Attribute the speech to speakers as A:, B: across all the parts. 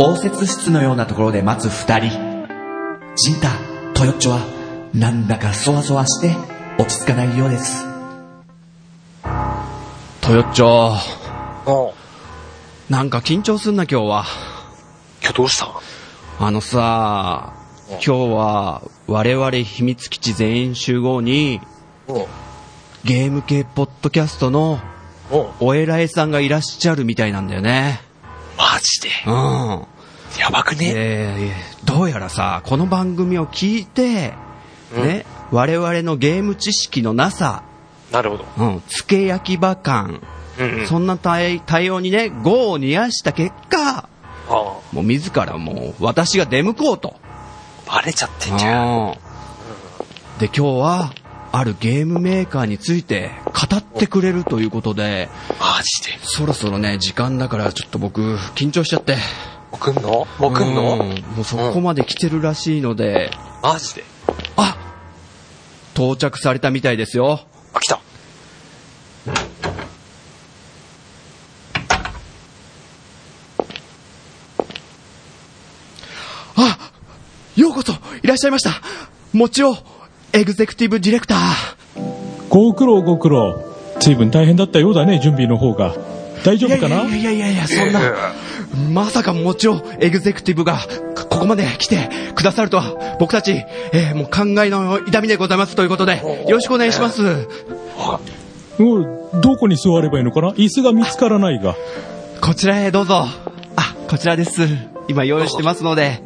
A: 応接室のようなところで待つ二人。ジンタ、トヨッチョは、なんだかそわそわして、落ち着かないようです。
B: トヨッチョ、
C: おう
B: なんか緊張すんな今日は。
C: 今日どうした
B: あのさ、今日は我々秘密基地全員集合に
C: おう
B: ゲーム系ポッドキャストの
C: おう
B: お偉いさんがいらっしゃるみたいなんだよね。
C: マジで
B: うん。
C: やばくね
B: えーどうやらさ、この番組を聞いて、ね、我々のゲーム知識のなさ、
C: なるほど。
B: うん、つけ焼き場感、
C: うんうん。
B: そんな対対応にね、業を煮やした結果、
C: あ
B: もう自らもう私が出向こうと。
C: あ、バレちゃってんじゃん。
B: うんで、今日は、あるゲームメーカーについて語ってくれるということで、
C: マジで。
B: そろそろね、時間だからちょっと僕、緊張しちゃって。
C: もう来んのもう来んの
B: うんもうそこまで来てるらしいので、
C: マジで。
B: あ到着されたみたいですよ。
C: あ、来た。
B: あようこそいらっしゃいましたもちお、エグゼクティブディレクター。
D: ご苦労ご苦労。随分大変だったようだね、準備の方が。大丈夫かない
B: やいやいやいや、そんな、まさかもちろんエグゼクティブがこここまで来てくださるとは、僕たち、えーもう考えの痛みでございますということで、よろしくお願いします。
D: おいどこに座ればいいのかな椅子が見つからないが。
B: こちらへどうぞ。あ、こちらです。今用意してますので、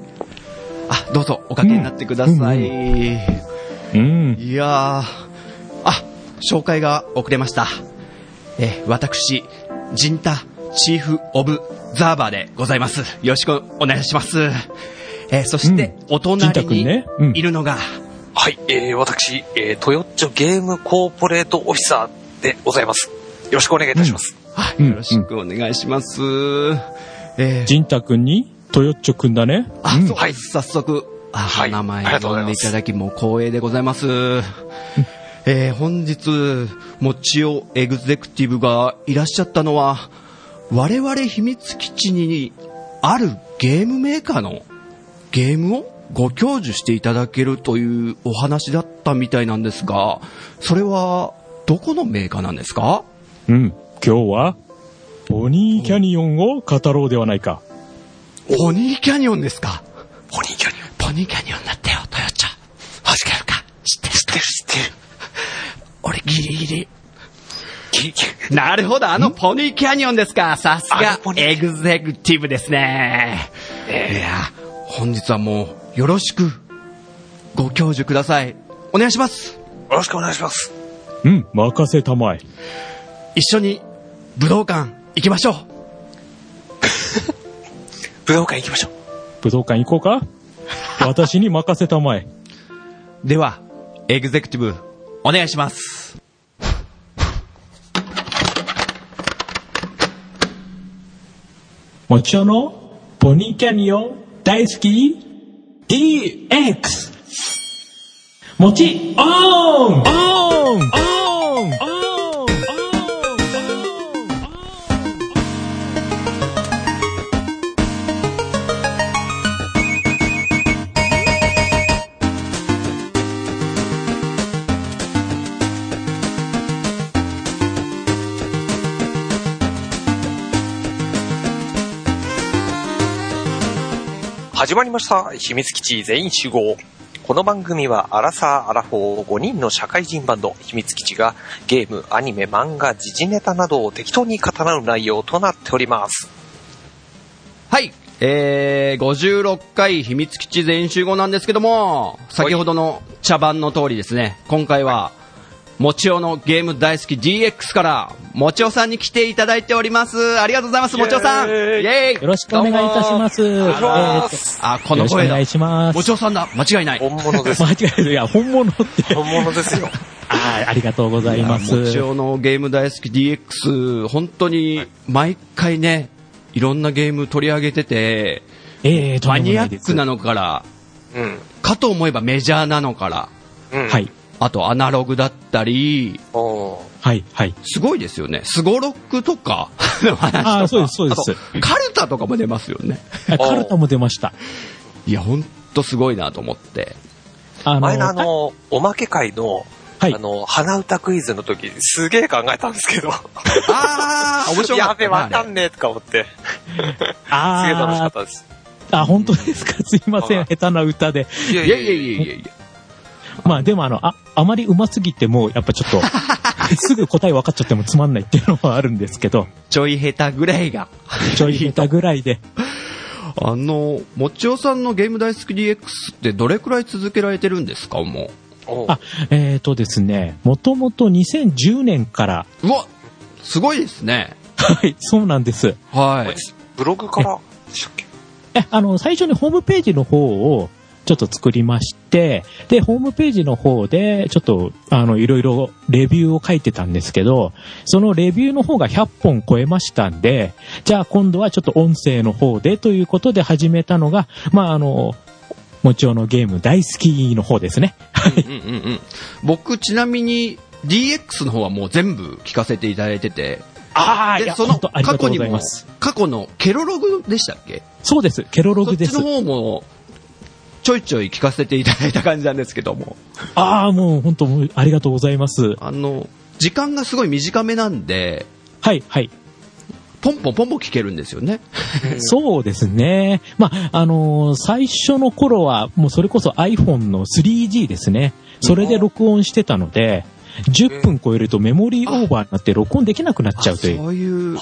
B: あ、どうぞおかけになってください。
D: うんううん。
B: いやー、あ、紹介が遅れました。えー、私、ジンタ、チーフ・オブ・ザーバーでございます。よろしくお願いします。えー、そして、お
D: ジン
B: 隣
D: タ君
B: に
D: ねうん
B: いるのが、
C: はい、えー、私、えー、トヨッチョゲームコーポレートオフィサーでございます。よろしくお願いいたします。
B: は
D: う
B: い、
D: ん
B: よろしくお願いします。えー、
D: ジンタ君に、トヨッチョ君だね。
B: あ、そう、
C: はい
B: 早速、あ、
C: はい
B: お名前
C: ありがとうご
B: 呼
C: ざ
B: んで
C: いま
B: い
C: す
B: ただき、もう光栄でござい ます。えー、本日、もちおエグゼクティブがいらっしゃったのは、我々秘密基地にあるゲームメーカーのゲームをご教授していただけるというお話だったみたいなんですが、それはどこのメーカーなんですか
D: うん。今日は、ボニーキャニオンを語ろうではないか。
B: ポニーキャニオンですか
C: ポニーキャニオン。
B: ポニーキャニオンだったよ、トヨちゃん。恥かるか知ってる
C: 知ってる知ってる。
B: 俺ギリギリ。
C: キキ
B: なるほど、あのポニーキャニオンですか。さす
C: あ
B: が
C: のポ、ニー
B: エグゼクティブですね。いや、本日はもう、よろしく、ご教授ください。お願いします。
C: よろしくお願いします。
D: うん、任せたまえ。
B: 一緒に、武道館、行きましょう。
C: 武道館行きましょう。
D: 武道館行こうか私に任せたまえ。
B: では、エグゼクティブ、お願いします。
D: もちろんの、ボニーキャニオン大好き DX! もち、オンオンオンオンオン
C: 始まりました。秘密基地全員集合。この番組は、アラサー・アラフォー5人の社会人バンド、秘密基地が、ゲーム、アニメ、漫画、時事ネタなどを適当に語らう内容となっております。
B: はい。えー、56回秘密基地全集合なんですけども、先ほどの茶番の通りですね、今回は、もちおのゲーム大好き DX から、もちおさんに来ていただいております。ありがとうございます、もちおさん。イェーイ。
E: よろしくお願いいたしますす。えーと
B: あ、こ
E: よ
B: の
E: ろしくお
B: 声だ
E: 願い。します
B: も。ちおさんだ、間違いない。
C: 本物です。
E: 間違える。いや、 本物って。
C: 本物ですよ。
E: あーありがとうございま
B: いやも
E: す
B: ち。ろんのゲーム大好き DX、本当に毎回ね、いろんなゲーム取り上げてて、
E: ええと
B: マ
E: んでも
B: ニア
E: いで
B: ッ
E: す
B: クなのから、
C: うん。
B: かと思えばメジャーなのから、
C: うん。
E: はい。
B: あとアナログだったり、
C: おー
E: はい。はい。
B: すごいですよね。スゴロックとか、の話とか。
E: あーそうですそうです
B: あとカルタとかも出ますよね。
E: あ カルタも出ました。
B: いや、ほんとすごいなと思って。
E: あの
C: 前のあの、おまけ会の、
E: はい
C: あの、鼻歌クイズの時、すげえ考えたんですけど、
B: ああ、面白かった
C: や
B: な。
C: べえ、わか
B: あれ
C: んねえとか思って、すげえ楽しかっ
E: あ
C: たです。
E: ーあ、本当ですかすいません。下手な歌で。
B: いやいやいやいやいやいや。
E: まあでもあの、あ、あまりうますぎても、やっぱちょっと、すぐ答え分かっちゃってもつまんないっていうのはあるんですけど、
B: ちょい下手ぐらいが。
E: ちょい下手ぐらいで。
B: あの、もちおさんのゲーム大好き DX ってどれくらい続けられてるんですかも
C: おう
E: あ、えーとですね、もともと2010年から、
B: う。うわすごいですね。
E: はい、そうなんです。
B: は
C: これ
B: い。
C: ブログからでしたっけ
E: え、あの、最初にホームページの方をちょっと作りまして、で、ホームページの方で、ちょっと、あの、いろいろレビューを書いてたんですけど、そのレビューの方が100本超えましたんで、じゃあ今度はちょっと音声の方でということで始めたのが、まあ、あの、もちろんのゲーム大好きの方ですね。
B: うんうんうん。僕、ちなみに DX の方はもう全部聞かせていただいてて。
E: あ
B: で、
E: あ
B: その
E: あり
B: 過
E: がと
B: 去
E: うご
B: に
E: ざい
B: も
E: ます。、
B: 過去のケロログでしたっけ
E: そうです。ケロロ
B: そ
E: グ
B: っ
E: で
B: ち
E: す
B: の。方も、ちょいちょい聞かせていただいた感じなんですけども。
E: ああ、もう本当もうありがとうございます。
B: あの、時間がすごい短めなんで、
E: はい、はい。
B: ポンポンポンポン聞けるんですよね。
E: そうですね。まあ、あのー最初の頃は、もうそれこそ iPhone の 3G ですね。それで録音してたので、10分超えるとメモリーオーバーになって録音できなくなっちゃうという。
B: そういう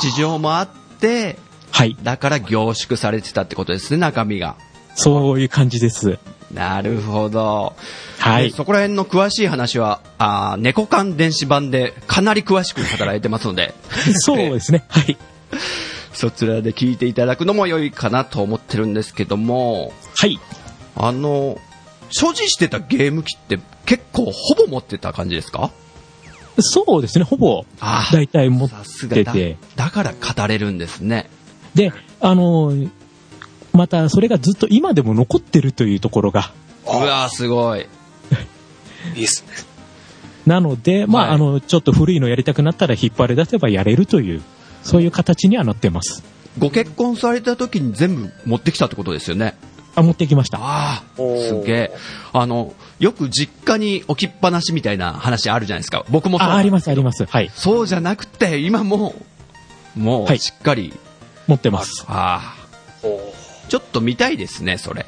B: 事情もあって、
E: はい。
B: だから凝縮されてたってことですね、中身が。
E: そういう感じです。
B: なるほど。
E: は
B: で
E: い。
B: そこら辺の詳しい話は、あー猫缶電子版でかなり詳しく働いてますので、
E: そうですね。はい。
B: そちらで聞いていただくのも良いかなと思ってるんですけども、
E: はい。
B: あの、所持してたゲーム機って結構ほぼ持ってた感じですか
E: そうですね。ほぼ、
B: あ
E: 大体持っ
B: さすが
E: て
B: だ
E: て。。
B: だから語れるんですね。
E: で、あのーまたそれがずっと今でも残ってるというところが。
B: うわーすごい。
C: いいっすね。
E: なので、まあ、
B: はい
E: あの、ちょっと古いのやりたくなったら引っ張り出せばやれるという、そういう形にはなってます。
B: ご結婚された時に全部持ってきたってことですよね。
E: あ、持ってきました。
B: ああ、
C: おー
B: すげえ。あの、よく実家に置きっぱなしみたいな話あるじゃないですか。僕もそう
E: あ、あります、あり
B: ま
E: ます。はい。
B: す。そうじゃなくて、今もう、も
E: は
B: う
E: い
B: しっかり、
E: 持ってます。
B: あ
C: おう
B: あ、ちょっと見たいですね、それ。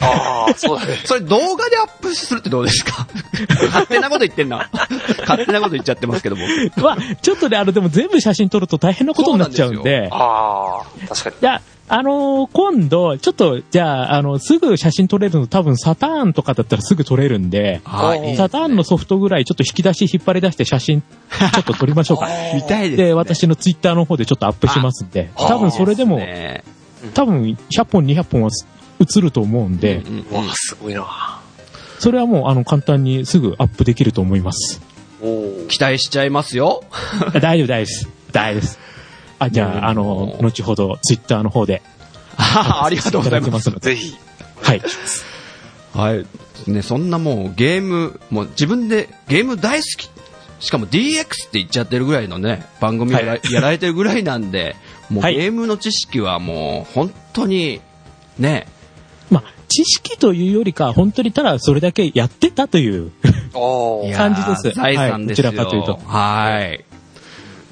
C: ああ、そうだね。
B: それ動画でアップするってどうですか 勝手なこと言ってんな。勝手なこと言っちゃってますけども。
E: まあ、ちょっとね、あの、でも全部写真撮ると大変なことになっちゃう
B: そう
E: ん
B: なん
E: で、
C: ああ、確かに。
E: じゃあ、あのー今度、ちょっと、じゃあ、あの、すぐ写真撮れるの、多分サターンとかだったらすぐ撮れるんで、
B: ああ、いい
C: おー
B: ですね
E: サターンのソフトぐらいちょっと引き出し引っ張り出して写真、ちょっと撮り ましょうか。
B: 見たいです、ね。
E: で、私のツイッターの方でちょっとアップしますんで、
C: あ
E: 多分それでも、
B: ね
E: 多分100本200本は映ると思うんで、
B: うん
C: わあ、すごいな。
E: それはもうあの簡単にすぐアップできると思います。
C: おお。
B: 期待しちゃいます よ。
E: 大丈夫、大丈夫です。大丈夫です。あ、じゃあ、あの、後ほどツイッターの方で。
B: あーありがとうございます。
E: ますので。
C: ぜひ。
E: はい。
B: はい。ね、そんなもうゲーム、もう自分でゲーム大好き、しかも DX って言っちゃってるぐらいのね、番組をやら,、
E: はい
B: やられてるぐらいなんで、もう
E: はい
B: ゲームの知識はもう本当に、ね、
E: まあ、知識というよりか、本当にただそれだけやってたという。
C: お
B: い
C: お。
B: やー
E: 感じです
B: 財産ですよ。
E: はいどちらかというと
B: はい。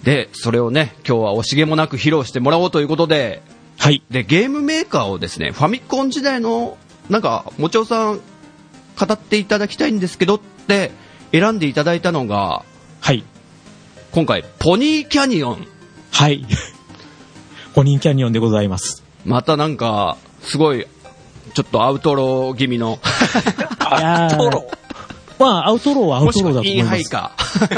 B: で、それをね、今日は惜しげもなく披露してもらおうということで、
E: はい。
B: で、ゲームメーカーをですね、ファミコン時代の、なんか、もちおさん、語っていただきたいんですけどって、選んでいただいたのが、
E: はい。
B: 今回、ポニーキャニオン。
E: はい。 ホニーキャニオンでございます。
B: またなんか、すごい、ちょっとアウトロー気味の、
E: ア
C: トロ。
E: まあ、アウトローはアウ
B: も
E: ト
B: しく
E: ローだ
B: は
E: と
B: イ
E: 思い
B: ン
E: ま
B: ハイ
E: す。
B: か。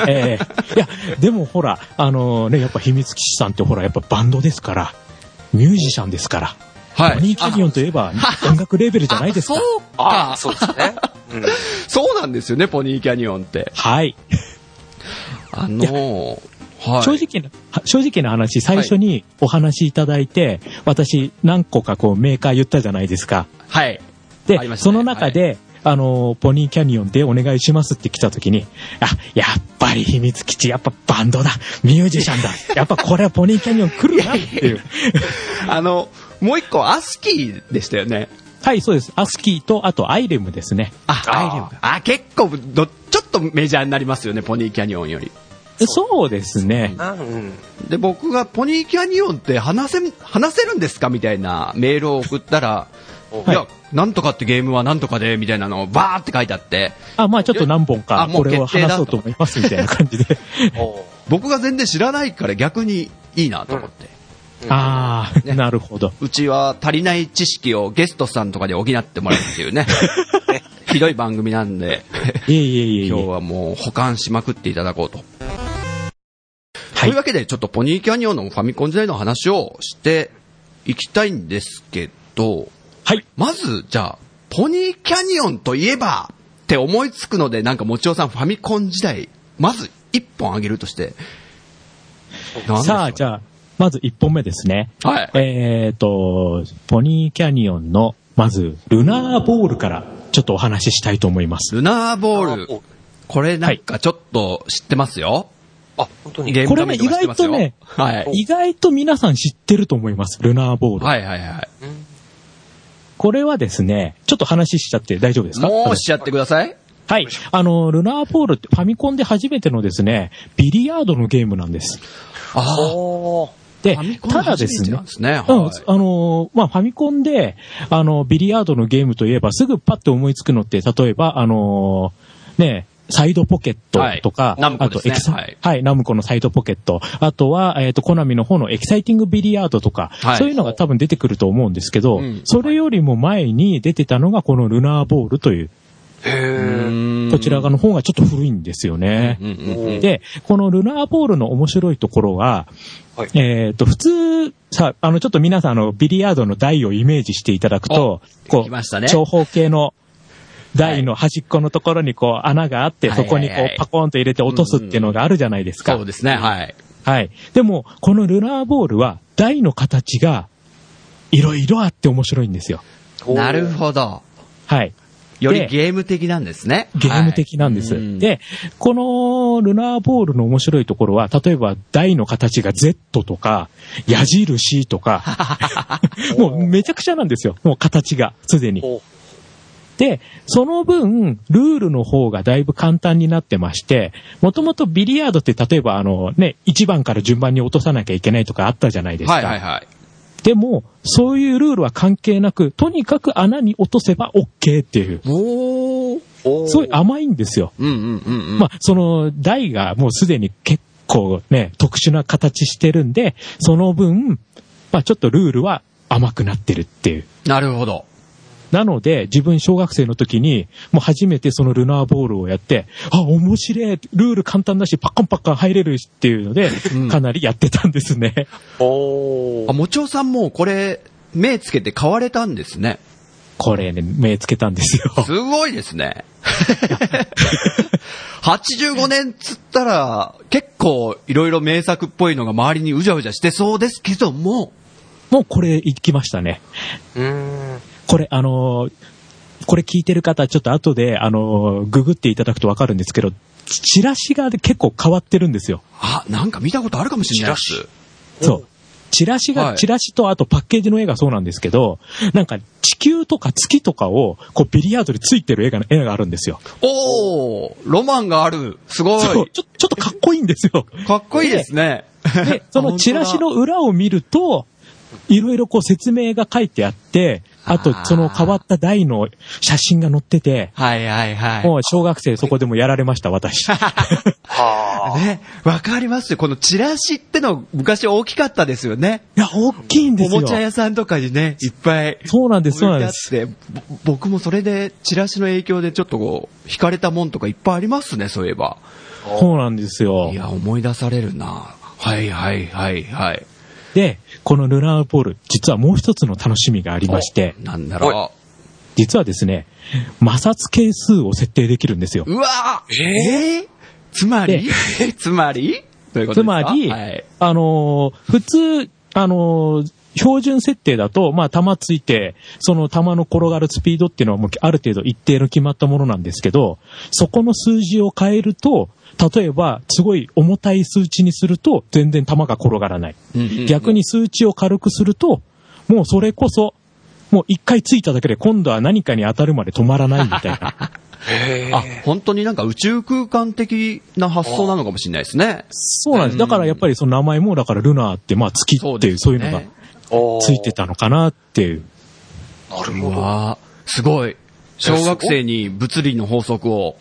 E: ええいや、でもほら、あのね、やっぱ秘密基地さんってほら、やっぱバンドですから、ミュージシャンですから、
B: は
E: ポニーキャニオンといえば音楽レベルじゃないですか。
B: そう
C: あ
B: か
C: あ、そうですね。うん。
B: そうなんですよね、ポニーキャニオンって。
E: はい。
B: あのー、はい。
E: 正直な、は正直な話、最初にお話しいただいて、私何個かこうメーカー言ったじゃないですか。
B: はい。あり
E: で、
B: ましたね
E: その中で、あの、ポニーキャニオンでお願いしますって来た時に、あ、やっぱり秘密基地、やっぱバンドだ、ミュージシャンだ、やっぱこれはポニーキャニオン来るなって いう。
B: あの、もう一個、アスキーでしたよね。
E: はい、そうです。アスキーと、あとアイレムですね。
B: あ、
C: あー
B: アイレムあ、結構ど、ちょっとメジャーになりますよね、ポニーキャニオンより。
E: そうですね。
C: あうん。
B: で、僕がポニーキャニオンって話せ、話せるんですかみたいなメールを送ったら、い、や、なんとかってゲームはなんとかで、みたいなのをバーって書いてあって、
E: あ、まあちょっと何本
B: あ
E: か
B: もう
E: これを
B: 決定だ
E: 話そうと思いますみたいな感 じで。
C: おう
B: 僕が全然知らないから逆にいいなと思って。
C: うん
E: ああ、なるほど。
B: うちは足りない知識をゲストさんとかで補ってもらうっていうね。 ひどい番組なん で、
E: いえいえいえいえ。
B: 今日
E: は
B: はもう保管しまくっていただこうと。
E: は
B: と
E: い
B: いうわけで、ちょっとポニーキャニオンのファミコン時代の話をしていきたいんですけど、
E: い。
B: まず、じゃあ、ポニーキャニオンといえばって思いつくので、なんかもちおさんファミコン時代、まず一本あげるとして。
E: さあ、じ
B: ゃ
E: ゃあ、まず1本目ですね。
B: あ。はい。
E: えっ、と、ポニーキャニオンの、まず、ルナーボールから、ちょっとお話ししたいと思います。
B: ルナーボール
C: お。
B: これなんかちょっと知ってますよ。
C: あ、本当に。
B: ゲーム画面とか知ってますよ
E: これね
B: はい。
E: 意外と皆さん知ってると思います。ルナーボール。
B: はいはいはい。
C: うん
E: これはですね、ちょっと話しちゃって大丈夫ですか
B: もうしちゃってください。
E: はい。あの、ルナーボールってファミコンで初めてのですね、ビリヤードのゲームなんです。
B: あ
C: おー
E: で、
B: ファミコン
E: ただです
B: 初めて
E: ね
B: なん、ですね。
E: うん、
B: はい
E: あのーまあ、ファミコンで、あの、ビリヤードのゲームといえば、すぐパッと思いつくのって、例えば、あのーね、サイドポケットと
B: は
E: か、
B: いナムコ
E: あ
B: で
E: と
B: すね
E: サ
B: はい
E: はい、ナムコのサイドポケット、あとは、えっ、と、コナミの方のエキサイティングビリヤードとか、
B: はい
E: そういうのが多分出てくると思うんですけど、
B: うん
E: それよりも前に出てたのが、このルナーボールという、
B: うん
E: こちら側の方がちょっと古いんですよね。
B: うんうんうん
E: で、このルナーボールの面白いところは、
C: はい
E: えっ、と、普通、さ、あの、ちょっと皆さん、あの、ビリヤードの台をイメージしていただくと、こ
B: 来
E: う、
B: ましたね
E: 長方形の台の端っこのところにこう穴があって、
B: はい
E: そこにこ
B: はいはいう
E: パコーンと入れて落とすっていうのがあるじゃないですか。
B: そうですね。はい。
E: はい。でも、このルナーボールは台の形がいろいろあって面白いんですよ。
C: おー
B: なるほど。
E: はい。
B: より
E: で
B: ゲーム的なんですね。
E: ゲーム的なんです。
B: はいうん
E: で、このルナーボールの面白いところは、例えば台の形が Z とか、矢印とか、 もうめちゃくちゃなんですよ。もう形が、すでに。
C: お
E: で、その分、ルールの方がだいぶ簡単になってまして、もともとビリヤードって例えばあのね、1番から順番に落とさなきゃいけないとかあったじゃないですか。
B: はいはいはい。
E: でも、そういうルールは関係なく、とにかく穴に落とせば OK っていう、
B: おー。
C: おー
E: すごい甘いんですよ。
B: うんうんうんうん。
E: まあ、その台がもうすでに結構ね、特殊な形してるんで、その分、まあちょっとルールは甘くなってるっていう。
B: なるほど。
E: なので、自分小学生の時に、もう初めてそのルナーボールをやって、あ、面白いルール簡単だし、パッカンパッカン入れるしっていうので
B: うん、
E: かなりやってたんですね。
C: お
B: あ、
C: ー
B: もちおさんもこれ、目つけて買われたんですね。
E: これね、目つけたんですよ。
B: すごいですね。85年つったら、結構いろいろ名作っぽいのが周りにうじゃうじゃしてそうですけども、
E: もうこれ、行きましたね。
C: うーん。
E: これ、あのーこれ聞いてる方、ちょっと後で、あのーググっていただくとわかるんですけど、チラシが結構変わってるんですよ。
B: あ、なんか見たことあるかもしれないです。
C: チラ
E: そう。チラシ
B: は
E: が、
B: い
E: チラシとあとパッケージの絵がそうなんですけど、なんか地球とか月とかを、こうビリヤードについてる絵が、絵があるんですよ。
B: おー、ロマンがある。すご
E: そう
B: い。
E: ちょ、ちょっとかっこいいんです よ。
B: かっこいいですね。
E: で、そのチラシの裏を見ると、いろいろこう説明が書いてあって、あとその変わった台の写真が載ってて、
B: はいはいはい。
E: もう小学生そこでもやられました、 私。
C: はあ。
B: ね、わかりますよ。このチラシっての昔大きかったですよね。
E: いや、大きいんですよ。
B: おもちゃ屋さんとかにね、いっぱい。
E: そうなんです、そうなん
B: 置い
E: です。
B: てあってぼ僕もそれで、チラシの影響でちょっとこう、惹かれたもんとかいっぱいありますね、そういえば。
E: そうなんですよ
B: い。や、思い出されるな。はいはいはいはい。
E: で、このルナーボール、実はもう一つの楽しみがありまして、
B: なんだろ
E: 実はですね、摩擦係数を設定できるんですよ
B: う。。うわ
C: えー
B: えーつまり つまりどういうことですか
E: つまり、
B: はい。
E: あのー普通、あのー標準設定だと、まあ、弾ついて、その弾の転がるスピードっていうのはもうある程度一定の決まったものなんですけど、そこの数字を変えると、例えば、すごい重たい数値にすると、全然弾が転がらない。逆に数値を軽くすると、もうそれこそ、もう一回ついただけで今度は何かに当たるまで止まらないみたいな。
C: へ
B: あ
C: え。
B: 本当になんか宇宙空間的な発想なのかもしれないですね。
E: そうなんです。だからやっぱりその名前も、だからルナーって、まあ月
B: そう
E: ってい
B: で
E: う、
B: す
E: そうい
B: ね
E: うのが
C: おー
E: ついて。たのかなっていう。
C: なる
B: う
C: ほど。
B: わーすごい。小学生に物理の法則を。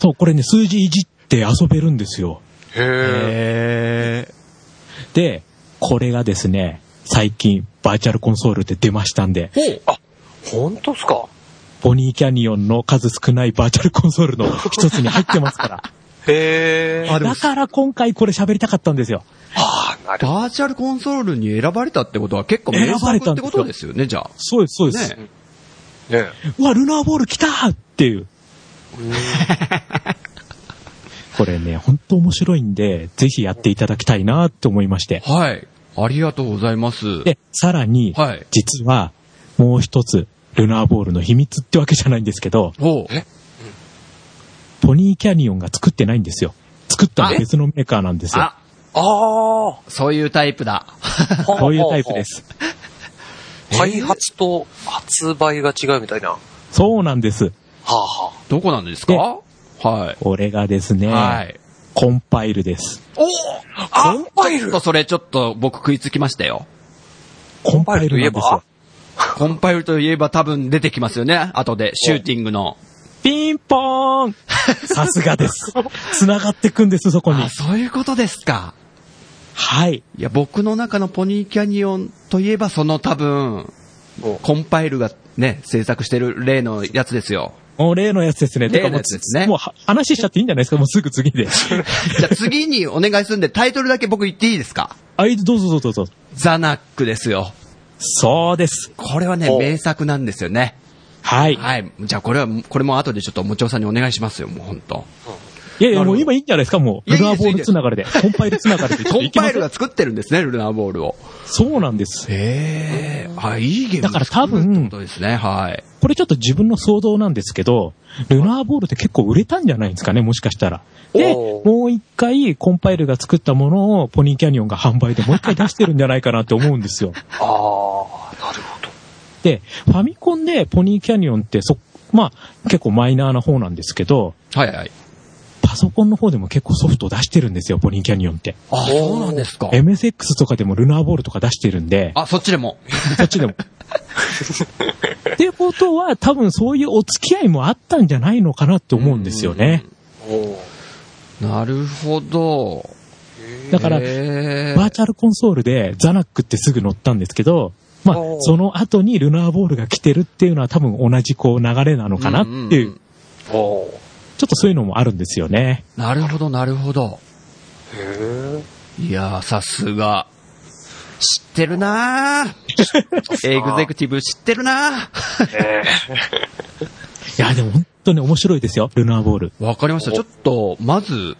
E: そう、これね、数字いじって遊べるんですよ。
C: へえ。
B: へー
E: で、これがですね、最近、バーチャルコンソールで出ましたんで、
C: 本当っすか
E: ポニーキャニオンの数少ないバーチャルコンソールの一つに入ってますから。
C: へえ。
B: あでも
E: だから今回これ喋りたかったんですよ。
C: ああ、なるほ
B: バーチャルコンソールに選ばれたってことは結構名
E: 選ば
B: 作
E: れた
B: っ
E: ん
B: て
E: です
B: こ
E: よ
B: とですよね、じゃあ。
E: そうです、そうです。
B: ね。
C: ど。ね
E: うわ、ルナーボール来たーっていう。これね、ほんと面白いんで、ぜひやっていただきたいなって思いまして。
B: はい。ありがとうございます。
E: で、さらに、
B: はい
E: 実は、もう一つ、ルナーボールの秘密ってわけじゃないんですけど、
B: おう
C: え
E: ポニーキャニオンが作ってないんですよ。作ったのは別のメーカーなんですよ。
B: あ、
C: ああ。
B: そういうタイプだ。
E: そういうタイプで。す。
C: 開発と発売が違うみたいな。は
E: そうなんです。
C: あはあ。
B: どこなんですかは
E: これがですね、
B: い。はい。
E: コンパイルです。
B: お
C: あコンパイ
B: ちょ
C: ル
B: っとそれちょっと僕食いつきましたよ。
E: コン
C: パ
E: パ
C: イ
E: イ
C: ルと
E: ル
C: いえ
E: なんです
C: ば
E: よ。
B: コンパイルといえば多分出てきますよね。後で、シューティングの。
E: ピンポーンさすがです。繋がってくんです、そこに
B: あ、。そういうことですか。
E: はい。
B: いや、僕の中のポニーキャニオンといえば、その多分、
C: お
B: コンパイルがね、制作してる例のやつです よ。
E: もう例のやつですね。
B: 例
E: てか
B: の
E: も
B: や
E: う
B: つですね
E: もうは話しちゃっていいんじゃないですか もうすぐ次で。
B: じゃあ次にお願いするんで、タイトルだけ僕言っていいですか
E: あい、どうぞどうぞどうぞ。
B: ザナックですよ。
E: そうです。
B: これはね、
C: お
B: 名作なんですよね。
E: はい。
B: はい。じゃあこれは、これも後でちょっともちおさんにお願いしますよ、もうほんと。
E: いやい
B: な
E: や、
B: るほど
E: もう今いいんじゃないですかもう、
B: いや
E: ル
B: いい
E: ナ
B: で
E: ー
B: す
E: ボールつ ながりで、コンパイルつながりで、
B: コンパイル
E: い
B: が作ってるんですね、ルナーボールを。
E: けますそうなんです。
B: へえ。あ、いいゲーム
E: だから多分
B: 作るってことですね、はい。
E: これちょっと自分の想像なんですけど、ルナーボールって結構売れたんじゃないんですかねもしかしたら。で、
C: おー
E: もう一回、コンパイルが作ったものを、ポニーキャニオンが販売でもう一回出してるんじゃないかなって思うんですよ。
C: ああ、なるほど。
E: で、ファミコンでポニーキャニオンってそ、まあ、結構マイナーな方なんですけど、
B: はいはい。
E: パソコンの方でも結構ソフトを出してるんですよ、ポニーキャニオンって。
B: あ、そうなんですか。
E: MSX とかでもルナーボールとか出してるんで、
B: あ、そっちでも。
E: そっちでも。ってことは、多分そういうお付き合いもあったんじゃないのかなって思うんですよね。
C: おー
B: なるほど。
E: だから、
B: へー
E: バーチャルコンソールでザナックってすぐ乗ったんですけど、まあ
C: おー、
E: その後にルナーボールが来てるっていうのは多分同じこう流れなのかなって
B: う
E: いう、
B: んうんうん
C: おー
E: ちょっとそういうのもあるんですよね。
B: なるほど、なるほど。
C: へえ。
B: いやー、さすが。知ってるなー エグゼクティブ知ってるなー
C: え
E: いや、でも本当に面白いですよ、ルナーボール。
B: わかりました。ちょっと、まず、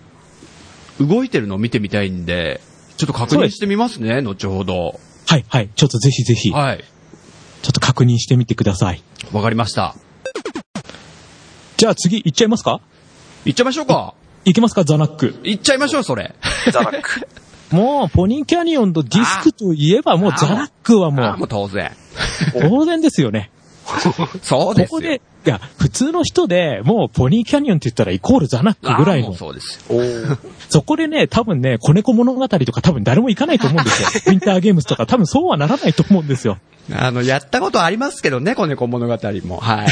B: 動いてるのを見てみたいんで、ちょっと確認してみますね、後ほど。
E: はい、はい。ちょっとぜひぜひ、ちょ
B: はい。
E: っと確認してみてください。
B: わかりました。
E: じゃあ次行っちゃいますか
B: 行っちゃいましょうか。
E: 行きますか、ザナック。
B: 行っちゃいましょう、それ。
C: ーザナック。
E: もう、ポニーキャニオンとディスクといえば、もう
B: あー
E: ザナックは
B: あー
E: も
B: も
E: う、
B: う当然。
E: 当然ですよね。
B: そう
E: こ
B: ですよ。
E: こで、いや、普通の人でもうポニーキャニオンって言ったらイコールザナックぐらい
B: あーも
E: の
B: う、そうです。
C: おー
E: そこでね、多分ね、子猫物語とか多分誰も行かないと思うんですよ。ウィンターゲームズとか多分そうはならないと思うんですよ。
B: あの、やったことありますけどね、子猫物語も。はい。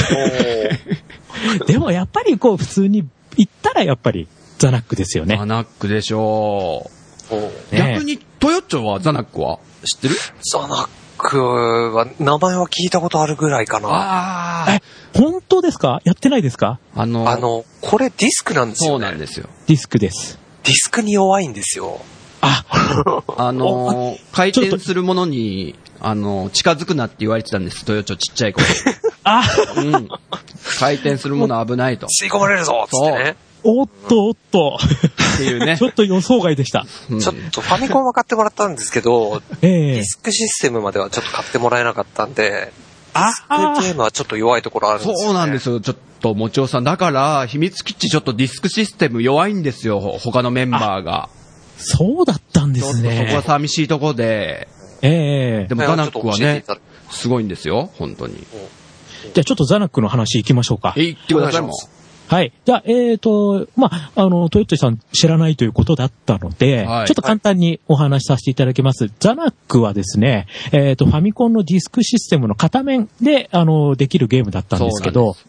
C: おー
E: でもやっぱりこう、普通に行ったらやっぱりザナックですよね
B: ザ。ナックでしょ
C: おー
B: う。
E: ね
B: 逆に、トヨッチョはザナックは知ってる
C: ザナックは、名前は聞いたことあるぐらいかな。
B: あ
E: え、本当ですかやってないですか
B: あの、
C: あの、これディスクなんです
B: そ
C: よ
B: うな
C: ね。
B: んですよ。
E: ディスクです。
C: ディスクに弱いんですよ。
E: あ、
B: あの、回
E: ちょ
B: 転
E: っと
B: するものに、あの、近づくなって言われてたんです、トヨッチョちっちゃい頃。
E: あ、
B: うん。回転するもの危ないと。
C: 吸い込まれるぞっつってね。
E: おっとおっと。
B: っていうね
E: ち。ょっと予想外でした。
B: うん
C: ちょっとファミコンは買ってもらったんですけ ど、
E: え
C: デ
E: え
C: ィスクシステムまではちょっと買ってもらえなかったんで、ディスクゲームはちょっと弱いところあるんですよ、ね。。
B: そうなんですすよ。ちょっと、もちおさん。だから、秘密基地ちょっとディスクシステム弱いんですよ。他のメンバーが。
E: そうだったんで
B: ちょっと
E: す
B: そこは
E: ね。
B: 寂しいとこで。
E: ええ
B: でも、ガナックは
C: ちょっと教えてい
B: ね
C: ただ、
B: すごいんですよ。本当に。
E: じゃあちょっとザナックの話行きましょうか
B: え、。言ってくださいもん
C: お願いし
E: はい。じゃあ、えっ、と、まあ、あの、トヨッチさん知らないということだったので、
B: はい
E: ちょっと簡単にお話しさせていただきます。ザナックはですね、えっ、と、ファミコンのディスクシステムの片面で、あの、できるゲームだったんですけ
B: そうなん
E: ど
B: で、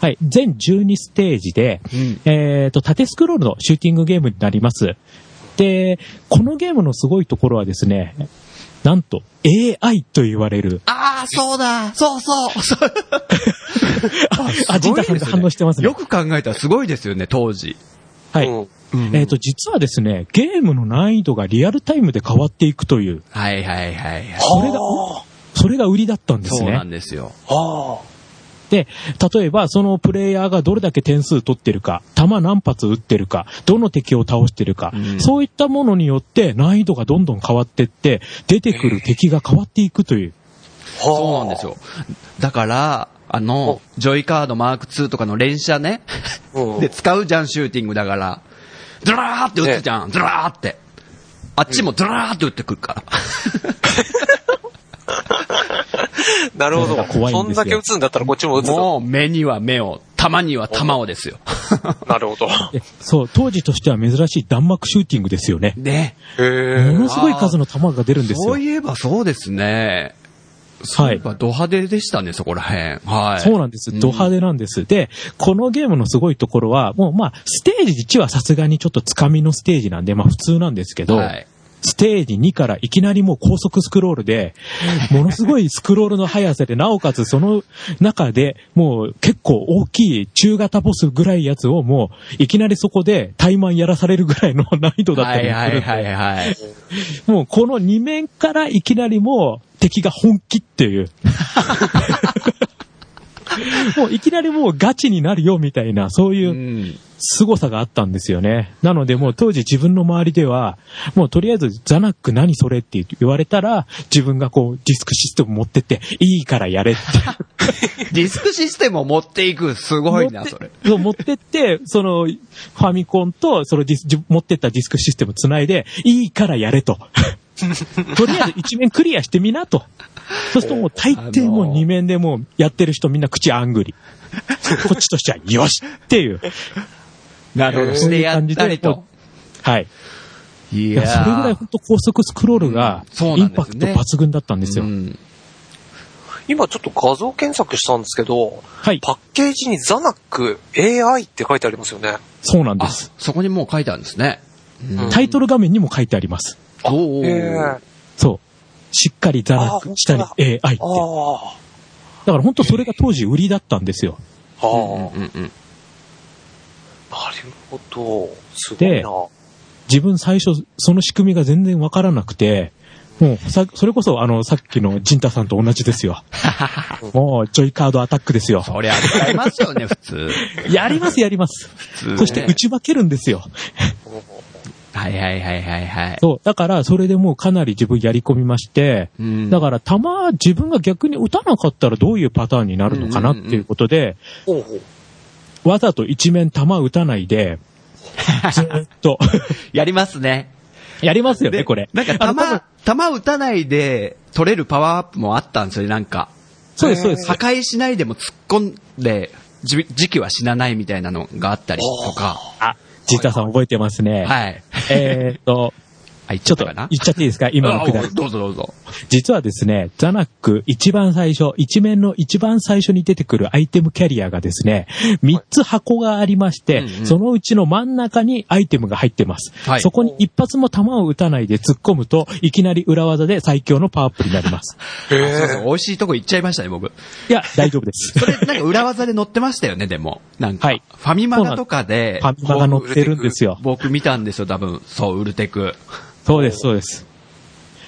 E: はい。全12ステージで、
B: うん
E: えっ、と、縦スクロールのシューティングゲームになります。で、このゲームのすごいところはですね、なんと AI と言われる。
B: ああ、そうだそうそうそう
E: あ、あ、ジンタさんが反応してますね
B: よ。く考えたらすごいですよね、当時。
E: はい。
C: うん
E: えっ、と、実はですね、ゲームの難易度がリアルタイムで変わっていくという、
B: はいはいはいはい。
E: それが、それが売りだったんです
B: そうな
E: ね
B: ん。ですよ。
C: あ
E: で、例えば、そのプレイヤーがどれだけ点数取ってるか、弾何発撃ってるか、どの敵を倒してるか、
B: うん
E: そういったものによって難易度がどんどん変わってって、出てくる敵が変わっていくという。
B: そうなんです
C: よ。
B: よ。だから、あの
C: お、
B: ジョイカードマーク2とかの連射ね。
C: うん
B: で、使うじゃん、シューティングだから。ドラーって撃つじゃん、ドラーって。あっちもドラーって撃ってくるから。
C: なるほ
E: な
C: ど。
E: んか怖いん
C: そん
E: ですよ
C: だけ打つんだったらこっちも打つぞ。
B: もう目には目を、弾には弾をですよ。
C: なるほど。
E: でそう、当時としては珍しい弾幕シューティングですよね。
B: ね。
C: へ
E: も
C: え。
E: のすごい数の弾が出るんですよ。
B: そういえばそうですね。そういえばド派手でしたね、そこら辺。はい。
E: そうなんです。ド派手なんです。で、このゲームのすごいところは、もうまあ、ステージ1はさすがにちょっとつかみのステージなんで、まあ普通なんですけど、
B: はい
E: ステージ2からいきなりもう高速スクロールで、 ものすごいスクロールの速さで、なおかつその中でもう結構大きい中型ボスぐらいやつをもういきなりそこで怠慢やらされるぐらいの難易度だった
B: は
E: り
B: い
E: するんで、
B: はいはいはい。。
E: もうこの2面からいきなりもう敵が本気って いう。もういきなりもうガチになるよみたいな、そういううん凄さがあったんですよね。なのでもう当時自分の周りでは、もうとりあえずザナック何それって言われたら、自分がこうディスクシステム持ってって、いいからやれって。
B: ディスクシステムを持っていく、すごいな、それ。
E: そう持ってって、その、ファミコンと、そのディス、じ持ってったディスクシステムつないで、いいからや れと。とりあえず一面クリアしてみなと。そうするともう大抵もう二面でもうやってる人みんな口あんぐり。こっちとしてはよしっていう。
B: なるほど。してやったりと。
E: はい。
B: い
E: いやそれぐらい
B: ー
E: 本当高速スクロールが
B: うんそう
E: イ
B: な
E: ン
B: んで
E: パ
B: す
E: ク
B: ね
E: ト抜群だったんですよ。
B: うん
C: 今ちょっと画像検索したんですけど、
E: はい。
C: パッケージにザナック AI って書いてありますよね。
E: そうなんで
B: あ、
E: す。
B: そこにもう書いてあるんですね。
C: うん
E: タイトル画面にも書いてあります。
B: お
C: へえ。あ
B: ー
E: そう。しっかりザラ
C: あ
E: ックしたり
C: 本当
E: AI って。
C: あ。
E: だから本当それが当時売りだったんですよ。
C: ああ。
B: うんうんうん。
C: なるほど。すごいな。
E: 自分最初、その仕組みが全然わからなくて、もう、さ、それこそ、あの、さっきのジンタさんと同 じですよ。もう、ジョイカードアタックですよ。
B: そりゃ、使いますよね、普 通。
E: やります、やります。
B: 通ね
E: そして、打ち負けるんですよ。
B: はいはいはいはいはい。
E: そう。だから、それでもうかなり自分やり込みまして、
B: うん
E: だから、たま、自分が逆に打たなかったらどういうパターンになるのかなっていうことで、
C: ほうほう
E: わざと一面弾打たないで、ずーっ と、
B: やりますね。
E: やりますよね、これ。
B: なんか、
E: あの多分
B: 弾、弾打たないで、取れるパワーアップもあったんですよね、なんか。
E: そうです、そうです
B: 破。壊しないでも突っ込んで、じ時期は死なないみたいなのがあったりとか。
E: あ、ジンタさん覚えてますね。
B: はい。
E: えーっと、
B: はい、
E: ち
B: ち
E: ょ
B: ょ
E: っ
B: っと
E: と言
B: か
E: っ
B: な。
E: ちゃっていいですか今のくだ
B: あ
E: り。
B: どうぞどうぞ。
E: 実はですね、ザナック一番最初、一面の一番最初に出てくるアイテムキャリアがですね、3つ箱がありまして、
B: うんうん
E: そのうちの真ん中にアイテムが入ってます。
B: はい
E: そこに一発も弾を撃たないで突っ込むと、いきなり裏技で最強のパワーアップになります。
B: そうそう
C: へ
B: 美味しいとこ行っちゃいましたね、 僕。
E: いや、大丈夫です。
B: それ、なんか裏技で乗ってましたよね、でも。なんか。
E: はい
B: ファミマガとかで
E: フ、ァミマが載ってるんですよ。
B: 僕見たんですよ、多分。そう、ウルテク。
E: そうです、そうです。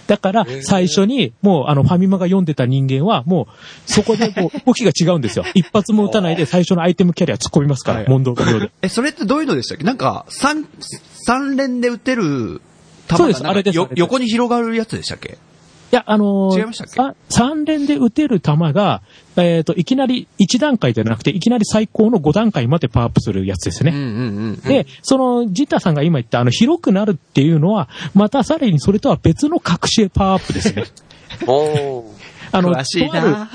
E: だから
C: へ、ー
E: 最初に、もう、あの、ファミマが読んでた人間は、もう、そこで、こう、動きが違うんですよ。一発も打たないで、最初のアイテムキャリア突っ込みますから、
B: はい
E: 問答無用で。
B: え、それってどういうのでしたっけなんか、三、三連で打てる球がなんか
E: そうですあれですあ
B: よ
E: れです
B: 横に広がるやつでしたっけ
E: いや、あのー
B: 違いましたっけ
E: さ三連で打てる球が、えっ、と、いきなり1段階じゃなくて、いきなり最高の5段階までパワーアップするやつです
B: うん
E: ね。
B: うんうん。
E: で、その、ジタさんが今言った、あの、広くなるっていうのは、またさらにそれとは別の隠しパワーアップですね。
C: おー
E: あ の、
B: 詳しい
E: とある
B: な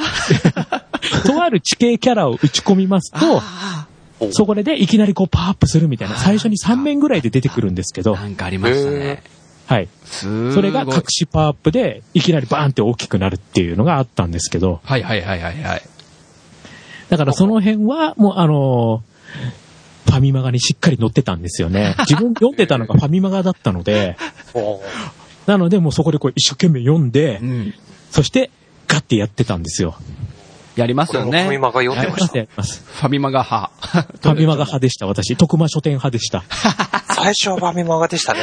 E: とある地形キャラを打ち込みますと、
B: あ
E: そこでいきなりこうパワーアップするみたいな、最初に3面ぐらいで出てくるんですけ
B: ー
E: ど、
B: なんかありましたね。
E: はい。
B: す
E: それが
B: ごい
E: 隠しパワーアップで、いきなりバーンって大きくなるっていうのがあったんですけど、
B: はいはいはいはいはい。
E: だからその辺は、もうあのーファミマガにしっかり載ってたんですよね。自分読んでたのがファミマガだったので、
C: おー
E: なのでもうそこでこう一生懸命読んで
B: う、ん。
E: そしてガッてやってたんですよ。
B: やりますよ
C: こ
B: ね。
C: れもファミマが読んでま
E: ガ
C: し
E: ッ
C: た
E: てやります
B: ファミマが派。
E: ファミマガ派でした、私。徳間書店派でした。
C: 最初はファミマガでした ね。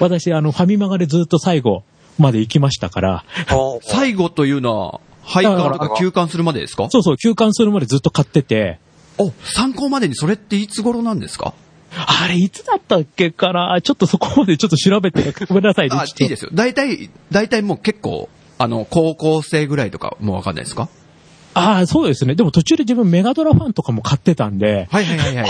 E: 私、あの、ファミマガでずっと最後まで行きましたから、
C: おー
B: 最後というのは、配管とか休館するまでですか
E: そうそう、休館するまでずっと買ってて、
B: お、参考までにそれっていつ頃なんですか
E: あれ、いつだったっけかなちょっとそこまでちょっと調 べて、ごめんなさいね。
B: あ、
E: ちょっと
B: いいですよ。大体、大体もう結構、あの、高校生ぐらいとかもうわかんないですか
E: ああ、そうですね。でも途中で自分メガドラファンとかも買ってたんで、
B: はいはいはいはい。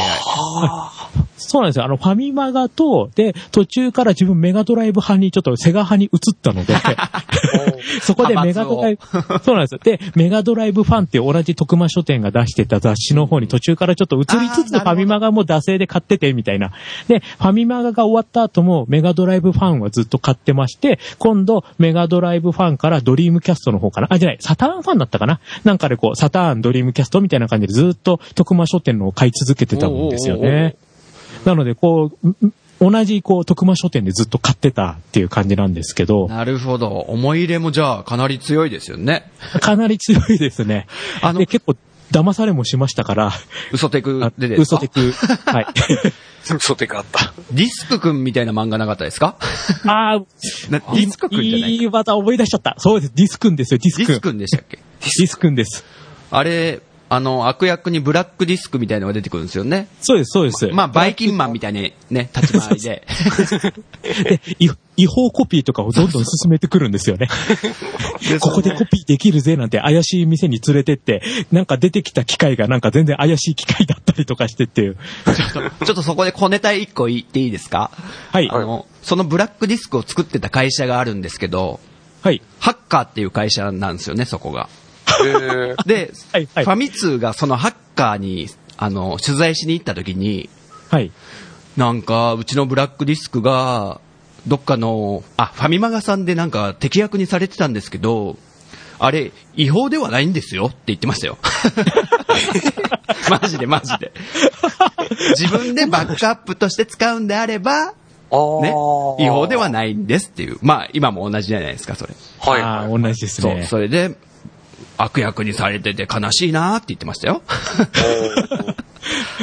E: そうなんですよ。あの、ファミマガと、で、途中から自分メガドライブ派に、ちょっとセガ派に移った ので、 そこでメガドライブ、そうなんですよ。で、メガドライブファンっていう同じ徳間書店が出してた雑誌の方に途中からちょっと移りつつ、フ
B: あーなるほど
E: ァミマガも惰性で買ってて、みたいな。で、ファミマガが終わった後もメガドライブファンはずっと買ってまして、今度、メガドライブファンからドリームキャストの方かなあ、じゃない、サターンファンだったかななんかでこう、サターン、ドリームキャストみたいな感じでずっと徳間書店のを買い続けてたんですよ
B: おーおーおー
E: ね。なので、こう、ん同じ、こう、徳間書店でずっと買ってたっていう感じなんですけど、
B: なるほど。思い入れもじゃあかなり強いですよね。
E: かなり強いですね。
B: あの
E: で、結構、騙されもしましたから、
B: 嘘テク
E: あ
B: でですか
E: 嘘 テク。はい。
C: 嘘でかあった。
B: ディスク君みたいな漫画なかったですか
E: あー
B: なディスク君じゃないい
E: い技思い出しちゃった。そうです。ディスくんですよ、ディス
B: ディ
E: くん。
B: ス君でしたっけ
E: ディスくんです。
B: あれ、あの、悪役にブラックディスクみたいのが出てくるんですよね。
E: そうです、そうです。
B: まあ、バイキンマンみたいにね、立ち回りで。
E: でい違法コピーとかをどんどん進めてくるんで すよね。ここでコピーできるぜなんて怪しい店に連れてって、なんか出てきた機械がなんか全然怪しい機械だったりとかしてっていう。
B: ちょっとちょっとそこで小ネタ一個言っていいですか
E: はい
B: あ。の、そのブラックディスクを作ってた会社があるんですけど、
E: はい。
B: ハッカーっていう会社なんですよね、そこが。
C: えー
B: で、
E: はいはい
B: ファミ通がそのハッカーに、あの、取材しに行った時に、
E: はい。
B: なんか、うちのブラックディスクが、どっかの、あ、ファミマガさんでなんか敵役にされてたんですけど、あれ、違法ではないんですよって言ってましたよ。マジでマジで。自分でバックアップとして使うんであれば、ね、
C: あ。
B: 違法ではいないんですっていう。まあ、今も同じじゃないですか、それ。
C: はい
E: あ
C: は
E: あ
C: い。
E: ー、同じです
B: そう、
E: ね。
B: それで、悪役にされてて悲しいなーって言ってましたよ。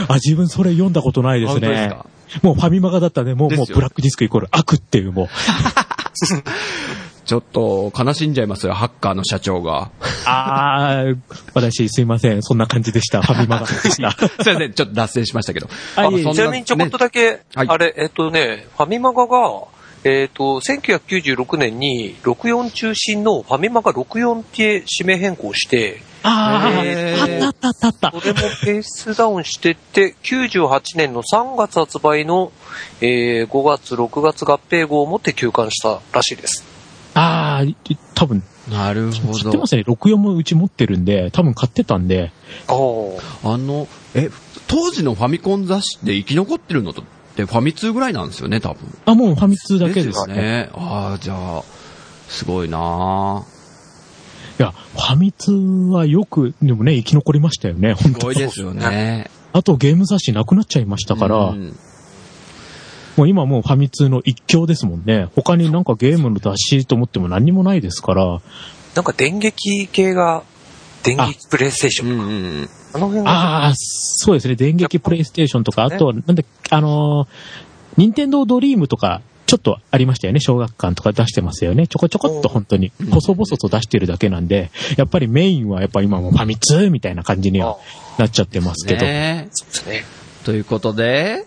E: あ、自分それ読んだことないです
B: 本当です
E: ね
B: か。
E: もうファミマガだったね。もう、
B: です
E: も
B: よ
E: うブラックディスクイコール悪っていうもう。
B: ちょっと悲しんじゃいますよ、ハッカーの社長が。
E: あー、 私すいません。そんな感じでした。ファミマガで した。
B: すいません、ちょっと脱線しましたけど。
E: あいえいえ
B: そん
C: ちなみにちょこっとだけ、
B: はい
C: あれ、えっ、とね、ファミマガが、えっ、と、1996年に64中心のファミマガ64って指名変更して、
E: あ
B: へ
E: ー、
B: ー
E: あったあったあったあった
C: そ。れもペースダウンしてって、98年の3月発売の、えー5月、6月合併号をもって休館したらしいです。
E: あー、多分、
B: なるほ
E: 知って
B: ど
E: ま。すね。64もうち持ってるんで、多分買ってたんで。
C: あー
B: あの、え、当時のファミコン雑誌って生き残ってるのとってファミ通ぐらいなんですよね、多分。
E: あ、もうファミ通だけで
B: よ
E: すね。
B: ね。ああ、じゃあ、すごいなー
E: いや、ファミ通はよく、でもね、生き残りましたよね、本
B: すごい
E: 当
B: ですよね。
E: あとゲーム雑誌なくなっちゃいましたから、
B: うん
E: もう今もうファミ通の一強ですもんね。他になんかゲームの雑誌と思っても何にもないですから。
C: なんか電撃系が、電撃プレイステーシ
B: う
C: ョン。
B: んうん。
C: あの辺が、
E: ああ、そうですね。電撃プレイステーションとか、あと、なんで、あのー、ニンテンドードリームとか、ちょっとありましたよね。小学館とか出してますよね。ちょこちょこっと本当に、細々と出してるだけなんで、やっぱりメインはやっぱ今もファミ通みたいな感じにはなっちゃってますけど。
B: ね
C: そうですね。
B: ということで、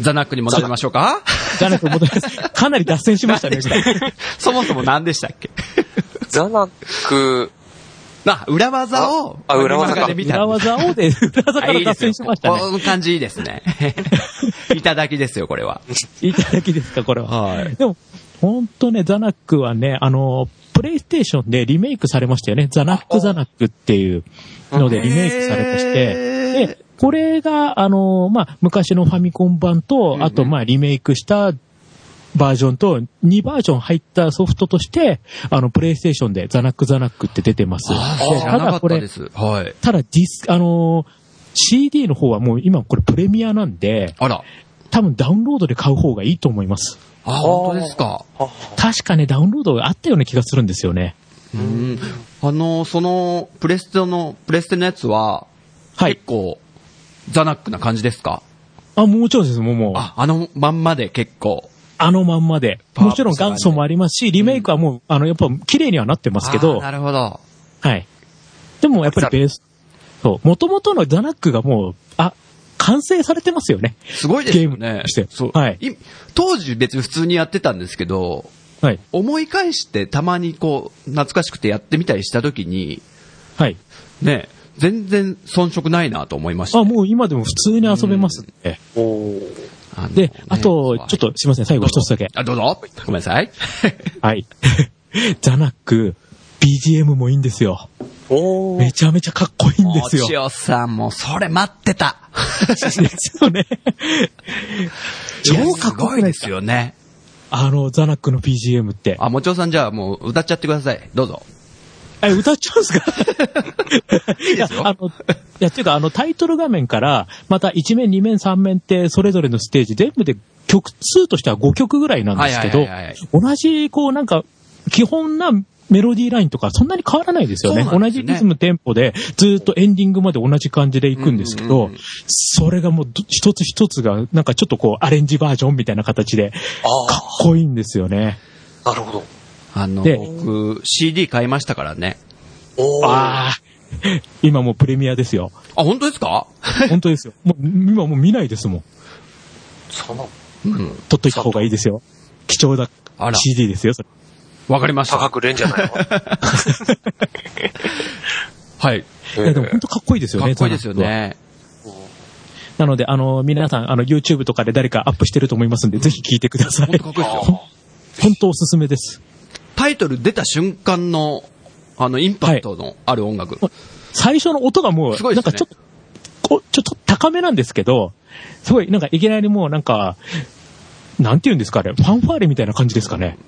B: ザナックに戻りましょうか。
E: じゃなく戻ります かなり脱線しましたね。
B: そもそも何でしたっけ
C: ザナック、
B: まあ、裏技を、
C: ああ裏技か
B: アニメ漫画で見た
E: 裏技をで、裏技から脱線しました
B: あいいですよ
E: ね。
B: この感じいいです ね。いただきですよ、これは。
E: いただきですか、これは。
B: はい。
E: でも、ほんとね、ザナックはね、あの、プレイステーションでリメイクされましたよね。ザナックザナックっていうのでリメイクされまして。で、これが、あの、まあ、昔のファミコン版と、あと、まあ、リメイクしたバージョンと、2バージョン入ったソフトとして、あの、プレイステーションでザナックザナックって出てます。
B: あ
E: で
B: ー知らなかったで
E: ただこ
B: す。はい
E: れ、。ただディス、あの、CD の方はもう今これプレミアなんで、
B: あら。
E: 多分ダウンロードで買う方がいいと思います。
B: あ、本当ですか。
E: 確かね、ダウンロードがあったような気がするんですよね。
B: うん。あの、その、プレステの、プレステのやつは、
E: はい
B: 結。構、ザナックな感じですか
E: あ、もちろんです、もうもう。あ
B: あ、あのまんまで結構。
E: のまんまで。
B: パワーア
E: も
B: ップ
E: ちろん元祖もありますし、リメイクはもう、あの、やっぱ綺麗にはなってますけ
B: あー
E: ど
B: な、るほど。
E: はい。でもやっぱりベース、そう、元々のザナックがもう、あ、完成されてますよね。
B: すごいですよ
E: ゲーム
B: ね
E: と。して
B: そう。
E: はい
B: い当時別に普通にやってたんですけど、
E: はい。
B: 思い返してたまにこう、懐かしくてやってみたりしたときに、
E: はい。
B: ね、全然遜色ないなと思いました。
E: あ、もう今でも普通に遊べますね。
C: おー
B: あのね
E: で、あと、ちょっとすいません、最後一つだけ。
B: あ、どうぞ。ごめんなさい。
E: はい。 ザナック、BGM もいいんですよ。
C: おー
E: めちゃめちゃかっこいいんで
B: も
E: すよ。
B: ちおさんもそれ待ってた。
E: ですよね。
B: いや
E: 超かっこいい
B: すごい
E: で
B: ですす
E: よ。
B: よね。
E: あの、ザナックの BGM って。
B: あ、もちおさんじゃあもう歌っちゃってください。どうぞ。
E: え、歌っちゃうんすか い
B: ですよ
E: や、あの、いや、っていうか、あの、タイトル画面から、また1面、2面、3面って、それぞれのステージ、全部で曲数としては5曲ぐらいなんですけ
B: は
E: ど
B: いはいはいはい、
E: 同じ、こう、なんか、基本なメロディーラインとか、そんなに変わらないですよね。
B: そうなん
E: 同
B: です
E: じ
B: よね
E: リズム、テンポで、ずっとエンディングまで同じ感じでいくんですけ
B: うんうん
E: ど
B: うん、
E: それがもう、ど一つ一つが、なんかちょっとこう、アレンジバージョンみたいな形で、かっ
C: あ
E: こいいんですよね。
C: あ、なるほど。
B: あの、
E: で
B: 僕、CD 買いましたからね。
C: おー
E: ああ。今もうプレミアですよ。
B: あ、本当ですか
E: 本当ですよ。もう、今もう見ないですもん。
C: その、
B: うん。
E: 撮っといた方がいいですよ。貴重な
B: あら
E: CD ですよ、それ。
B: わかりました。
C: 高くれんじゃないの
B: はい。
E: いや、でも本当かっこいいですよ
B: か
E: ね、
B: っこいいですよ
E: ザナッ
B: ね。
E: クは。なので、あの、皆さん、あの、YouTube とかで誰かアップしてると思いますんで、ぜひ聞いてくださ
B: 本
E: い。
B: 当かっこいいです よ。
E: ほん本当おすすめです。
B: タイトル出た瞬間の、あの、インパクトのある音楽。
E: 最初の音がもう、
B: すごい
E: な
B: で
E: ん
B: す
E: か
B: ね
E: ちょっと、こうちょっと高めなんですけど、すごい、なんかいきなりもうなんか、なんて言うんですかね、ファンファーレみたいな感じですかね。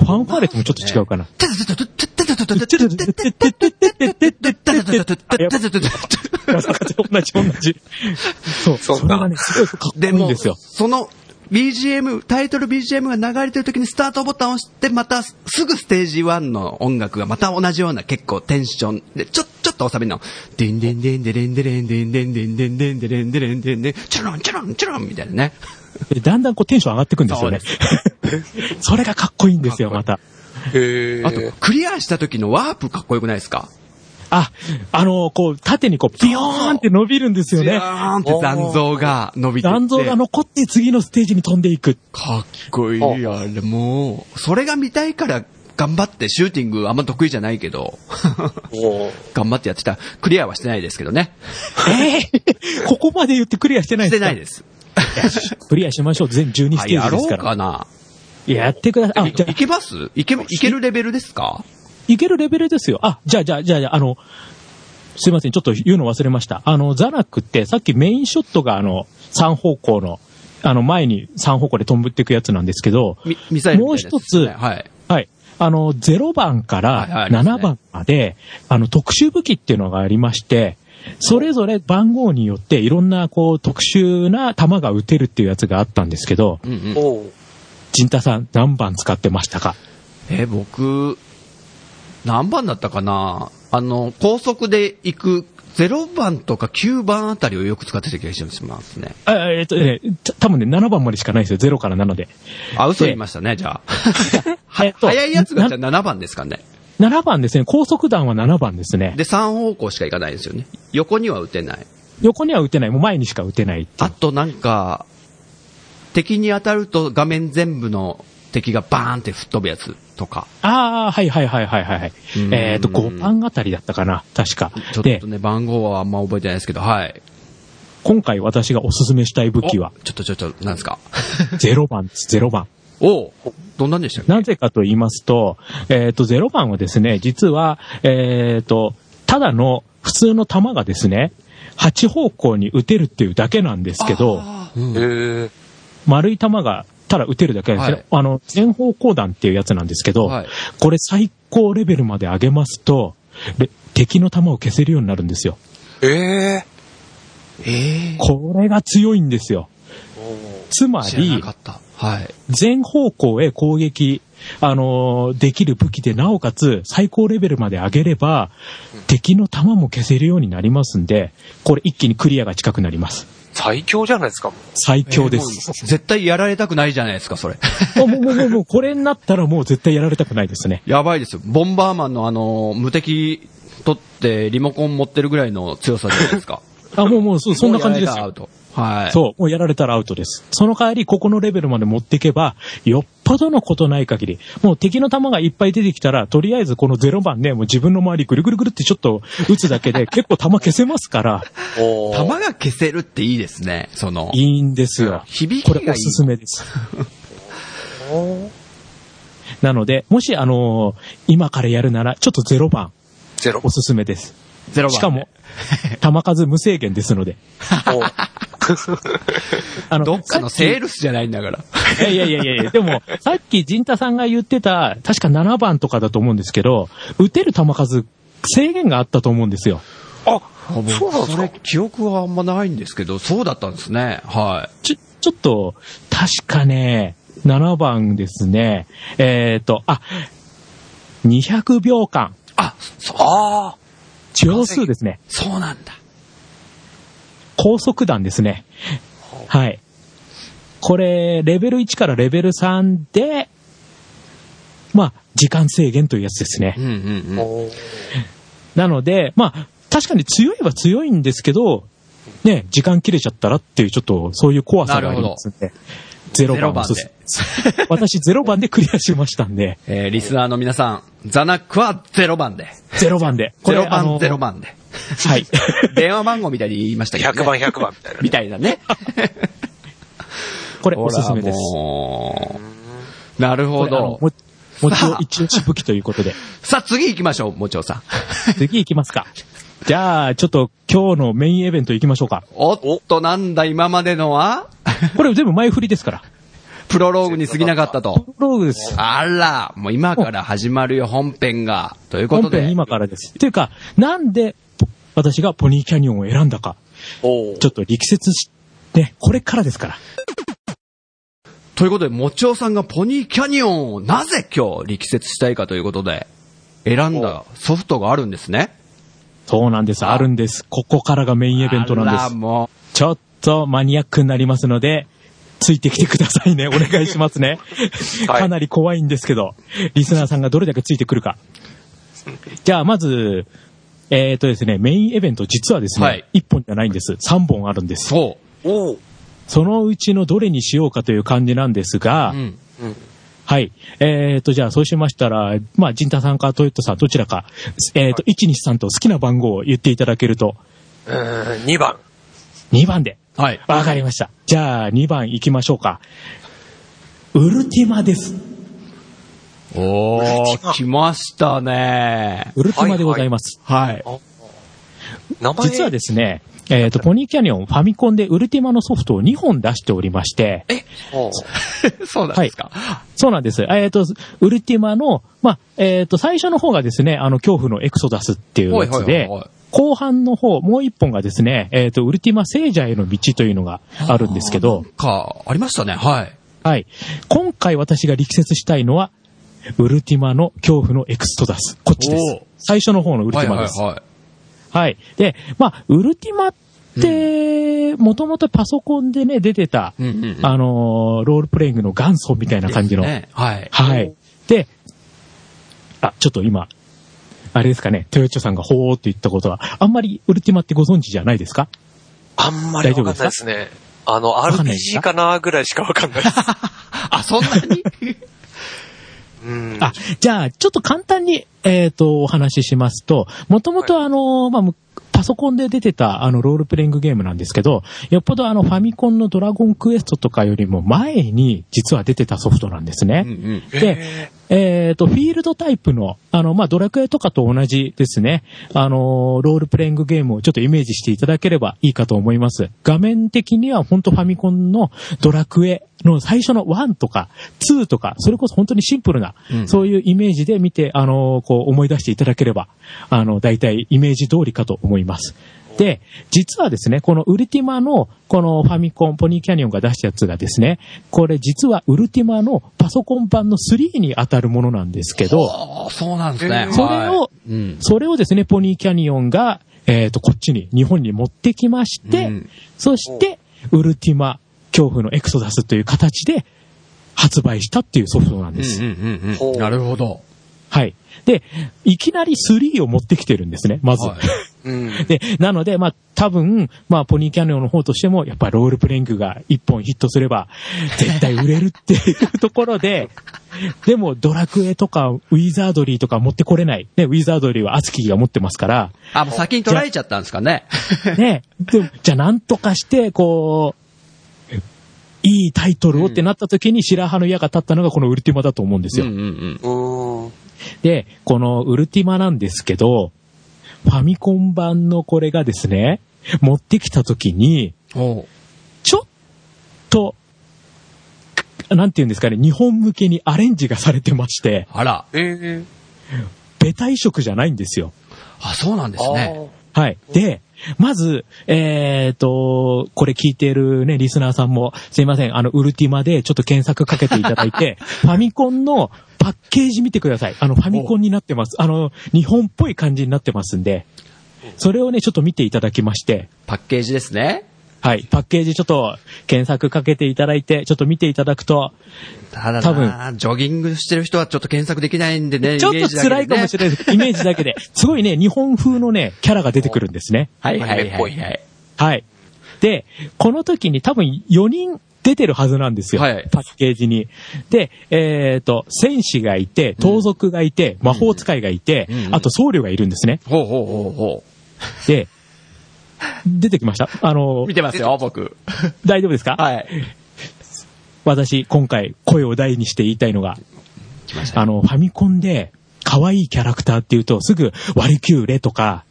E: ファンファーレともちょっと違うかな。同じ 同じ。そう、
C: そ
E: そう
C: か
E: れがね、すごいかっこい
B: で
E: いん
B: も
E: ですよ。
B: その BGM、タイトル BGM が流れてる時にスタートボタンを押して、またすぐステージ1の音楽がまた同じような結構テンションで、ちょ、ちょっと収めの、デンデンデンデレンデレンデンデンデンデンデンデレンデレンデンデン、チュロンチュロンチュロンみたいなね。
E: でだんだんこうテンション上がってくんですよね。 それがかっこいいんですよ、また。
C: へえ。
B: あと、クリアした時のワープかっこよくないですか
E: あ、あの、こう、縦にこう、ビヨーンって伸びるんですよ
B: ジ
E: ね
B: ャ。ーンって残像が伸びてって
E: 残像が残って次のステージに飛んでい く。
B: かっこいいあれもうそれが見たいから頑張ってシューティングあんま得意じゃないけ ど
C: おー
B: 頑張ってやってたクリアはしてないですけどね
E: ええ ここまで言ってクリアしてないん
B: し
E: で
B: て
E: すか
B: ないです
E: クリアしましょう。全12ス
B: あ
E: テー
B: や
E: ジで
B: ろ
E: す
B: う
E: から。
B: かな
E: やってください。あ、
B: い
E: じゃあ
B: い、けますいけいけるレベルですか
E: いけるレベルですよ。あ、じゃあ、じゃあ、じゃあじゃあ、あの、すいません、ちょっと言うの忘れました。あの、ザナックって、さっきメインショットが、あの、3方向の、あの、前に3方向で飛んぶっていくやつなんですけど、
B: みミサイルみたいなやですね
E: もう一つ
B: はい
E: はい。あの、0番か
B: はいはい
E: ら
B: ありますね
E: 7番まで、あの、特殊武器っていうのがありまして、それぞれ番号によっていろんな、こう、特殊な弾が撃てるっていうやつがあったんですけど、
B: うんうん
C: おー
E: ジンタさん何番使ってましたか
B: え僕何番だったかなあの高速で行く0番とか9番あたりをよく使ってた気がしますね。
E: あえっとね、た多分ね、7番までしかないんですよ。0から7で。
B: あ、嘘言いましたね、じゃあ。
E: えっと
B: 早いやつがじゃあ7番ですかね。
E: 7番ですね。高速弾は7番ですね。
B: で、3方向しか行かないですよね。横には打てない。
E: 横には打てない。もう前にしか打てないっていう
B: あとなんか、敵に当たると画面全部の敵がバーンって吹っ飛ぶやつとか。
E: ああ、はいはいはいはいはい
B: うん。
E: えっ、と、5番あたりだったかな、確か。
B: ちょっ
E: で
B: と、ね、番号はあんま覚えてないですけど、はい。
E: 今回私がおすすめしたい武器は、
B: ちょっとちょっと、なんですか。
E: 0番です、0番。
B: おうどんなんでしたっけ
E: なぜかと言いますと、えっ、と、0番はですね、実は、えっ、と、ただの普通の弾がですね、8方向に打てるっていうだけなんですけど、
B: うん
C: へー
E: 丸い弾が、ただ打てるだけなんですね。あの、全方向弾っていうやつなんですけど、
B: はい
E: これ最高レベルまで上げますと、で敵の弾を消せるようになるんですよ。
C: え
B: え
E: これが強いんですよ。つま
B: ー、知らな
E: り
B: か、った。はい。
E: 全方向へ攻撃、あのーできる武器で、なおかつ最高レベルまで上げれば、敵の弾も消せるようになりますんで、これ一気にクリアが近くなります。
C: 最強じゃないですか、もう
E: 最強です。
B: 絶対やられたくないじゃないですか、それ。
E: もう、もう、もうもう、もう、これになったらもう絶対やられたくないですね。
B: やばいですよ。ボンバーマンのあの、無敵取ってリモコン持ってるぐらいの強さじゃないですか。
E: あ、もう、もう、 そうそんな感じで
B: も
E: す
B: うやられたらア
E: よ。
B: ウトはい。
E: そう、もうやられたらアウトです。その代わり、ここのレベルまで持っていけば、よっぽどのことない限り、もう敵の弾がいっぱい出てきたら、とりあえずこの0番ね、もう自分の周りぐるぐるぐるってちょっと打つだけで、結構弾消せますから、
C: おー
B: 弾が消せるっていいですね、その。
E: いいんですよ。
B: 響き
E: こ
B: がいい
E: れおすすめです。 なので、もし、あのー今からやるなら、ちょっと0番、
C: ゼロ
E: お。すすめです。
B: ゼロ番。
E: しかも、 弾数無制限ですので。
C: おー
E: あの
B: どっかの
E: さき
B: セールスじゃないんだから。
E: いやいやいやいやい や、でも、さっき陣太さんが言ってた、確か7番とかだと思うんですけど、打てる球数、制限があったと思うんですよ。
C: あ、そうなんです
B: それ
C: か
B: 記憶はあんまないんですけど、そうだったんですね。は
E: ちょ、ちょっと、確かね、7番ですね、えっ、と、あ、200秒間、
B: い。あ、そ、
C: ああ。
E: 秒数ですね、
B: そうなんだ。
E: 高速弾ですね。はい。これ、レベル1からレベル3で、まあ、時間制限というやつですね。
B: うんうんうん。
C: おー
E: なので、まあ、確かに強いは強いんですけど、ね、時間切れちゃったらっていう、ちょっと、そういう怖さがありますんで。ゼロ番
B: ゼロ番
E: で。私、ゼロ番でクリアしましたんで、
B: えー、リスナーの皆さん、ザナックはゼロ番で。
E: ゼロ番で。
B: ゼロ
E: あの
B: 番、ゼロ。番で。
E: はい。
B: 電話番号みたいに言いましたけど、ね。
C: 100番、100番みたいな
B: みたいな ね。
E: これ、おすすめです。
B: ほらもうなるほ
E: これあの
B: ど。
E: ももち
B: さ
E: ろ
B: あ
E: ん一押し武器ということで。
B: さあ、次行きましょう、もちおさん。
E: 次行きますか。じゃあ、ちょっと今日のメインイベント行きましょうか。
B: おっと、なんだ、今までのは、
E: これ全部前振りですから。
B: プロローグに過ぎなかったと。
E: プロローグです。
B: あら、もう今から始まるよ、本編が。というこ
E: 本
B: と
E: 編
B: で、
E: 今からです。というか、なんで私がポニーキャニオンを選んだか。
C: おー
E: ちょっと力説し、ね、これからですから。
B: ということで、もちおさんがポニーキャニオンをなぜ今日力説したいかということで、選んだソフトがあるんですね。
E: そうなんです。あるんです。ここからがメインイベントな
B: あら、
E: んです。
B: も
E: ちょっとマニアックになりますので、ついてきてください ね。お願いしますね。
C: はい
E: かなり怖いんですけど、リスナーさんがどれだけついてくるか。じゃあ、まず、えっ、とですね、メインイベント実はですね、
B: はい
E: 1本じゃないんです。3本あるんで
B: う、
E: す。
B: そ
C: おー
E: そのうちのどれにしようかという感じなんですが、
B: う。うん。
C: うん。
E: はい。えっ、と、じゃあ、そうしましたら、まあ、ジンタさんかトヨットさん、どちらか、えっ、と、123と好きな番号を言っていただけると、
C: うーん、2番。
E: 2番で。
B: はい。
E: わかりました。じゃあ、2番行きましょうか。ウルティマです。
B: おー、来ましたね。
E: ウルティマでございます。
B: はい。
C: 名前
E: 実はですね、えっ、と、ポニーキャニオン、ファミコンでウルティマのソフトを2本出しておりまして、
C: おー
B: そうなんですか。
E: そうなんです。えっ、と、ウルティマの、まあ、えっ、と、最初の方がですね、あの、恐怖のエクソダスっていうやつ
B: はいはい
E: で
B: はいはい、
E: 後半の方、もう一本がですね、えっ、と、ウルティマ聖者への道というのがあるんですけど、
B: か、ありましたね、はい。
E: はい。今回私が力説したいのは、ウルティマの恐怖のエクソダス。こっちです
B: おー。
E: 最初の方のウル
B: は
E: テ
B: い
E: ィマ
B: はい
E: です。
B: は
E: はい。で、まあ、ウルティマって、もともとパソコンでね、出てた、
B: うんうんうん
E: あのーロールプレイングの元祖みたいな感じの。
B: ねはい。
E: はい。で、あ、ちょっと今、あれですかね、トヨッチョさんがほーって言ったことは、あんまりウルティマってご存知じゃないですか
C: あんまりわかんないですね。あの、
E: かんないですか
C: RPG かなぐらいしかわかんないです。
B: あ、そんなに
C: うん。
E: あ、じゃあ、ちょっと簡単に、えっ、と、お話ししますと、もともとあの、まあ、むパソコンで出てた、あの、ロールプレイングゲームなんですけど、よっぽどあの、ファミコンのドラゴンクエストとかよりも前に、実は出てたソフトなんですね。
B: うんうん。
E: で、えっ、と、フィールドタイプの、あの、まあ、ドラクエとかと同じですね、あの、ロールプレイングゲームをちょっとイメージしていただければいいかと思います。画面的には本当ファミコンのドラクエの最初の1とか2とか、それこそ本当にシンプルな、
B: うん
E: そういうイメージで見て、あの、こう思い出していただければ、あの、大体イメージ通りかと思います。で、実はですね、このウルティマの、このファミコン、ポニーキャニオンが出したやつがですね、これ実はウルティマのパソコン版の3に当たるものなんですけど、
B: おーそうなんですね。
E: それを
B: はいうん。
E: それをですね、ポニーキャニオンが、えっ、と、こっちに、日本に持ってきまして、
B: うん
E: そして、ウルティマ、恐怖のエクソダスという形で発売したっていうソフトなん
B: う
E: で
B: ん
E: す。
B: うんうん
C: ほ
B: う。
C: うん
B: なるほど。
E: はい。で、いきなり3を持ってきてるんですね、まず。
B: はい
C: うん。
E: で、なので、まあ、多分、まあ、ポニーキャニオンの方としても、やっぱロールプレイングが一本ヒットすれば、絶対売れるっていうところで、 でも、ドラクエとか、ウィザードリーとか持ってこれない。ね、ウィザードリーはアツキーが持ってま すから、
B: あ、もう先に捉えちゃったんですかね。
E: ね、でもじゃあなんとかして、こう、いいタイトルをってなった時に白羽の矢が立ったのがこのウルティマだと思うんです
B: うん
E: よ。
B: うんうん。
C: うん。
E: で、このウルティマなんですけど、ファミコン版のこれがですね、持ってきた時に、
B: おう
E: ちょっと、なんて言うんですかね、日本向けにアレンジがされてまして、
B: あら。
C: えー
E: ベタ移植じゃないんですよ。
B: あ、そうなんですね。
E: はい。で、まず、えっ、と、これ聞いてるね、リスナーさんも、すいません、あの、ウルティマでちょっと検索かけていただいて、ファミコンのパッケージ見てください。あの、ファミコンになってます。あの、日本っぽい感じになってますんで、それをね、ちょっと見ていただきまして、
B: パッケージですね。
E: はい。パッケージちょっと検索かけていただいて、ちょっと見ていただくと、
B: ただ
E: 多
B: な、
E: 分
B: ジョギングしてる人はちょっと検索できないんでね。
E: ちょっと辛いかもし
B: い。
E: れないです。イメージだけ で。すごいね、日本風のね、キャラが出てくるんですね。
B: はいはい
C: アニメ
B: は
C: っぽ
B: い
C: い
B: はい。
E: はい。で、この時に多分4人出てるはずなんですよ。
B: はい
E: パッケージに。で、えっ、と、戦士がいて、盗賊がいて、魔法使いがいて、
B: うん
E: あと僧侶がいるんですね。
B: ほうほうほうほ
E: で、出てきましたあの
B: う。見、てますよ、僕。
E: 大丈夫ですか
B: はい。
E: 私、今回、声を大にして言いたいのが、
B: 来ました
E: あ
B: ね。
E: の、ファミコンで、可愛いキャラクターっていうと、すぐ、ワリキューレとか、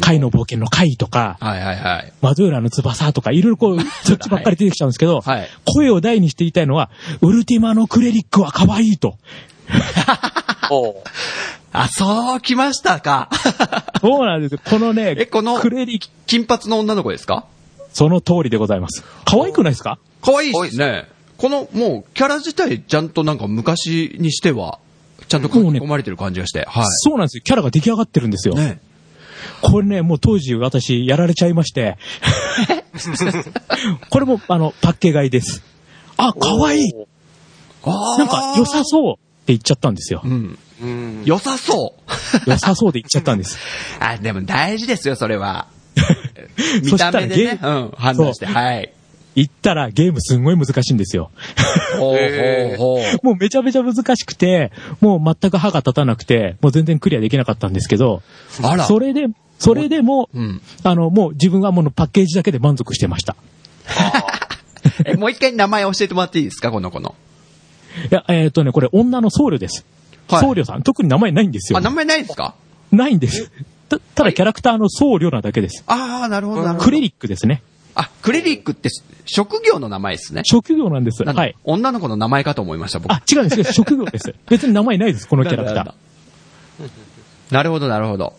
E: 貝の冒険の貝とか、
B: はいはいはい。
E: マドゥーラの翼とか、いろいろこう、そっちばっかり出てきちゃうんですけど、
B: はい
E: 声を大にして言いたいのは、ウルティマのクレリックは可愛いと。
C: おう
B: あ、そう来ました か。
E: そうなんですよ。このね、
B: え、この
E: クレリック、
B: 金髪の女の子ですか
E: その通りでございます。可愛くないですか
B: 可愛い
C: 可愛
B: で
C: いですす
B: ね。この、もう、キャラ自体、ちゃんとなんか昔にしては、ちゃんと書き込まれてる感じがして。は
E: そうなんですよ。キャラが出来上がってるんですよ。
B: い。ね。
E: これね、もう当時私やられちゃいま して。これも、あの、パッケ買いです。あ、可愛い
B: あー
E: なんか良さそうって言っちゃったんですよ
B: う。ん。
C: うん。
B: 良さそう。
E: 良さそうで言っちゃったんです。
B: あ、でも大事ですよ、それ は。見
E: そしたたら
B: 目でね、
E: ゲ
B: う
E: ー
B: ん、判断して、はい。
E: 言ったらゲームすんごい難しいんですよ。
B: ほ
C: う
B: ほうほ
E: もうめちゃめちゃ難しくて、もう全く歯が立たなくて、もう全然クリアできなかったんですけど、
B: あら。
E: それで、それでも、
B: うん。
E: あの、もう自分はもうパッケージだけで満足してました。
B: え、もう一回名前教えてもらっていいですか、この子の。
E: いや、えっ、とね、これ女の僧侶です。
B: はい
E: 僧侶さん、特に名前ないんですよ
B: あ、。名前ないですか
E: ないんです。たただキャラクターの僧侶なだけです。
B: ああ、なるほど、なるほど。
E: クレリックですね。
B: あ、クレリックって職業の名前ですね。
E: 職業なんです。
B: なんだ
E: はい。
B: 女の子の名前かと思いました、僕。
E: あ、違うんです。職 業です。別に名前ないです、このキャラク
B: なんだ
E: ター。
B: なんだなるほど、なるほど。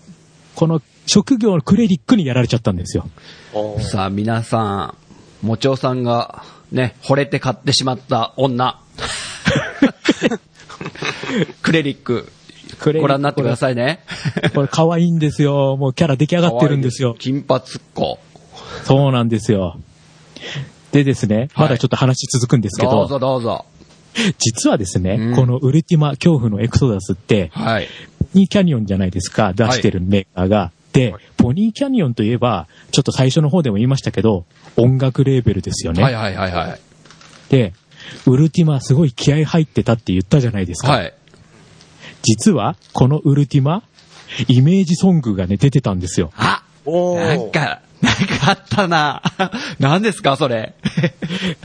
E: この職業のクレリックにやられちゃったんで すよ。
C: おう
B: さあ、皆さん、もちおさんが、ね、惚れて買っ てしまった女。クレリック、
E: クレイ
B: ご覧になってくださいね。
E: これ可愛いんですよ。もうキャラ出来上がってるんですよ。
B: 金髪っ子。
E: そうなんですよ。でですね、
B: はい
E: まだちょっと話続くんですけ
B: どう
E: ど、
B: ぞどうぞ。
E: 実はですね、
B: うん
E: このウルティマ恐怖のエクソダスって、
B: はい。
E: ポニーキャニオンじゃないですか、出してるメーカーが。で、ポニーキャニオンといえば、ちょっと最初の方でも言いましたけど、音楽レーベルですよね。
B: はいはいはいはい。
E: で、ウルティマすごい気合入ってたって言ったじゃないですか。
B: はい。
E: 実は、このウルティマ、イメージソングがね、出てたんですよ。
B: あ
C: おー
B: なんか、なんかあったな。何ですかそれ。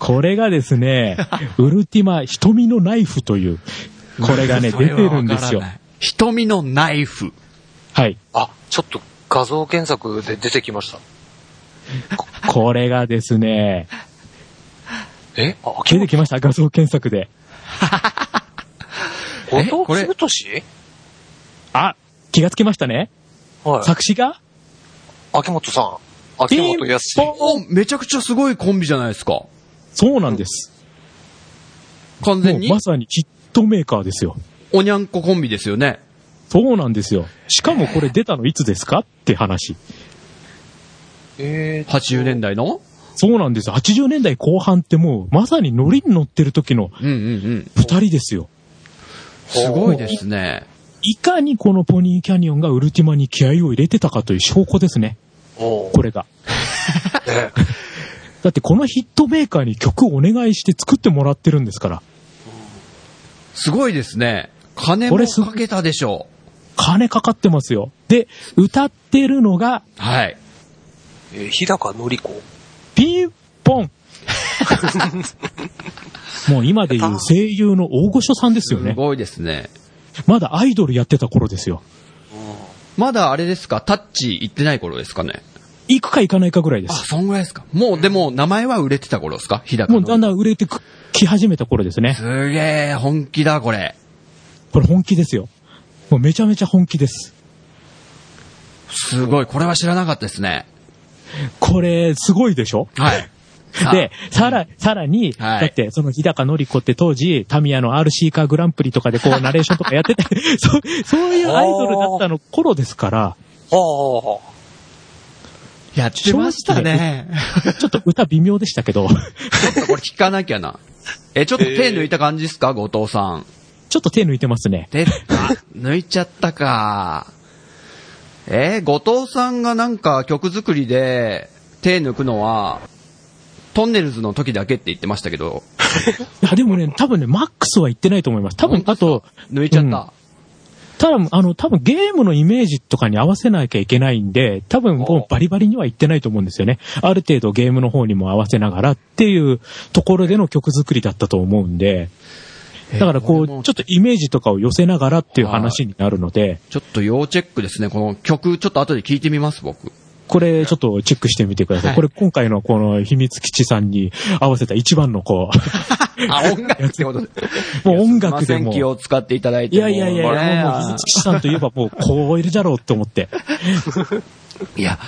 E: これがで すね、ウルティマ瞳のナイフという、これがね、
B: そ
E: 出て
B: はわから
E: るんですよ
B: な。い。瞳のナイフ。
E: はい。
C: あ、ちょっと画像検索で出てきました。
E: これがで すね、
C: えあ、秋
E: 出
C: 元
E: てきました、画像検索で。
B: え
C: 後
B: これ
C: 藤清俊
E: あ、気がつきましたね
C: はい。
E: 作詞が
C: 秋元さん。秋元康。
B: おめちゃくちゃすごいコンビじゃないですか。
E: そうなんです。
B: 完
E: も
B: 全
E: う
B: に
E: ま、さにヒットメーカーですよ。
B: おにゃんこコンビですよね。
E: そうなんですよ。しかもこれ出たのいつですかって話。
C: えー
B: 80年代の
E: そうなんです。80年代後半ってもうまさにノリに乗ってる時の
B: うんうんうん。
E: 二人ですよ。
B: すごいですね。
E: いかにこのポニーキャニオンがウルティマに気合を入れてたかという証拠ですね。
C: おー
E: これが。
C: ね
E: だってこのヒットメーカーに曲をお願いして作ってもらってるんですから。
B: すごいですね。金も
E: これす
B: かけたでしょ
E: 金かかってますよ。で、歌ってるのが、
B: う。はい。
C: えー日高のり子。
E: ピンポンもう今で言う声優の大御所さんですよ
B: す
E: ね。
B: ごいですね。
E: まだアイドルやってた頃ですよ。
B: まだあれですか、タッチ行ってない頃ですかね。
E: 行くか行かないかぐらいで
B: あ、
E: す。
B: そんぐらいですか。もう、でも、名前は売れてた頃ですか日高
E: も
B: の
E: うだんだん売れてくき始めた頃ですね。
B: すげえ、本気だ、これ。
E: これ本気ですよ。もうめちゃめちゃ本気です。
B: すごい、これは知らなかったですね。
E: これ、すごいでしょ
B: はい。
E: で、さら、さらに、
B: はい
E: だって、その日高のり子って当時、タミヤの RC カーグランプリとかでこ う、ナレーションとかやってて、そう、そういうアイドルだったの頃ですから、
C: ああ。
B: やってましたね。
E: ちょっと歌微妙でしたけど、
B: ちょっとこれ聞かなきゃな。え、ちょっと手抜いた感じですか、後藤さん。
E: ちょっと手抜いてますね。
B: 手、あ、 抜いちゃったか。えー後藤さんがなんか曲作りで手抜くのは、トンネルズの時だけって言ってましたけど、
E: いや、でもね、多分ね、マックスは言ってないと思います。多分、あと、
B: 抜いちゃった。
E: ただ、あの、多分ゲームのイメージとかに合わせなきゃいけないんで、多分もうバリバリには行ってないと思うんですよね。ある程度ゲームの方にも合わせながらっていうところでの曲作りだったと思うんで、だからこう、
B: えーこれも
E: ちょっとイメージとかを寄せながらっていう話になるので、
B: ちょっと要チェックですね。この曲、ちょっと後で聞いてみます、 僕。
E: これちょっとチェックしてみてください。
B: はい
E: これ今回のこの秘密基地さんに合わせた一番のこ
B: あ、音楽ってことで。
E: う、もう 音楽で
B: いやすいません
E: も。
B: 気を使っていただいて。
E: いやいやいやい
B: もうね
E: や、もう、秘密基地さんといえばもう、こういるだろうって思って。
B: いや、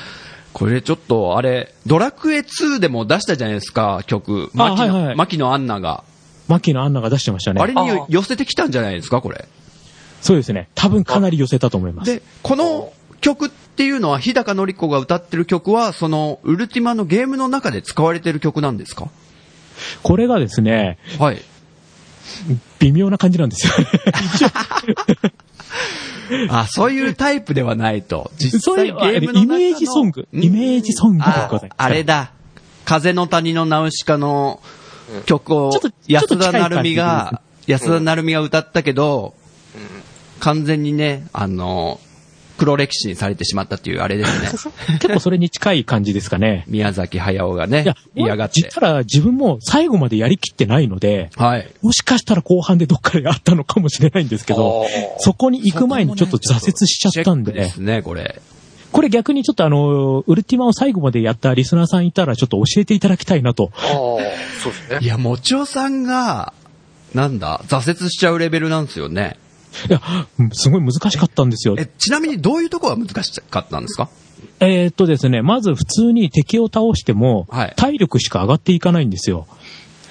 B: これちょっと、あれ、ドラクエ2でも出したじゃないですか、曲。牧野、
E: はいはい
B: 牧野アンナが。
E: 牧野アンナが出してましたね。
B: あれ
C: あ
B: に
C: あ
B: 寄せてきたんじゃないですか、これ。
E: そうですね。多分かなり寄せたと思います。
B: で、この曲っていうのは、日高のり子が歌ってる曲は、その、ウルティマのゲームの中で使われてる曲なんですか
E: これがですね、
B: はい。
E: 微妙な感じなんですよ。一応
B: あ、そういうタイプではないと。実
E: そうい
B: 際ゲ
E: うあれ
B: ームの中の
E: イメージソング
B: うん
E: イメージソングでございます
B: ああれだ。風の谷のナウシカの曲を
E: ちょっと、
B: 安
E: ちょっと
B: 田
E: 近い感じ
B: 成美が、安田成美が歌ったけど、完全にね、あの、黒歴史にされてしまったっていうあれ ですね。
E: 結構それに近い感じです かね。
B: 宮崎駿がね、嫌がって
E: 実。は自分も最後までやりきってないので、
B: はい。
E: もしかしたら後半でどっかであったのかもしれないんですけ
C: あ
E: ど、
C: ー
E: そこに行く前にちょっと挫折しちゃったんで、
B: チェックですね、これ。
E: これ逆にちょっとあの、ウルティマを最後までやったリスナーさんいたらちょっと教えていただきたいなと。
C: あー、そうですね
B: い。や、もちおさんが、なんだ、挫折しちゃうレベルなんですよね。
E: いや、うんすごい難しかったんですよ。
B: え、ちなみにどういうとこが難しかったんですか
E: えーっとですね、まず普通に敵を倒しても
B: はい、
E: 体力しか上がっていかないんですよ。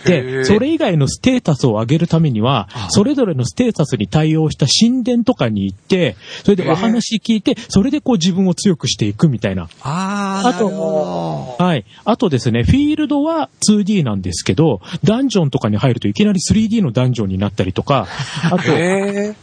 C: へえ
E: で、それ以外のステータスを上げるためには、それぞれのステータスに対応した神殿とかに行って、それでお話聞いて、それでこう自分を強くしていくみたいな。
B: あー、
E: あ
B: な
E: と
B: るほ
E: はい。あとですね、フィールドは 2D なんですけど、ダンジョンとかに入るといきなり 3D のダンジョンになったりとか、あと、
C: へえ。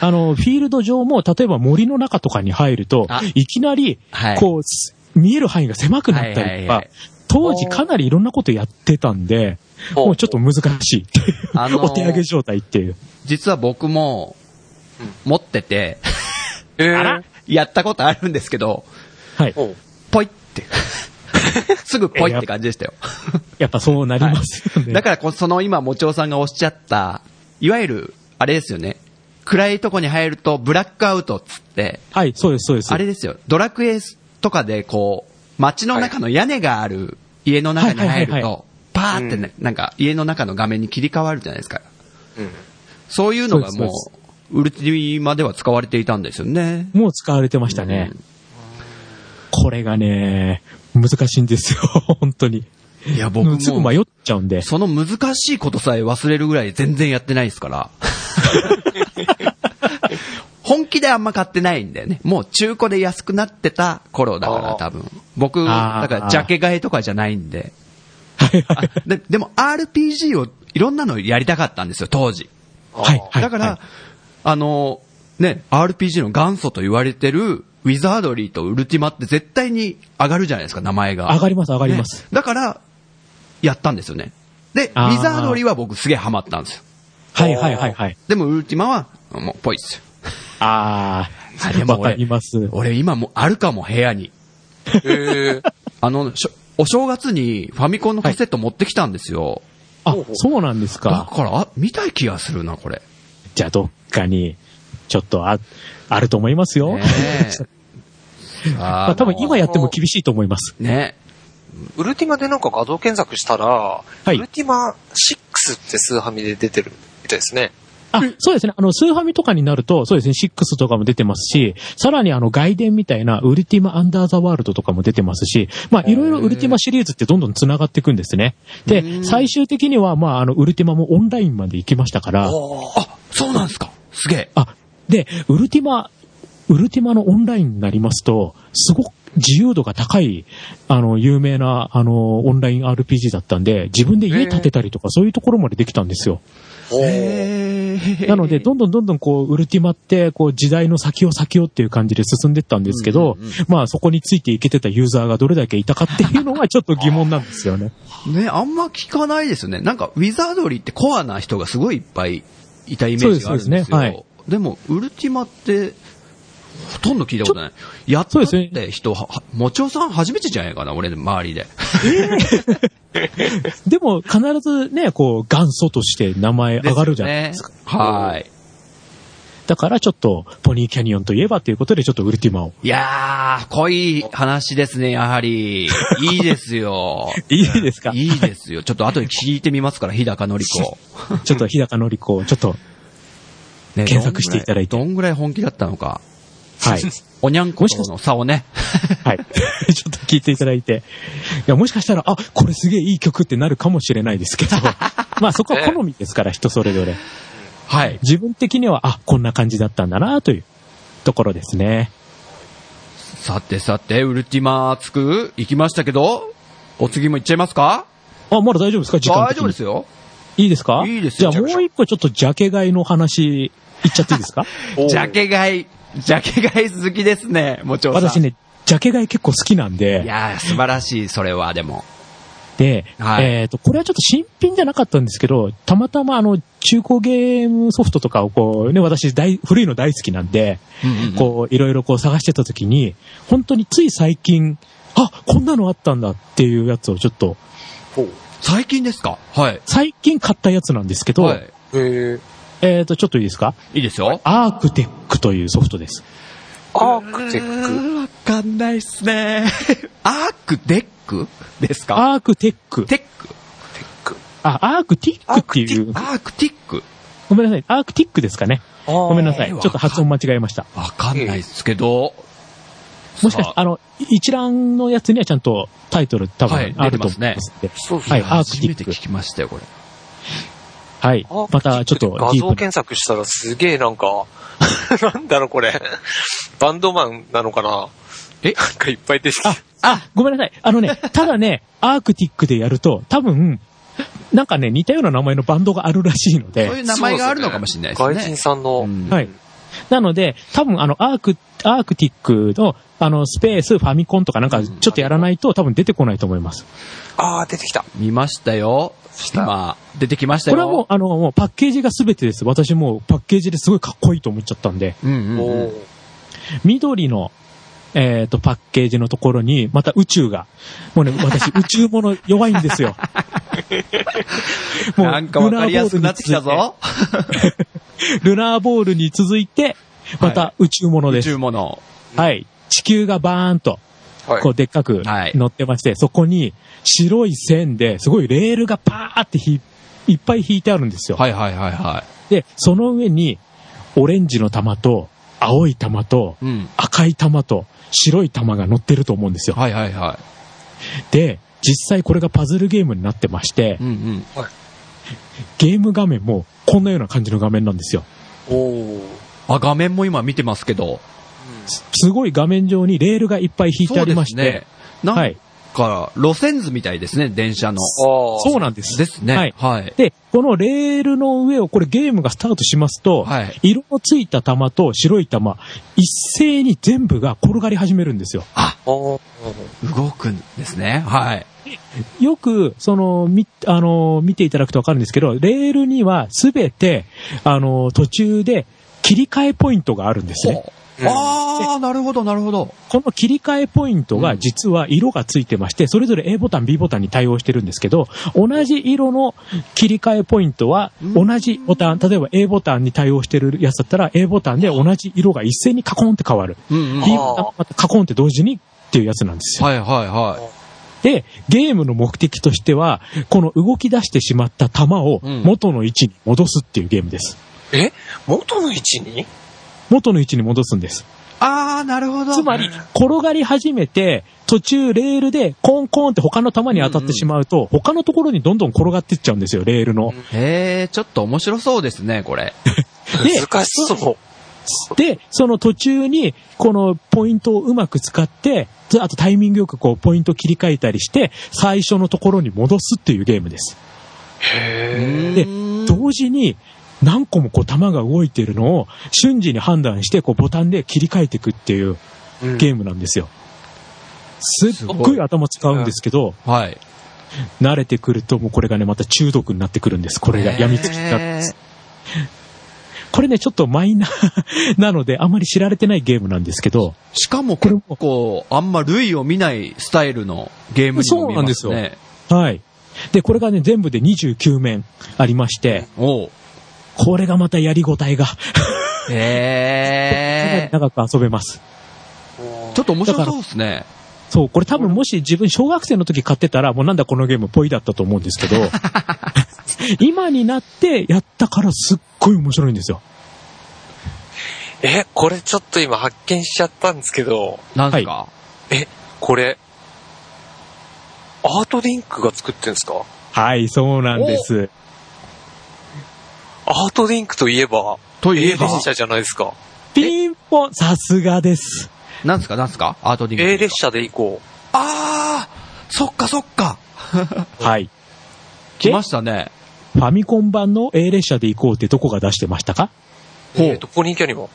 E: あの、フィールド上も、例えば森の中とかに入ると
B: あ、
E: いきなり
B: はい、
E: こう、す見える範囲が狭くなった
B: はいは
E: り
B: い
E: と
B: は
E: か
B: い、
E: 当時かなりいろんなことやってたんで、
C: お
E: もうちょっと難しいっていう
B: あのー
E: お手上げ状態っていう。
B: 実は僕も、持ってて、
C: へえ。
B: やったことあるんですけど、
E: はい。
C: おう
B: ポイ って。すぐポイって感じでしたよ。
E: やっぱそうなりますよね。
B: だからこ、その今、もちおさんがおっしゃった、いわゆる、あれですよね。暗いとこに入ると、ブラックアウトっつって、
E: はい、そうです、そうです。
B: あれですよ。ドラクエとかで、こう、街の中の屋根がある家の中に入
E: は
B: る
E: いはいはいは
B: と、パーってね、なんか家の中の画面に切り替わるじゃないですか。そういうのが
E: そう
B: も
E: ですそう
B: う、ウルティマでは使われていたんですよね。
E: もう使われてましたね。これがね、難しいんですよ、 本当に。
B: いや、僕も、
E: すぐ迷っちゃうんで。
B: その難しいことさえ忘れるぐらい全然やってないです から。本気であんま買ってないんだよね。もう中古で安くなってた頃だから
C: あー
B: 多分。僕、
E: あ
B: だ
E: ー
B: からジャケ買いとかじゃないんで。
E: はいは
B: あ
E: い。
B: ででも RPG をいろんなのやりたかったんですよ、当時。
E: はいはい。
B: だから、
E: はい
B: あの、ね、RPG の元祖と言われてる、ウィザードリーとウルティマって絶対に上がるじゃないですか、名前が。
E: 上がります、上がります
B: ね。だから、やったんですよね。で、ウ
E: あー
B: ィザードリーは僕すげえハマったんですよ。
E: はいはいはいはい。
B: でも、ウルティマは、もう、ぽいっすよ。
E: あ
B: あ
E: あ、わかります。
B: 俺今もうあるかも、部屋に。
C: へえ。
B: あの、しょお正月にファミコンのカセット持ってきたんですよ。
E: あ、そうなんです
B: だ
E: か。
B: から、あ、見たい気がするな、これ。
E: じゃあ、どっかに、ちょっとあ、あると思いますよ。
B: ねえ
E: ま
B: あ
E: あ多分今やっても厳しいと思います。
B: ね。
C: ウルティマでなんか画像検索したら、
E: い
C: ウルティマ6ってスーハミで出てるみたいですね。
E: あ、そうですね。あの、スーファミとかになると、そうですね、6とかも出てますし、さらにあの、外伝みたいな、ウルティマ・アンダー・ザ・ワールドとかも出てますし、まあ、いろいろウルティマシリーズってどんどん繋がっていくんですね。で、最終的には、まあ、あの、ウルティマもオンラインまで行きましたから、
B: あ、そうなんですか。すげえ。
E: あ、で、ウルティマ、ウルティマのオンラインになりますと、すごく自由度が高い、あの、有名な、あの、オンライン RPG だったんで、自分で家建てたりとか、そういうところまでできたんですよ。
C: おー
B: へ
E: なので、どんどんどんどんこう、ウルティマって、こう、時代の先を先をっていう感じで進んでったんですけど、まあ、そこについていけてたユーザーがどれだけいたかっていうのはちょっと疑問なんです よね。
B: ね、あんま聞かないですよね。なんか、ウィザードリーってコアな人がすごいいっぱいいたイメージがあるんですよ。
E: そうですそうですねはい
B: でも、ウルティマって、ほとんど聞いたことない。やっとっ
E: そうです
B: て人、ははもちおさん初めてじゃないかな、俺の 周りで。
E: でも、必ずね、こう、元祖として名前上がるじゃないですか。
B: か。はい。
E: だから、ちょっと、ポニーキャニオンといえばということで、ちょっとウルティマを。
B: いやー、濃い話ですね、やはり。いいですよ。
E: いいですか
B: いいですよ。ちょっ と後で聞いてみますから、日高のり子。
E: ちょっと日高のり子をちょ っと、
B: ね
E: 検索していただいて
B: どんぐらい本気だったのか。
E: はい。
B: おにゃんことの差をね。
E: はい。ちょっと聞いていただいて。いや、もしかしたら、あ、これすげえいい曲ってなるかもしれないですけ ど、まあそこは好みですから、人それぞれ。
B: はい。
E: 自分的には、あ、こんな感じだったんだなというところですね。
B: さてさて、ウルティマーつく行きましたけど、お次も行っちゃいますか
E: あ、まだ大丈夫ですか時間
B: 大
E: 的に
B: 丈夫ですよ。
E: いいですか
B: いいですよ
E: じゃあもう一個ちょっとジャケ買いの話、いっちゃっていい ですか
C: おー
B: ジャケ買い、ジャケ買い好きですね、もちろん。
E: 私。ね、ジャケ買い結構好きなん
B: い
E: で、
B: やー、素晴らしい、それは、でも。
E: で、
B: はい
E: えっ、と、これはちょっと新品じゃなかったんですけど、たまたまあの、中古ゲームソフトとかをこう、ね、私大、古いの大好きなんで、こう、いろいろこう探してた時に、本当につい最近、あ、こんなのあったんだっていうやつをちょっと、
C: ほう
B: 最近ですかはい。
E: 最近買ったやつなんですけど、
B: はい。
C: へえ。
E: えっ、と、ちょっといいですか
B: いいですよ。
E: アークテックというソフトです。
C: アークテック。
B: ク。わかんないっすね。 アークデックですか
E: アークテック。
B: テック。
E: あ、アークティックっていう。
B: アークティック。
E: ごめんなさい。アークティックですかね。
C: ご
E: ごめんなさい。ち
B: わ
E: ょっと発音間違えました。
B: わかんないっすけど、
E: もしかして、あの、一覧のやつにはちゃんとタイトル多
B: はい
E: 分あると思い
B: 出て
E: ま
B: ます
E: すんで。
B: そうです
E: は
B: ね。
E: いアーク
B: 初
E: ティ
B: め
E: ッ
B: て
E: ク
B: 聞きましたよ、これ。
E: はい
C: あ。
E: またちょっとディー
C: 画
E: プ
C: 像
E: な
C: 検索したらすげえなんか、 なんだろうこれ。バンドマンなのかな
B: え
C: なんかいっぱい出てきて。
E: あ、ごめんなさい。あのね、ただね、アークティックでやると、多分、なんかね、似たような名前のバンドがあるらしいの
B: そうい
E: で、
B: う名前があるのかもしれないですね。
C: 外人さんの、
B: うん
E: はい。なので、多分、あの、アーク、アークティックの、あの、スペース、ファミコンとかなんか、ちょっとやらないと、多分出てこないと思います。
C: ああ、出てきた。
B: 見ましたよ。今、出てきました
E: こ
B: よ。
E: れはもう、あの、もうパッケージが全てです。私もうパッケージですごいかっこいいと思っちゃったんで、
B: う、んうん
C: お
B: うん、
C: ー
E: 緑の、えっ、と、パッケージのところに、また宇宙が。もうね、 私、宇宙もの弱いんですよ。
B: なんかわかりやすくなってきたぞ。
E: ルナーボールに続いて、また宇宙物で
B: 宇
E: す。
B: 宙物。
E: はい。地球がバーンと、
C: はい
E: こうでっかく
B: はい
E: 乗ってまして、そこに白い線で、すごいレールがパーってひいっぱい引いてあるんですよ。
B: はいはいはいは
E: で、その上に、オレンジの玉と、青い玉と、
B: い。うん。
E: 赤い玉と、白い玉が乗ってると思うんですよ。
B: はいはいは
E: で、実際これがパズルゲームになってまして
B: い。う、んうん。
E: ゲーム画面もこんなような感じの画面なんですよ。
C: おー
B: あ、画面も今見てますけど。
E: すすごい画面上にレールがいっぱい引いてありまし
B: そ
E: て、
B: うですね。なん
E: はい。
B: か、路線図みたいですね、電車の。
C: ああ。
E: そうなんです。
B: ですね。
E: は
B: はいい。。はい。
E: で、このレールの上を、これゲームがスタートしますと、色のついた玉と白い玉、一斉に全部が転がり始めるんですよ。
C: おー
B: 動くんですね。はい。
E: よく、その、み、あの、見ていただくとわかるんですけど、レールにはすべて、あの、途中で切り替えポイントがあるんですね。
B: ほうああ、なるほど、なるほど。
E: この切り替えポイントが実は色がついてまして、それぞれ A ボタン、B ボタンに対応してるんですけど、同じ色の切り替えポイントは、
B: うん
E: 同じボタン、例えば A ボタンに対応してるやつだったら、A ボタンで同じ色が一斉にカコンって変わる。
B: うんうん。
C: あ
B: はい
E: B ボタンまたカコンって同時にっていうやつなんですよ。
B: はいは
E: で、ゲームの目的としては、この動き出してしまった球を
B: うん
E: 元の位置に戻すっていうゲームです。
C: え元の位置に
E: 元の位置に戻すんです。
B: い。ああ、なるほど。
E: つまり、転がり始めて、途中レールでコンコンって他の球に当たってしまうと、他のところにどんどん転がっていっちゃうんですよ、レールの。
B: へえ、ちょっと面白そうですね、これ。
E: で
C: 難しそう。
E: で、その途中に、このポイントをうまく使って、ずあとタイミングよくこう、ポイント切り替えたりして、最初のところに戻すっていうゲームです。
C: へえ。
E: で
B: うーん
E: 同時に、何個もこう、球が動いてるのを、瞬時に判断して、こう、ボタンで切り替えていくっていうゲームなんですよ。すっごい頭使うんですけど、
B: はい。
E: 慣れてくるともうこれがね、また中毒になってくるんです。これが病みつきになってます。これね、ちょっとマイナー なので、あまり知られてないゲームなんですけど、
B: しかも結構、あんま類を見ないスタイルのゲームにも見えますね。
E: そうなんではい。で、これがね、全部で29面ありまして、
B: おう
E: これがまたやりごたえが、かなり
B: へえ。
E: 長く遊べます。
B: ちょっと面白そうですね。
E: そう、これ多分もし自分小学生の時買ってたら、もうなんだこのゲームぽいだったと思うんですけ ど、今になってやったからすっごい面白いんですよ。
C: え、これちょっと今発見しちゃったんですけど、
B: なんすか
C: これ、アートリンクが作ってんですか
E: はい、そうなんです。
C: アートリンクといえば、
B: といえ
C: A
B: ば、
C: 列車じゃないですか。
E: ピンポン、さすがです。
B: なんすかなんすかアートディング。
C: A 列車で行こう。
B: ああそっかそっか
E: はい。
B: 来ましたね。
E: ファミコン版の A 列車で行こうってどこが出してましたか
B: ほう
C: えっと、ポニーキャニも。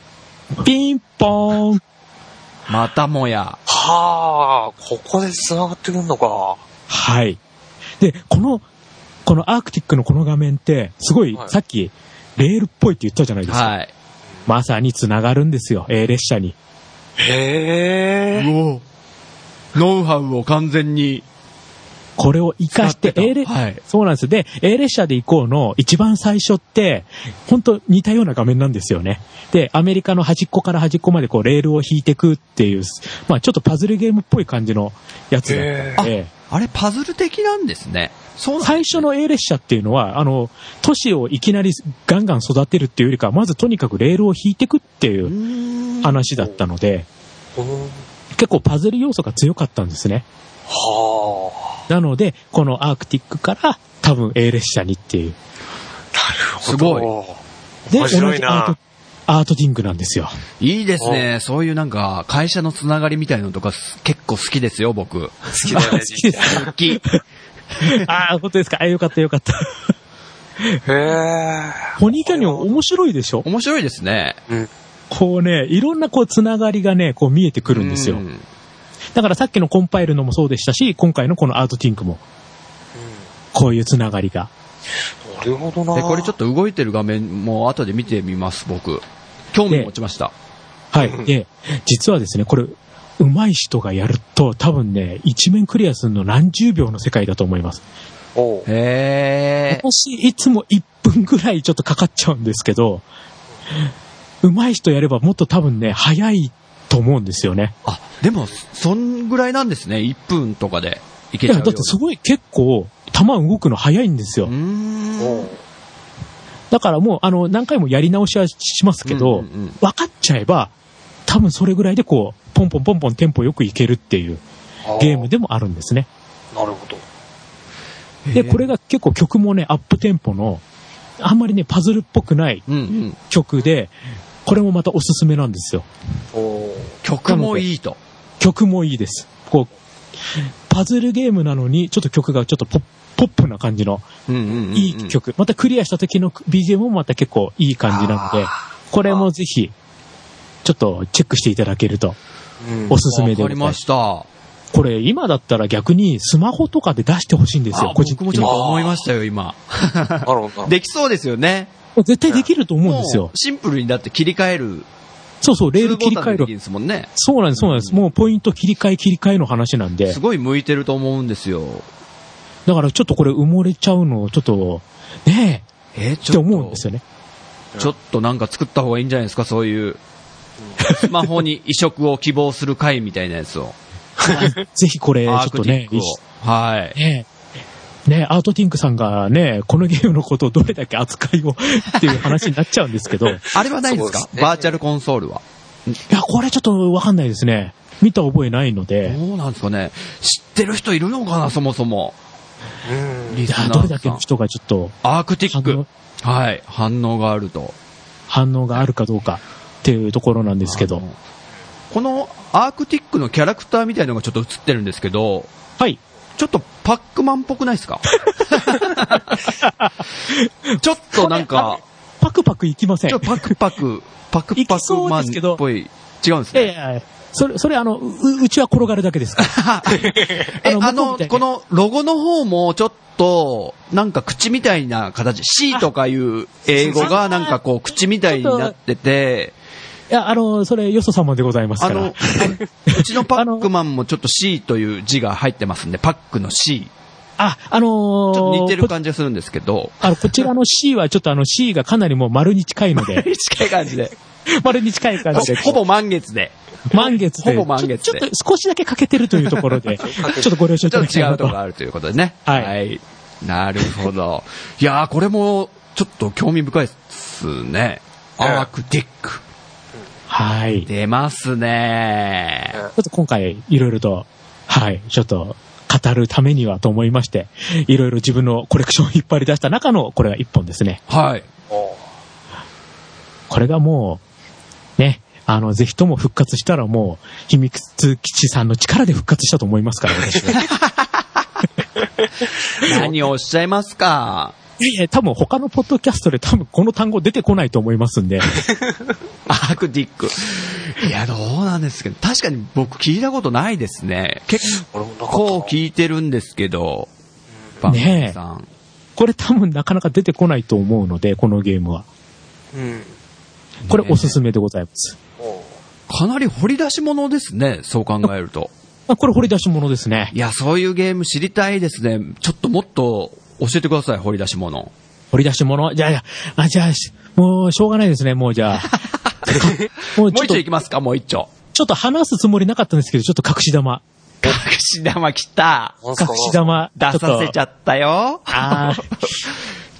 E: ピンポーン
B: またもや。
C: はあ、ここで繋がってくんのか。
E: はい。で、この、このアークティックのこの画面って、すごい、
C: はい
E: さっき、レールっぽいって言ったじゃないですか。
B: はい。
E: まさに繋がるんですよ、A 列車に。
C: へえ。
B: おノウハウを完全に
E: これを活かし
B: 使っ
E: て、
B: て
E: A 列
B: たはい
E: そうなんです。で、A 列車で行こうの一番最初って、本当似たような画面なんですよね。で、アメリカの端っこから端っこまでこう、レールを引いてくっていう、まあちょっとパズルゲームっぽい感じのやつだったんで、
B: あれ、パズル的なんですね。そうなん
E: 最初の A 列車っていうのは、あの、都市をいきなりガンガン育てるっていうよりかは、まずとにかくレールを引いてくっていう
B: うーん
E: 話だったので、
C: うん
E: 結構パズル要素が強かったんですね。
C: は
E: なので、このアークティックから多分 A 列車にっていう。
C: あ。
B: すごい
C: い
E: で、
C: 面白い
E: アー
C: な
E: ト。、アートディングなんですよ。
B: いいですね。そういうなんか、会社のつながりみたいのとかす結構好きですよ、僕。
C: 好きだよね、
E: 好きです
B: 好き。
E: ああ、本当ですか。あ、よかったよかった。
C: へえ。
E: ポニーキャニオン面白いでしょ
B: 面白いですね。
C: うん。
E: こうね、いろんなこうつながりがね、こう見えてくるんですよ
B: う。ん
E: だからさっきのコンパイルのもそうでしたし、今回のこのアートティンクも、こういうつながりが。
C: なるほどな。
B: で、これちょっと動いてる画面も後で見てみます、僕。興味持ちました。
E: はい。で、実はですね、これ、上手い人がやると、多分ね、一面クリアするの何十秒の世界だと思います。
C: おう
B: へえ。
E: 私、いつも1分ぐらいちょっとかかっちゃうんですけど、上手い人やればもっと多分ね、早いと思うんですよね。
B: あ、でも、そんぐらいなんですね。1分とかでい
E: い
B: けちゃ
E: や、
B: うよ
E: だ
B: う
E: ってすごい結構、弾動くの早いんですよ
B: うー。ん。
C: おう
E: だからもう、あの、何回もやり直しはしますけど、
B: うんうんうん
E: 分かっちゃえば、多分それぐらいでこう、ポンポンポンポンテンポよくいけるっていうゲーム。でもあるんですね。
C: あなるほど。
E: で、これが結構曲もね、アップテンポの、あんまりね、パズルっぽくない
B: うんうん。
E: 曲で、これもまたおすすめなんですよ。
C: おう
B: 曲もいいと。
E: 曲もいいです。こう、パズルゲームなのに、ちょっと曲がちょっとポッポップな感じの、
B: うんうんうんうん
E: いい。曲。またクリアした時の BGM もまた結構いい感じなので、これもぜひ、ちょっとチェックしていただけると
C: うん
E: おすすめで
B: わかり
E: ございま。
B: ますした。
E: これ今だったら逆にスマホとかで出してほしいんですよ
B: あ、
E: 個人
B: 僕も
E: 的
B: ちょ
E: に
B: っ
E: は。
B: と思いましたよ、今。
C: なるほどな。
B: できそうですよね。
E: 絶対できると思うんです
B: も
E: よ
B: う。シンプルにだって切り替える。
E: そうそう、レール
B: ツーボ
E: 切り
B: タン
E: 替え
B: でできるん
E: る。
B: ですもんね。、
E: そうなんです、そうなんです。もうポイント切り替え切り替えの話なんです
B: ごい向いてると思うんですよ。
E: だからちょっとこれ埋もれちゃうのをちょっと、ねえ、
B: えー
E: っ
B: ち
E: て
B: ょっと。
E: 思うんですよね。
B: ちょっとなんか作った方がいいんじゃないですか、そういう。スマホに移植を希望する会みたいなやつを。
E: ぜひこれ、ちょ
B: ア
E: っ
B: ーク
E: と
B: ティッ
E: ね、
B: クを。はい。
E: ねえ、ねえ、アートティンクさんがね、このゲームのことをどれだけ扱 いをっていう話になっちゃうんですけど、い
B: あれはないんです
C: そ
B: か
C: うですね
B: バーチャルコンソールは。
E: や、これちょっとわかんないですね。見た覚えないの
B: ど
E: で、
B: うなんですかね知ってる人いるのかな、そもそも。
C: うん。
B: リ
E: い
B: スナー
E: や、
B: さん
E: どれだけの人がちょっと
B: アークティッ
E: 反
B: ク。はい。反応があると。
E: 反応があるかどうかっていうところなんですけ
B: あ
E: ど
B: の。このアークティックのキャラクターみたいのがちょっと映ってるんですけど、
E: はい。
B: ちょっとパックマンっぽくないですか ちょっとなんか、
E: パクパクいきません。
B: ちょっとパクパク、パクパクマンっぽい。違うんです
E: ええ
B: ね。
E: ええそれ、それあの、う、うちは転がるだけですから。
B: え、
E: あの
B: あ
E: 向こうみ
B: の、
E: たいに
B: このロゴの方もちょっと、なんか口みたいな形、C とかいう英語がなんかこう口みたいになってて、
E: いや、あの、それ、よそ様でございます
B: あ
E: から。
B: の、 うちのパックマンもちょっと C という字が入ってますんで、パックの C。ち
E: あ、あの
B: ょ
E: ー
B: っと似てる
E: こ
B: 感じがするんですけど、
E: あの、こちらの C はちょっとあの C がかなりもう丸に近い ので、
B: 近い感じで。
E: 丸に近い感じで、
B: ほぼ満月で。
E: 満月で、
B: ほぼ満月で
E: ちょちょっと少しだけ欠けてるというとこ ろで、ちょっとご了承い
B: ちょっ
E: ただき
B: と
E: た
B: 違
E: い
B: う
E: な
B: と
E: と
B: こ。があるということでね。
E: はい
B: なるほど。いやー、これも、ちょっと興味深いっすね。アークティック。
E: はい。ち
B: 出ますね。
E: ょっと今回、いろいろと、はい、ちょっと、語るためにはと思いまして、いろいろ自分のコレクションを引っ張り出した中の、これが一本ですね。
B: はい。
C: おう
E: これがもう、ね、あの、ぜひとも復活したらもう、秘密基地さんの力で復活したと思いますから、私 は。
B: 何をおっしゃいますか。
E: いやいや多分他のポッドキャストで多分この単語出てこないと思います んで。
B: アークティック。いや、どうなんですけど、確かに僕聞いたことないですね。結
C: 俺もなかったな
B: 構聞いてるんですけど、番組さん。
E: これ多分なかなか出てこないと思うので、このゲームは。
C: うん。
E: これおすすめでございます。
C: おう
B: かなり掘り出し物ですね、そう考えると。
E: あこれ掘り出し物ですね。
B: いや、そういうゲーム知りたいですね。ちょっともっと教えてください、掘り出し物。
E: 掘り出し物じゃあ、じゃあ、あじゃあ、しもうしょうがないですね、もうじ ゃあ。もうち
B: もう
E: ょっ
B: 一
E: と、
B: 丁い
E: ち
B: きますか、もう一丁。
E: ょっと話すつもりなかったんですけど、ちょっと隠し玉。
B: 隠し玉来た。
C: なんす
E: 隠
C: か
E: し玉。
B: 出させちゃ
E: っ
B: ったよ。
E: ああ、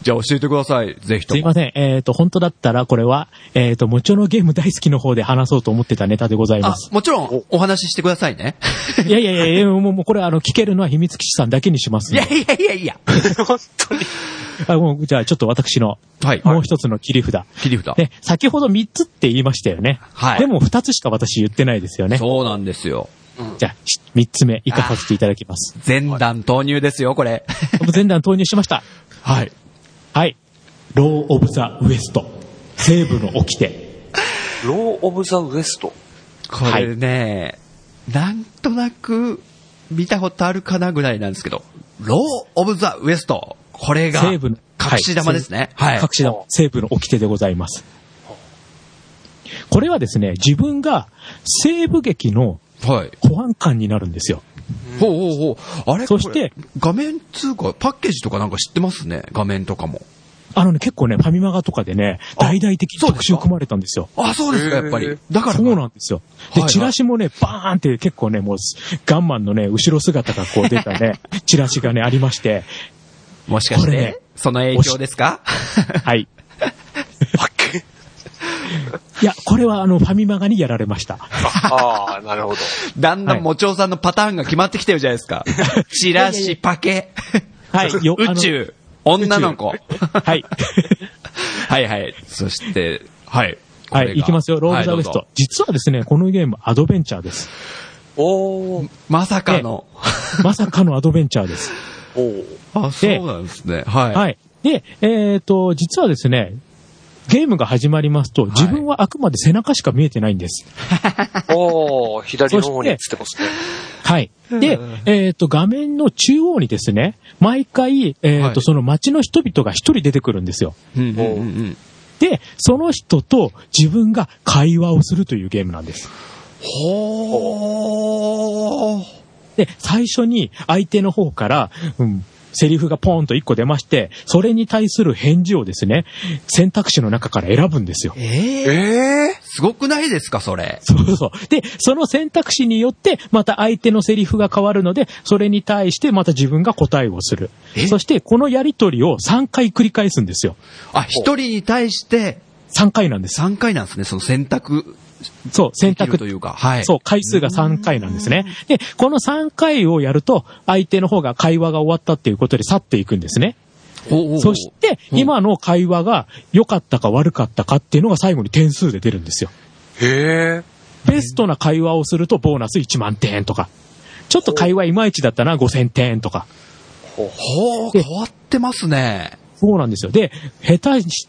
B: じゃあ教えてください。ぜひと
E: すい
B: も。
E: ません。えっ、と、本当だったら、これは、えっ、と、もちろんのゲーム大好きの方で話そうと思ってたネタでござい
B: あ
E: ま、す。
B: もちろんお話ししてくださいね。
E: いやいやいやいや、もう、もうこれ、あの、聞けるのは秘密基地さんだけにします
B: い
E: の
B: や
E: で。
B: いやいやいや。
C: 本当に。
E: あもうじゃあ、ちょっと私の、
B: はい。
E: もう一つの切り札。
B: 切り札。
E: ね、先ほど3つって言いましたよね。
B: はい
E: でも2つしか私言ってないですよ ね。
B: そうなんですよ。
E: じゃあ、3つ目、いかさせていただきます。
B: 前段投入ですよ、これ。
E: この前段投入しました。
B: はい。
E: はい。ロー・オブ・ザ・ウエスト。西部の掟。
C: ロー・オブ・ザ・ウエスト。
B: これね、なんとなく見たことあるかなぐらいなんですけど、ロー・オブ・ザ・ウエスト。これが、
E: 西部の
B: 隠し玉ですね。はい。
E: 隠し玉。西部の掟でございます。これはですね、自分が西部劇の
B: はい。
E: 保安官になるんですよ。
B: ほうほうほう。あれ
E: そして、
B: これ画面通貨、パッケージとかなんか知ってますね。画面とかも。
E: あのね、結構ね、ファミマガとかでね、
B: あ
E: 大々的に
B: そうで
E: 特
B: す
E: 集
B: か
E: 組まれたんですよ。
B: あ、そうですか、
C: へー
B: やっぱり。だからか。
E: そうなんですよ。
B: はい
E: で、
B: はい
E: チラシもね、バーンって結構ね、もう、ガンマンのね、後ろ姿がこう出た ね、チラシがね、ありまして、
B: もしかし
E: こ
B: て、
E: れね
B: その影響ですか
E: はい。いや、これはあの、ファミマガにやられました。
C: ああ、なるほど。
B: だんだんもちおさんのパターンが決まってきてるじゃないですか。チラシ、パケ、
E: はい。よ
B: 宇。宙、女の子。
E: あの はい。
B: はいはい。そして、はい。
E: はい、いきますよ。ローブ・ザ・ウ
B: はいどう
E: エスト、
B: ぞ
E: 実はですね、このゲーム、アドベンチャー です。
C: おー。
B: まさかの。
E: まさかのアドベンチャーです。
C: おー。
B: あ、そうなんですね。はい。
E: はい。で、えっ、と、実はですね、ゲームが始まりますと、自分はあくまで背中しか見えてないんです。
C: おー、左の方に映ってますね。
E: はい。で、えっ、と、画面の中央にですね、毎回、えっ、と、
B: はい
E: その街の人々が一人出てくるんですよ。
B: うんうんうんうん。
E: で、その人と自分が会話をするというゲームなんです。
B: ほー。
E: で、最初に相手の方から、うん、セリフがポーンと一個出まして、それに対する返事をですね、選択肢の中から選ぶんですよ。
B: えー、
C: ええ
B: すごくないですか、それ。
E: そうそう。で、その選択肢によって、また相手のセリフが変わるので、それに対してまた自分が答えをする。そして、このやりとりを3回繰り返すんですよ。
B: あ、一人に対して
E: 3回なんです。
B: 3回なんですね、その選択
E: そう、選
B: でき
E: 択
B: るというか。はい。
E: そう、回数が3回なんですね。で、この3回をやると、相手の方が会話が終わったっていうことで去っていくんですね。
B: ほうほうほう
E: そして、今の会話が良かったか悪かったかっていうのが最後に点数で出るんですよ。
C: ー。へえ。
E: ベストな会話をするとボーナス1万点とか、ちょっと会話いまいちだったな5000点とか。
B: ほう、変わってますね。
E: そうなんですよ。で、下手にし、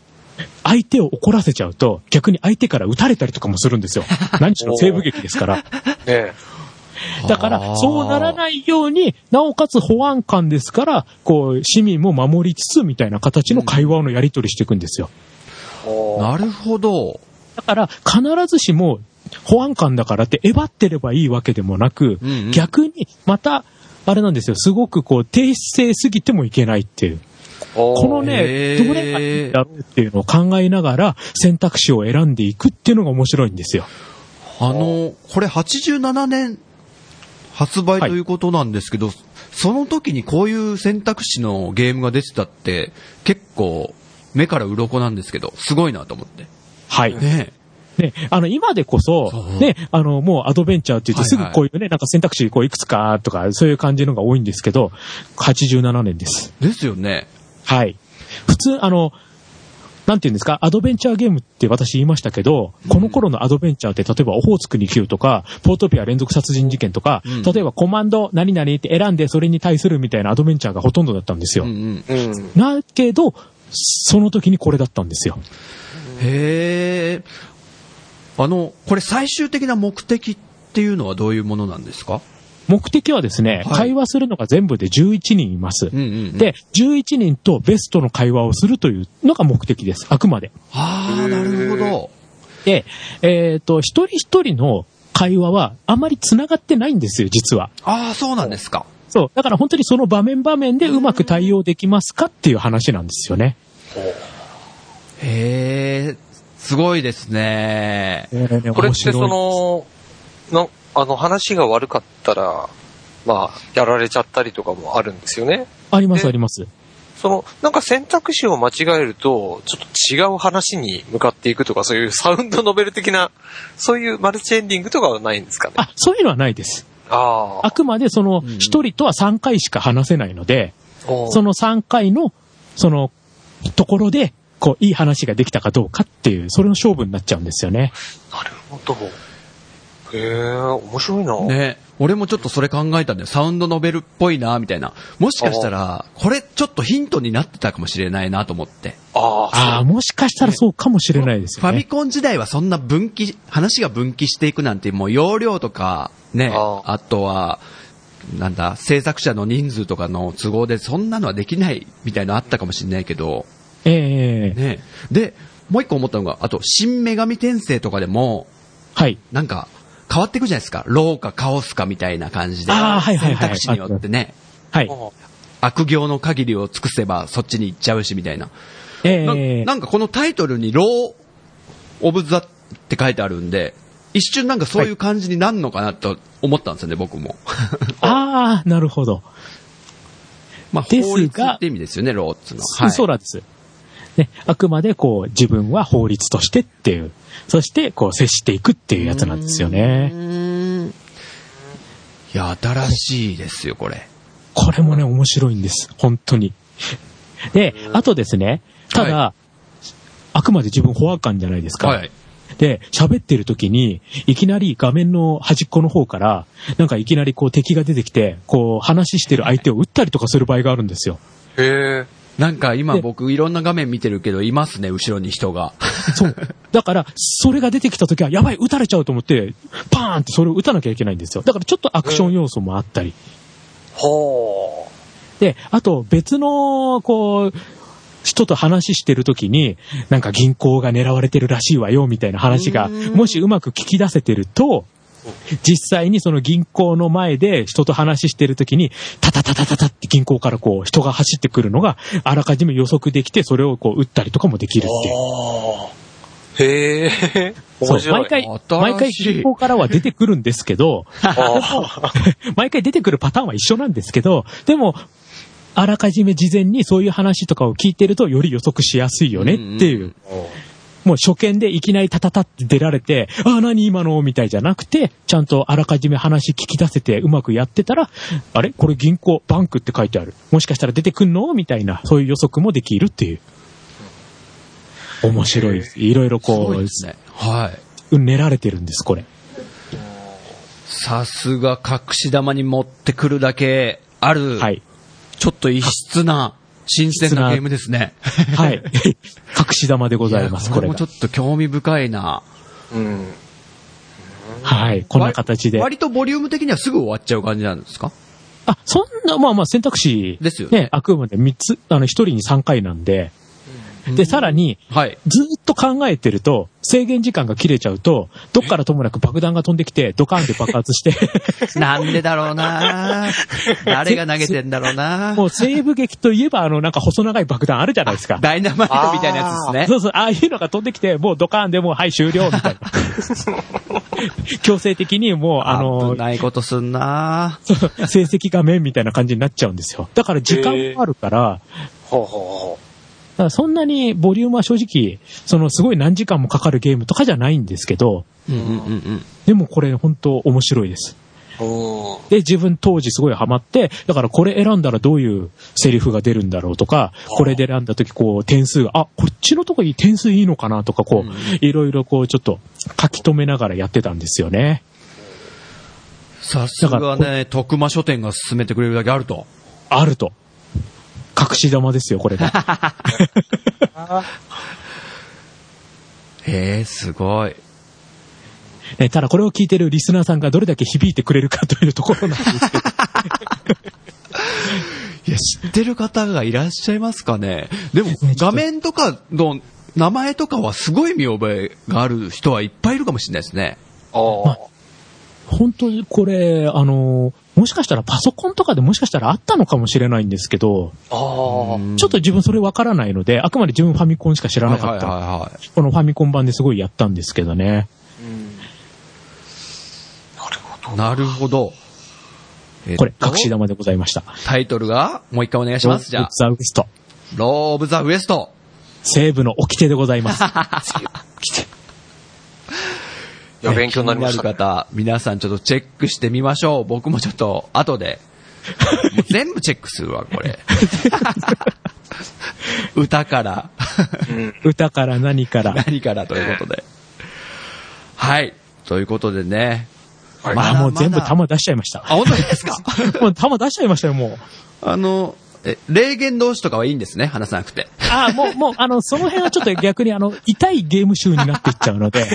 E: 相手を怒らせちゃうと、逆に相手から撃たれたりとかもするんです よ。何しろ西部劇ですから。
C: ね
E: だか
B: あー
E: ら、そうならないように、なおかつ保安官ですから、こう、市民も守りつつ、みたいな形の会話のやり取りしていくんですよ。
C: おー。
B: なるほど。
E: だから、必ずしも、保安官だからって、えばってればいいわけでもなく、
B: うんうん
E: 逆に、また、あれなんですよ、すごくこう、低姿勢すぎてもいけないっていう。
C: おー
E: この
B: へ
E: ね、
B: ー
E: どれがいいんだろうっていうのを考えながら、選択肢を選んでいくっていうのが面白いんですよ。
B: あの、これ87年発売と
E: はい
B: いうことなんですけど、その時にこういう選択肢のゲームが出てたって、結構目から鱗なんですけど、すごいなと思って。
E: はい。
B: ね
E: ね、あの、今でこそ
B: そう、
E: ね、あの、もうアドベンチャーって言ってす
B: はい
E: ぐ
B: はい
E: こういうね、なんか選択肢こういくつかとか、そういう感じのが多いんですけど、87年です。
B: え。ですよね。
E: はい。普通、あの、なんて言うんですか、アドベンチャーゲームって私言いましたけど、この頃のアドベンチャーって、例えば、オホーツクに9とか、ポートピア連続殺人事件とか、
B: うん
E: 例えばコマンド何々って選んでそれに対するみたいなアドベンチャーがほとんどだったんです
B: う
E: よ。
B: んうん。
C: うん。
E: だけど、その時にこれだったんですよ。
B: へえ。あの、これ最終的な目的っていうのはどういうものなんですか
E: 目的はですね、
B: はい
E: 会話するのが全部で11人います。
B: うんうんうん。、
E: で、11人とベストの会話をするというのが目的です。あくまで。
B: ああ、なるほど。
E: で、えっ、と、一人一人の会話はあまり繋がってないんですよ、実は。
B: ああ、そうなんですか。
E: そう。だから本当にその場面場面でうまく対応できますかっていう話なんですよね。
B: へえ、すごいですね。
C: これっ
E: 面
C: てそ
E: 白い。
C: の、の、あの、話が悪かったら、まあ、やられちゃったりとかもあるんですよね。
E: あります
C: え
E: あります。
C: その、なんか選択肢を間違えると、ちょっと違う話に向かっていくとか、そういうサウンドノベル的な、そういうマルチエンディングとかはないんですかね。
E: あ、そういうのはないです。
C: あ
E: あくまでその
B: うん
E: 一人とは3回しか話せないので、
C: おー
E: その3回の、その、ところで、こう、いい話ができたかどうかっていう、それの勝負になっちゃうんですよね。
C: なるほど。へえ、面白いな。
B: ね、俺もちょっとそれ考えたんだよ。サウンドノベルっぽいな、みたいな。もしかしたら、これちょっとヒントになってたかもしれないなと思って。
C: ああ、
E: ああ、もしかしたらそうかもしれないです
B: フ
E: よ
B: ァミ
E: ね。
B: コン時代はそんな分岐、話が分岐していくなんて、もう容量とか、ね、
C: あ
B: あとは、なんだ、制作者の人数とかの都合でそんなのはできないみたいなのあったかもしれないけど、
E: ええ
B: ね。で、もう一個思ったのが、あと、新女神転生とかでも、
E: はい。
B: なんか、変わっていくじゃないですか。ローかカオスかみたいな感じで。
E: あーはいはいは
B: 選
E: い
B: 択肢によってね。
E: はい。
B: 悪行の限りを尽くせばそっちに行っちゃうしみたいな。
E: え
B: な
E: え
B: なんかこのタイトルにロー・オブ・ザって書いてあるんで、一瞬なんかそういう感じになるのかなと思ったんですよね、僕も。
E: ああ、なるほど。
B: まあ、
E: ですが
B: 法律って意味ですよね、ローっつうのは。はい
E: そうなんです。ね、あくまでこう、自分は法律としてっていう、そしてこう、接していくっていうやつなんですよね。
B: いや、新しいですよ、これ。
E: これもね、面白いんです。本当に。で、あとですね、ただ、あくまで自分保安官じゃないですか。
B: はい。
E: で、喋ってる時に、いきなり画面の端っこの方から、なんかいきなりこう敵が出てきて、こう話してる相手を撃ったりとかする場合があるんですよ。
C: へえ。
B: なんか今
E: で
B: 僕いろんな画面見てるけど、いますね、後ろに人 が。
E: そう。だから、それが出てきた時は、やばい、撃たれちゃうと思って、パーンってそれを撃たなきゃいけないんですよ。だからちょっとアクション要素もあったり。
C: ほう。
E: で、あと別の、こう、人と話してる時に、なんか銀行が狙われてるらしいわよ、みたいな話が、もしうまく聞き出せてると、実際にその銀行の前で人と話してる時に、タタタタタタって銀行からこう人が走ってくるのがあらかじめ予測できて、それをこう撃ったりとかもできるっていう。
C: ああ。へえ。
E: そ
C: 面
E: う、
C: 白い。
E: 毎回、
B: 新しい
E: 毎回銀行からは出てくるんですけど、
C: ああ
E: 毎回出てくるパターンは一緒なんですけど、でも、あらかじめ事前にそういう話とかを聞いてるとより予測しやすいよねっていう。もう初見でいきなりタタタって出られて、ああ、何今のみたいじゃなくて、ちゃんとあらかじめ話聞き出せてうまくやってたら、あれこれ銀行、バンクって書いてある。もしかしたら出てくんのみたいな、そういう予測もできるっていう。面白いです。いろいろ
B: す
E: こ
B: ご
E: う、
B: いですね。はい。
E: うん練られてるんです、これ。
B: さすが隠し玉に持ってくるだけある、
E: はい。
B: ちょっと異質な、新鮮なゲームですね。
E: はい。隠し玉でございます、
B: や
E: こ
B: これ
E: れ
B: も
E: が
B: ちょ。っと興味深いな。
C: うん。
E: はい。こんな形で。
B: 割とボリューム的にはすぐ終わっちゃう感じなんですか
E: あ、そんな、まあまあ選択肢。
B: ですよね
E: ね。あくまで3つ、あの、1人に3回なんで。で、さらに、
B: はい。
E: ずーっと考えてると、制限時間が切れちゃうと、どっからともなく爆弾が飛んできて、ドカンって爆発して、
B: なんでだろう な誰が投げてんだろうな
E: もう西部劇といえば、あの、なんか細長い爆弾あるじゃないですか。
B: ダイナマイトみたいなやつですね。
E: そうそう、ああいうのが飛んできて、もうドカンでもう、はい、終了、みたい な。強制的にもう、あの
B: 危、ないことすんな
E: そう成績画面みたいな感じになっちゃうんですよ。だから時間もあるから、
C: ほうほうほ
E: だからそんなにボリュームは正直、そのすごい何時間もかかるゲームとかじゃないんですけど、
B: うんうんうんうん。
E: でもこれ本当面白いです。
C: う。うん。
E: で、自分当時すごいハマって、だからこれ選んだらどういうセリフが出るんだろうとか、これで選んだ時こう点数が、あ、こっちのとこいい点数いいのかなとか、こう、いろいろこうちょっと書き留めながらやってたんですよね。
B: さすが
E: だか
B: ね、徳間書店が進めてくれるだけあると。
E: あると。隠し玉ですよ、こ れが。
B: へえ、すごい。
E: ねただこれを聞いてるリスナーさんがどれだけ響いてくれるかというところなんですけど。
B: いや、知ってる方がいらっしゃいますかね。でも、画面とかの名前とかはすごい見覚えがある人はいっぱいいるかもしれないですね。
C: ああ。
E: 本当にこれ、あの、もしかしたらパソコンとかでもしかしたらあったのかもしれないんですけど、
C: ああ。
E: ちょっと自分それわからないので、あくまで自分ファミコンしか知らなかった
B: はいはいはいはい。
E: このファミコン版ですごいやったんですけどね。
C: うんなるほど。
B: なるほど。えっと
E: これ、隠し玉でございました。
B: タイトルが、もう一回お願いします。じゃあ、
E: ザウエスト。
B: ロー・オブ・ザ・ウエスト。
E: 西部の掟でござい ます。
C: いや、勉強になりました、
B: 気
C: ね
B: に。なる方、皆さんちょっとチェックしてみましょう。僕もちょっと、後で。もう全部チェックするわ、これ。歌から、
E: 歌から何から。
B: 何からということで。はい。ということでね。
C: はい
E: まあもう全部
B: まだま
E: 弾出しちゃいました。
B: だあ、本当ですか
E: もう弾出しちゃいましたよ、もう。
B: あの、え、霊言同士とかはいいんですね、話さなくて。
E: ああ、もう、もう、あの、その辺はちょっと逆に、あの、痛いゲーム集になっていっちゃう ので、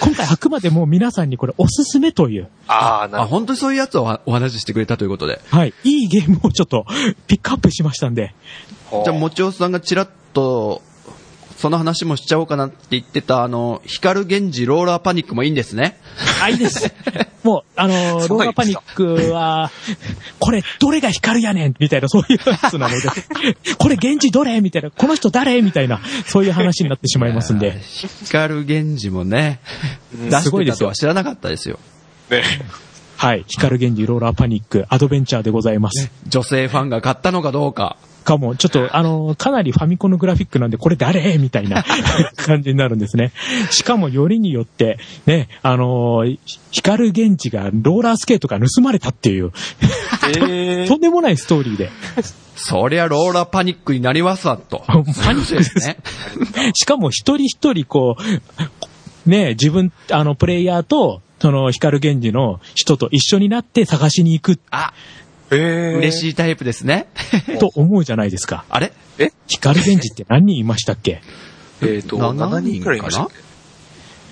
E: 今回あくまでもう皆さんにこれおすすめという、
C: ああ、な
B: あ、
C: るほ
B: 本当にそういうやつをおお話ししてくれたということで。
E: はい、いいゲームをちょっとピックアップしましたんで、
C: ど。
B: じゃあ、もちおさんがちらっと、その話もしちゃおうかなって言ってた、あの、光源氏ローラーパニックもいいんですね。
E: あ、いいです。 もう、あの、
C: そ
E: ロ
C: う
E: ー
C: なんですか
E: ラパニックは、これ、どれが光るやねんみたいな、そういうやつな ので、これ、現地どれみたいな、この人誰みたいな、そういう話になってしまいますん
B: いや
E: で
B: ー。 光源氏もね、出
E: すご
B: して
E: いで
B: た
E: す
B: と
E: よ
B: は知らなかったですよ。
C: ね。
E: はい。光源氏ローラーパニック、アドベンチャーでございます。
B: 女性ファンが買ったのかどうか。
E: かも、ちょっと、あの、かなりファミコンのグラフィックなんで、これ誰みたい な感じになるんですね。しかも、よりによって、ね、あの、ひ光源氏がローラースケートが盗まれたっていう、
C: え
E: とんでもないストーリ ーで。
B: そりゃローラーパニックになりますわ、と。
E: パニックです
B: ね。
E: しかも、一人一人、こう、ね、自分、あの、プレイヤーと、その、光源氏の人と一緒になって探しに行く
B: あ、
C: え
B: 嬉
C: い。
B: しいタイプですね。
E: と思うじゃないですか。
B: あれ
E: 光源氏って何人いましたっけ
C: えっと、
B: 7
C: 7
B: 人
C: 人
B: か
C: く
B: な
C: らいいましたっ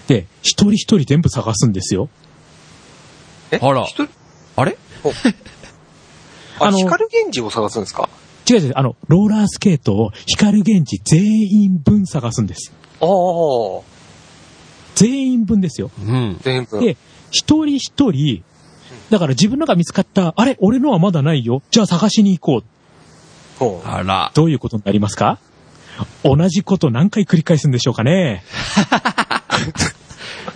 C: け
E: で、一人一人全部探すんですよ。
C: え
B: あら
C: 一人
B: あれ
C: あ、
E: あの
C: 光源氏を探すんですか
E: 違う違う、あの、ローラースケートを光源氏全員分探すんです。
C: ああ、
E: 全員分ですよ。
B: うん。
C: 全部。
E: で、一人一人、だから自分のが見つかった、あれ、俺のはまだないよ。じゃあ探しに行こう。
C: ほう
B: あら。
E: どういうことになりますか同じこと何回繰り返すんでしょうかね。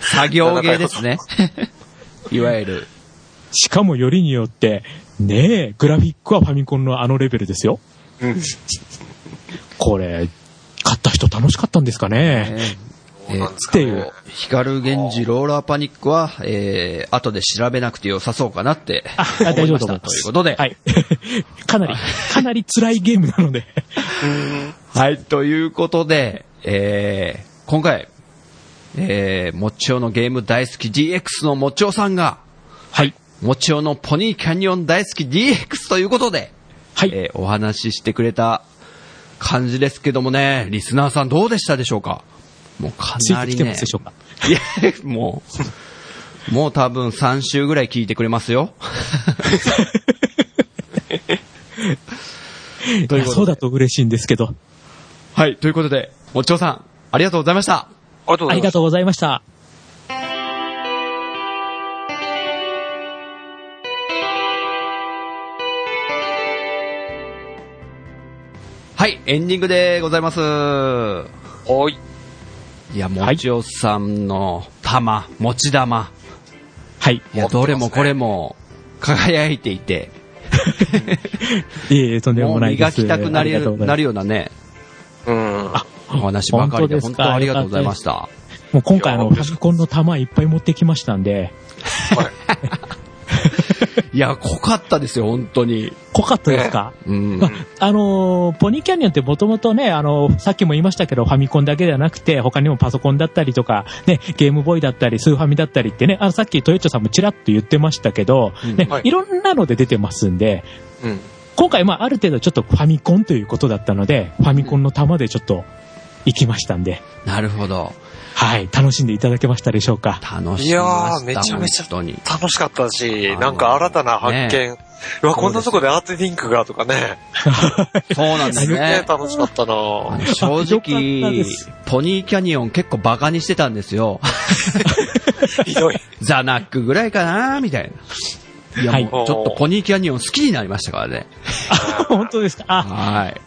B: 作業芸ですね。 いわゆる。
E: しかもよりによって、ねえ、グラフィックはファミコンのあのレベルですよ。
C: うん
E: これ、買った人楽しかったんですかね。
C: そうなんです
E: って
C: か
E: い
C: ね
E: う。
B: 光源氏ローラーパニックは、えー、後で調べなくて良さそうかなって。
E: あ、あ大丈夫と思
B: 思
E: い
B: いました
E: ま
B: とい
E: す。
B: うことで
E: はい。 かなり、かなり辛いゲームなので。
B: はい、ということで、えー、今回、えー、もちおのゲーム大好き DX のもちおさんが、
E: はい。
B: もちおのポニーキャニオン大好き DX ということで、
E: はい。
B: えーお話ししてくれた感じですけどもね、リスナーさんどうでしたでしょうかもうか
E: つい
B: な
E: て
B: り
E: きて
B: ね
E: ますで。しょうか。
B: いや、もう、もう多分3週ぐらい聞いてくれますよ。ということで
E: いやそうだと嬉しいんですけど。
B: はい、ということで、もちおさん、ありがとうございました。
C: ありがとうご
E: あ
C: ざい
E: り
C: ま
E: が
C: す。
E: とうございました。
B: はい、エンディングでございます。い
C: はい。
B: や、もちおさんの玉、持ち玉。
E: はい。
B: いや、
C: 持ってますね
B: どれもこれも輝いていて、
E: いえいえ、とんで
B: も
E: も
B: う
E: ないで
B: 磨
E: す。
B: きたくなり
E: ありがとうござ
B: ない
E: ま
B: るようなね、
C: うん。
B: お話ばかりで、本
E: 本当ですか
B: 当ありがとうございました。
E: すもう今回あ
C: い
E: の、
C: や
E: ファミコンの弾いっぱい持ってきましたんで、
B: いや、濃かったですよ、本当に。
E: 濃かったですか
B: うん。
E: あのーポニーキャニオンってもともとね、あのーさっきも言いましたけど、ファミコンだけではなくて、他にもパソコンだったりとか、ね、ゲームボーイだったり、スーファミだったりってね、あの、さっきトヨッチョさんもちらっと言ってましたけど、
B: うん
E: ね
C: はい、
E: いろんなので出てますんで、
C: うん。
E: 今回、まあ、ある程度ちょっとファミコンということだったので、ファミコンの玉でちょっと行きましたんで、
B: なるほど。
E: はい、楽しんでいただけましたでしょ うか。
B: 楽し
C: い
B: み
C: や
B: ま
C: ー、
B: し
C: め
B: た、
C: ちゃめちゃ
B: 本当に。
C: 楽しかったし
B: あ、ー
C: なんか新たな発見。うわ、こんなとこでアーティリンクがとかね。
B: そうなんです
C: すげえ
B: ね。
C: 楽しかったな
B: あ
C: ぁ
B: の正
E: よかったで
B: 直
E: す、
B: ポニーキャニオン結構バカにしてたんです よ。
C: ひどい。
B: ザナックぐらいかなみたいな。いや、
E: はい
B: もうちょっとポニーキャニオン好きになりましたからね。
E: 本当ですかあ、
B: はい。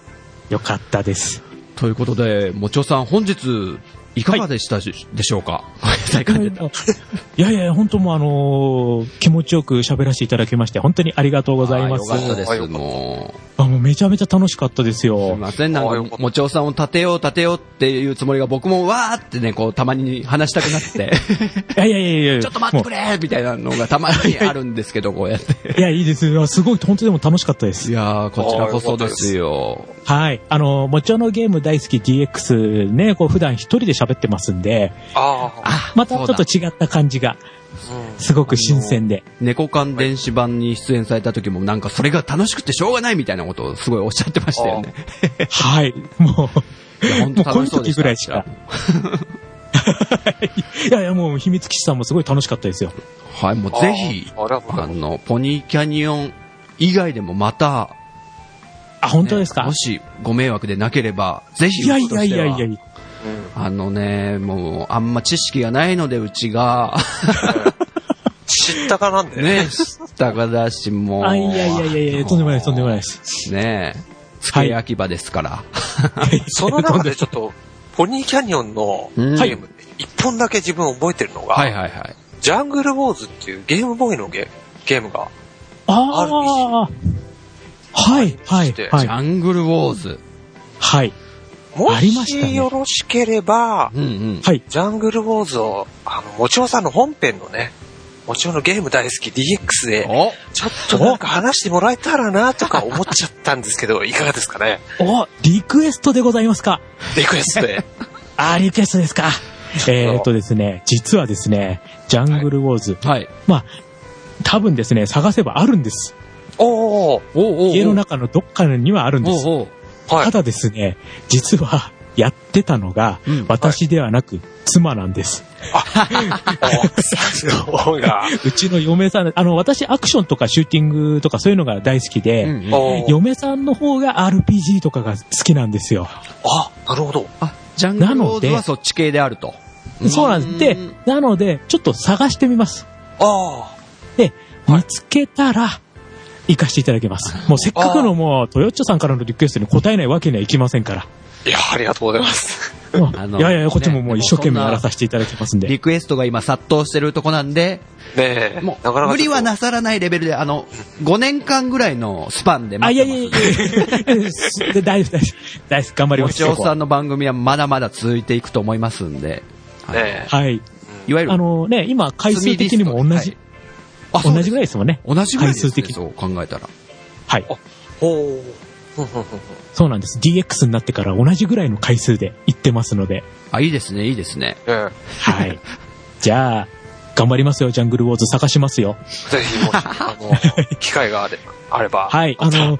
E: よかったです。
B: ということで、もちおさん、本日、いかがでしたしでしょうかごめんなさい噛んじゃった
E: いやいや、本当もうあのー気持ちよく喋らせていただきまして、本当にありがとうございます。
B: あーよかったで
C: あよ
B: す。
C: かった
B: もう。
E: あ、もうめちゃめちゃ楽しかったです
B: すい
E: よ。
B: ません、なん
C: あーよか
B: か
C: っ、た
B: もちおさんを立てよう立てようっていうつもりが僕もわーってね、こう、たまに話したくなって、
E: いやいやいやいや、
B: ちょっと待ってくれみたいなのがたまにあるんですけど、こうやって。
E: もういや、いいですよ。すごい、本当でも楽しかったで
B: い
E: す。
B: やー、こちらこそですよ。
E: はい。あのー、もちろんのゲーム大好き DX ね、こう普段一人で喋ってますんで、
C: ああ、
B: あ、
E: またち
B: そ
E: ょ
B: う
E: っ
B: だ
E: と違った感じが、
C: うん
E: すごく新鮮で。
B: 猫缶電子版に出演された時もなんかそれが楽しくてしょうがないみたいなことをすごいおっしゃってましたよね。
E: はい。もう、
B: いやほん
E: も
B: と
E: うこう
B: 楽
E: いう
B: しそうで
E: 時
B: した
E: ぐらいしか。 いやいや、もう秘密基地さんもすごい楽しかったですよ。
B: はい、もうぜひ、
C: ああら
B: あの、ポニーキャニオン以外でもまた、
E: あ、本当ですか、
B: ねもしご迷惑でなければ、ぜひ、
E: いやいやいやいやいや。
C: うん
B: あのね、もう、あんま知識がないので、うち が、
C: 知ったかなんでね。
B: ね、知ったかだし、もう。
E: あ、いやいやいやいや、とんでもないです、とんでもないです。
B: ねえ、付け焼き場ですから。
C: その 中でちょっと、ポニーキャニオンのゲ
B: うん
C: ームで、一本だけ自分覚えてるのが、
B: はいはいはい。
C: ジャングルウォーズっていうゲームボーイのゲゲームが
E: ああ。はい、はい、は
B: ジ
E: い。
B: ャングルウォーズ。
E: はい。
C: も
E: ありましたね
C: しよろしければ、
B: うんうん。
E: はい。
C: ジャングルウォーズを、あの、もちおさんの本編のね、もちおのゲーム大好き DX で、
B: お
C: ちょっとなんか話してもらえたらなとか思っちゃったんですけ ど、いかがですかね
E: お、リクエストでございますか
C: リクエス トで。
E: あー、リクエストですか。えーっとですね、実はですね、ジャングルウォーズ、
B: はい。
E: 多分ですね、探せばあるんです。
C: おー
B: おうおうおう
E: 家の中のどっかにはあるんで
B: お
E: す。
B: うおう
C: は
E: た
C: い。
E: だですね、実は、やってたのが
B: うん、
E: 私ではなく、妻なんです。
C: おすごいな。
E: うちの嫁さん、あの、私、アクションとかシューティングとかそういうのが大好きで、
B: うんうん
C: おー
E: 嫁さんの方が RPG とかが好きなんですよ。
C: あ、なるほど。
B: あ、ジャングルウォーズ
E: なの
B: は
E: で
B: そっち系であると。
E: そうなんです。で、なので、ちょっと探してみます。
C: あ
E: で、見つけたら、行かせていただきます。もうせっかくのもう、トヨッチョさんからのリクエストに答えないわけにはいきませんから。
C: あ、いや、ありがとうございます。
E: もう
B: あの
E: いやいやいや、こっちももう
B: ね
E: 一生懸
B: で
E: 命
B: もそんな
E: やらさせていただきますんで。
B: リクエストが今殺到してるとこなんで、
C: ねえ、
B: も
C: なかな
B: う
C: か
B: 無理は
C: な
B: なさらないレベルで、あの、5年間ぐらいのスパンで
E: あ、
B: 待
E: いや
B: っ
E: い
B: て
E: や
B: ま
E: い
B: す。
E: やいや で大丈夫、大丈夫。大丈夫、頑張り
B: も
E: ます
B: ち。おさんの番組はまだまだ続いていくと思いますんで、はい、
C: ねえ。
E: はい。
B: いわゆる
E: あ、のね、今、回数的にも同じ、
B: あ
E: 同じぐ
B: らい
E: らいですもんね。
B: 同じぐらいです、ね、
E: 回数的に
B: そう考えたら。
E: はい。
C: ほう。ふんふんふん
E: そうなんです。DX になってから同じぐらいの回数で行ってます ので。
B: あ、いいですね、いいですね。
C: ふんね
E: はい。じゃあ、頑張りますよ、ジャングルウォーズ探しますよ。
C: えぜひ、もし、あ の、機会があれあれば、
E: はい、あの、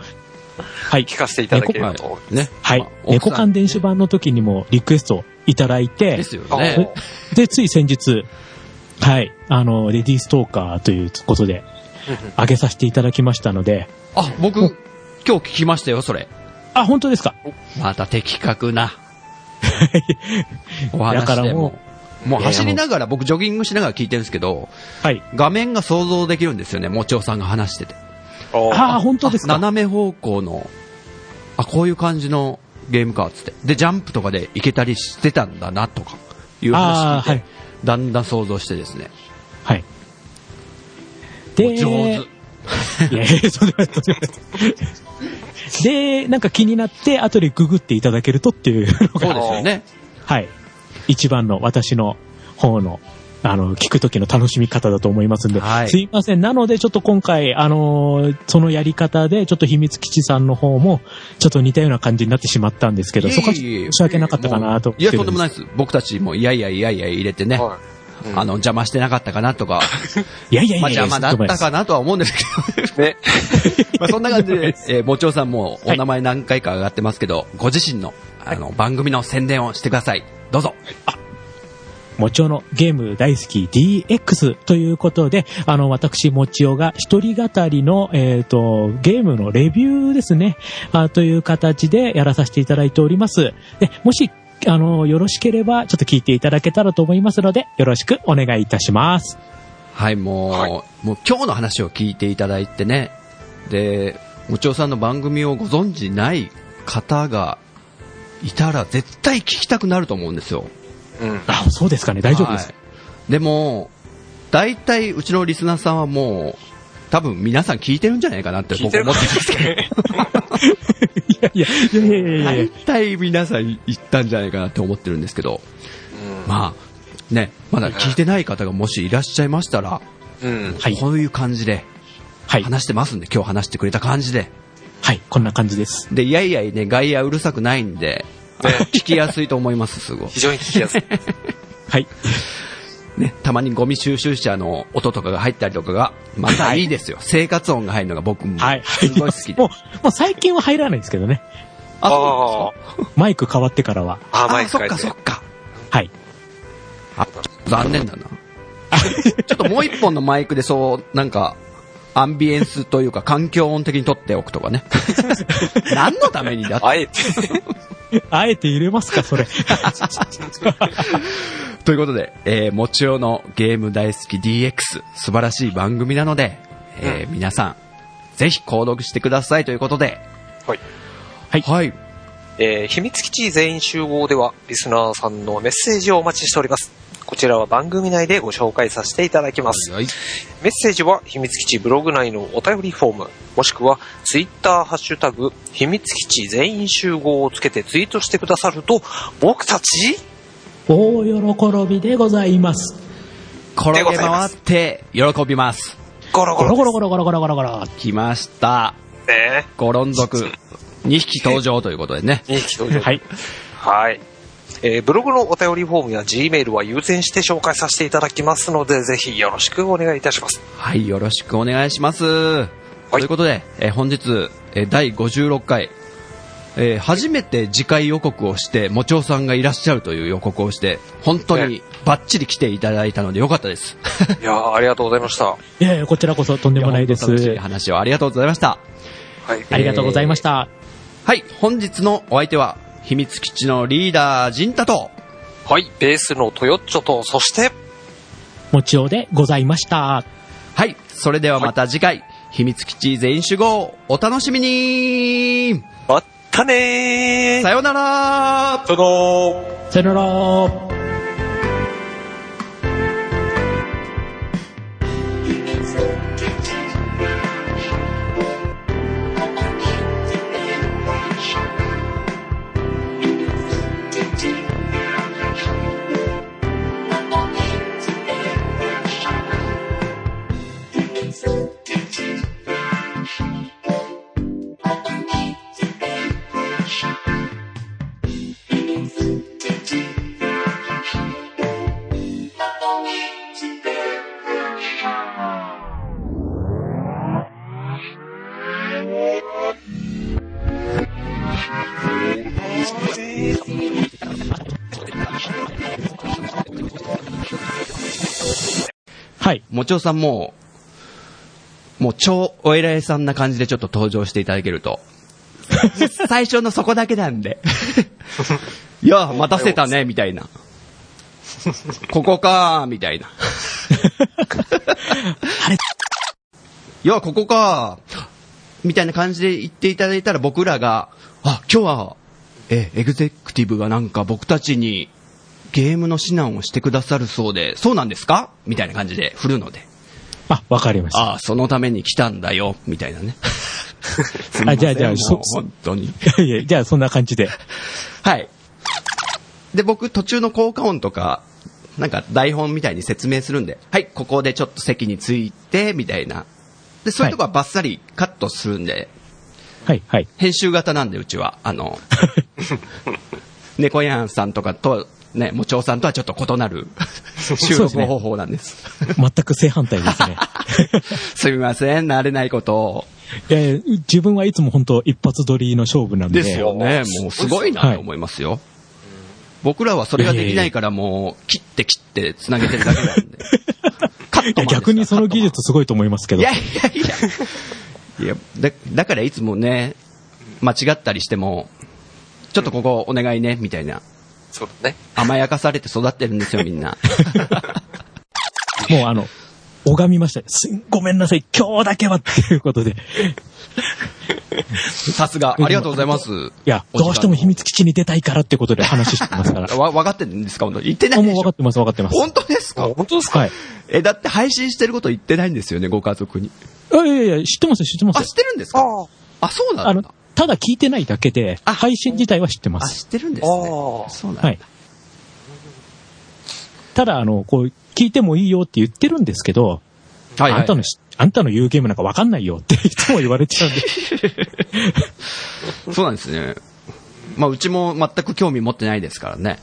E: はい
C: 聞、かせていただければと思います。
B: ね。
E: はい
B: まあ、
E: 猫
B: 奥さん
E: 缶電子版の時にもリクエストいただい
B: で
E: て、
B: すよ
C: あ
B: ね。
E: で、つい先日、はい、あの、レディーストーカーということで、上げさせていただきましたので、
B: あ、僕、今日聞きましたよ、それ。
E: あ、本当ですか
B: また的確な。 お話
E: だから
B: で
E: もう
B: も。もう走りながら、僕ジョギングしながら聞いてるんですけど、
E: はい。
B: 画面が想像できるんですよね、もちおさんが話してて。
C: おー
E: ああ、本当ですか
B: 斜め方向の、あ、こういう感じのゲームか、つって。で、ジャンプとかで行けたりしてたんだな、とか、いう話聞いて、
E: あーはい
B: だんだん想像してですね。
E: はい。
B: お
E: で、
B: 上手。
E: いやいや、そんなことないですで、なんか気になって、後でググっていただけるとっていうの
B: そう
E: が、
B: ですよね。
E: はい。一番の私の方の、あの、聞くときの楽しみ方だと思いますんで、
B: はい
E: すいません。なので、ちょっと今回、あのーそのやり方で、ちょっと秘密基地さんの方も、ちょっと似たような感じになってしまったんですけど、そこは申し訳なかったかなと。
B: いや、とんでもないいです。僕たちも、いやいやいやいや入れてね、あ
C: はいうん
B: の、邪魔してなかったかなとか、
E: いやいやい
B: まあ
E: やいや、
B: 邪魔だったかなとは思うんですけど、
C: ね。
B: まあそんな感 じで、えー、もちおさんもお名前何回か上がってますけど、ご自身の、あの、番組の宣伝をしてください。どうぞ。
E: もちおのゲーム大好き DX ということで、あの、私、もちおが一人語りの、えっ、と、ゲームのレビューですね、あという形でやらさせていただいております。で、もし、あの、よろしければ、ちょっと聞いていただけたらと思いますので、よろしくお願いいたします。
B: はい、もう、
C: はい
B: もう今日の話を聞いていただいてね、で、もちおさんの番組をご存知ない方がいたら絶対聞きたくなると思うんですよ。
C: うん。
E: あ、そうですかね。大丈夫です。
B: はいでも、大体うちのリスナーさんはもう、多分皆さん聞いてるんじゃないかなって
C: 聞い
B: 僕
C: てる
B: 思
C: か
B: ってますけど、
E: いやいやいやいやいやいや
B: 大体皆さん言ったんじゃないかなって思ってるんですけど、まあ、ね、まだ聞いてない方がもしいらっしゃいましたら、
C: うん。
E: はい
B: こういう感じで
E: はい。
B: 話してますんで、今日話してくれた感じで。
E: はい。こんな感じです。
B: で、いやいやいね、外野うるさくないんで、聞きやすいと思います、すごい。
C: 非常に聞 きやすい。
E: はい。
B: ね、たまにゴミ収集車の音とかが入ったりとかが、またいいですよ。生活音が入るのが僕も、
E: はい。
B: すごい好き で。
E: もう、もう最近は入らないですけどね。
B: あ
C: あ
E: マイク変わってからは。
C: あ、甘い
B: あ、そ
C: 使
B: っ
C: えて
B: かそっか。
E: はい。
B: あ残念だな。ちょっともう一本のマイクでそう、なんか、アンビエンスというか環境音的に撮っておくとかね。何のためにだって
C: あえて。
E: あえて入れますか、それ。
B: ということで、えー、もちおのゲーム大好き DX、素晴らしい番組なので、えー皆さん、ぜひ購読してくださいということで、
C: はい。
E: はい
B: はい。
C: えー秘密基地全員集合では、リスナーさんのメッセージをお待ちしております。こちらは番組内でご紹介させていただきます。
B: はい
C: メッセージは秘密基地ブログ内のお便りフォーム、もしくはツイッターハッシュタグ、秘密基地全員集合をつけてツイートしてくださると、僕たち
E: 大喜びでございます。
B: 転げ回って、喜びます。
C: ゴロゴ
E: ゴ
C: ロ
E: ロゴロゴロゴロゴロゴロゴロ。
B: 来ました。
C: ね。
B: ご論族、2匹登場ということでね。
C: 2匹登場。
E: はい。
C: はい。えーブログのお便りフォームや G メールは優先して紹介させていただきますので、ぜひよろしくお願いいたし ます。
B: はい、よろしくお願いします。ということで、えー本日、えー第56回、えー初めて次回予告をして、もちおさんがいらっしゃるという予告をして、本当に
C: ね
B: バッチリ来ていただいたのでよかったです。
C: いやーありがとうございました。はい
E: やいや、こちらこそとんでもないで
B: いや本当楽し
E: す
B: い。話をありがとうございました。
C: い。
E: ありがとうございました。
B: はい、本日のお相手は、秘密基地のリーダー、陣太と、
C: はい。ベースのトヨッチョと、そして、
E: もちおでございました。
B: はい、それではまた次回、秘密基地全員集合、お楽しみに
C: まったねー
B: さようなら
C: その
E: さよなら。はい。
B: もちおさんも、もう超お偉いさんな感じでちょっと登場していただけると。最初のそこだけなんで。いや、待たせたね、みたいな。ここかー、みたいな。
E: あれ
B: いや、ここかー、みたいな感じで言っていただいたら僕らが、あ、今日は、え、エグゼクティブがなんか僕たちにゲームの指南をしてくださるそうで、そうなんですかみたいな感じで振るので。
E: あ、わかりました。
B: ああ、そのために来たんだよ、みたいな ね。
E: あじゃあじゃあ
B: もう
E: そ
B: 本当に。
E: いやいや、じゃあそんな感じ で。
B: はい。で、僕、途中の効果音とか、なんか台本みたいに説明するんで、はい、ここでちょっと席について、みたいな。で、そういうとこはバッサリカットするんで、
E: はい、はい。
B: 編集型なんで、うちは。あ の、猫やんさんとかと、ね、もちおさんとはちょっと異なる収
E: そうです
B: 録
E: ね
B: 方法なんです。
E: 全く正反対 ですね。
B: すみません、慣れないことを。
E: いやいや、自分はいつも本当一発撮りの勝負なんで。
B: ですよね。もうすごいなと思いますよ。僕らはそれができないからもう、切って切って繋げてるだけなんで。カットマンです
E: い
B: か
E: や
B: ら
E: 逆にその技術すごいと思いますけど。
B: いやいやいや。いや、だだからいつもね、間違ったりしても、ちょっとここお願いね、みたいな。
C: そうだね。
B: 甘やかされて育ってるんですよ、み んな。
E: もうあの、拝みました。すごめんなさい、今日だけはっていうことで。
B: さすが、ありがとうございます。い
E: いや、どうしても秘密基地に出たいからってことで話してますから。
B: わ、分かってるんですか本当に言ってな
E: あ
B: い
E: も
B: で
E: う
B: し
E: 分か
B: ょ
E: ってます、分かってます。
B: 本当ですか
C: 本当ですか
E: はい。
B: え、だって配信してること言ってないんですよね、ご家族に。
E: あいやいや、知ってますよ、知ってま
B: あ、
E: すよ
B: 知。ってるんです
C: あ
B: か
C: あ。
B: あ、そう
E: あ
B: なん
E: の
B: だ。、
E: ただ聞いてないだけで、
B: あ
E: 配信自体は知ってま
B: あ、
E: す。
B: 知ってるんですね
C: あ。あ
B: そうなん
E: はい
B: だ。。
E: ただ、あの、こう、聞いてもいいよって言ってるんですけど、
B: はいは
E: あんた
B: い。
E: のし、あんたの言うゲームなんかわかんないよっていつも言われちゃうん で。
B: そうなんですね。まあ、うちも全く興味持ってないですからね。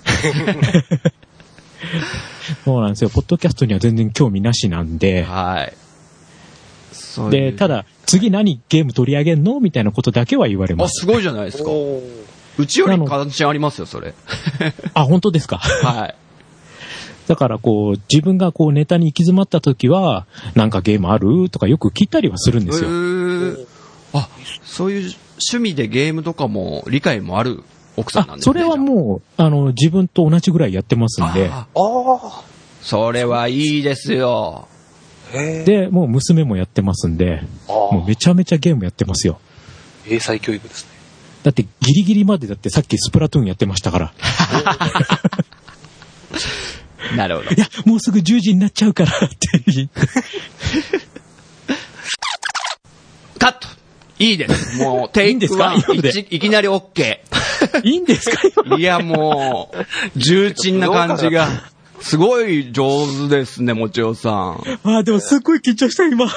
E: そうなんですよ。ポッドキャストには全然興味なしなんで。
B: はい。そうい
E: で、
B: う
E: た、だ、次何ゲーム取り上げんのみたいなことだけは言われ
B: あ、
E: ます。
B: すごいじゃないですか。うちより関心ありますよ、それ。
E: あ、本当ですか。
B: はい。
E: だから、こう、自分がこう、ネタに行き詰まった時は、なんかゲームあるとかよく聞いたりはするん です
B: へ
E: よ。
B: ーあ、そういう趣味でゲームとかも理解もある奥さんな
E: あ
B: ん、です
E: そ
B: ね。
E: れはもう、あの、自分と同じぐらいやってます
B: じゃ
E: ん
B: あ
E: で。
B: あ
C: あ
B: それはいいですよ。
C: あ。へえ。
E: で、もう娘もやってますんで、
C: あ
E: もう
C: あ
E: め。ちゃめちゃゲームやってますよ。
C: 英才教育ですね。
E: だってギリギリまでだってさっきスプラトゥーンやってましたから。
B: なるほど
E: い。や、もうすぐ10時になっちゃうから って言って。
B: カットいいです。もう、テ
E: いいん
B: イ
E: で
B: ク
E: すか
B: ワン
E: いいので
B: いちいきなり OK。
E: いいんですか
B: いや、もう、重鎮な感じが。 すごい上手ですね、もちおさん。
E: ああ、でもすっごい緊張した、今。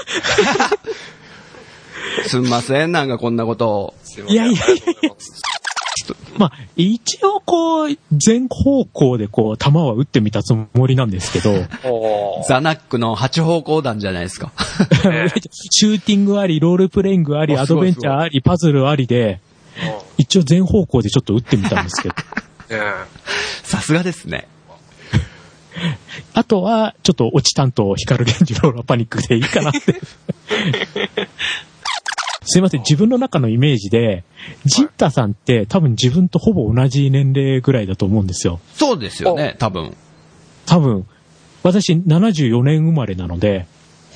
B: すんません、なんかこんなこと。
C: すません
E: いやいやいや
C: ありがとうござます
E: まあ、一応こう、全方向でこう、球は打ってみたつもりなんですけど、
C: おー
B: ザナックの八方向弾じゃないです か。
E: シューティングあり、ロールプレイングあり、
B: あ
E: ア
B: す
E: ド
B: ごい
E: ベンチャーあり、パズルありで、一応全方向でちょっと打ってみたんで すけど、
C: うんね
B: さすがですね。
E: あとは、ちょっと落ち担当、光源氏ローラーパニックでいい かなって。すいません、自分の中のイメージで、ジンタさんって多分自分とほぼ同じ年齢ぐらいだと思うんですよ。
B: そうですよね、多分。
E: 多分、私74年生まれなので、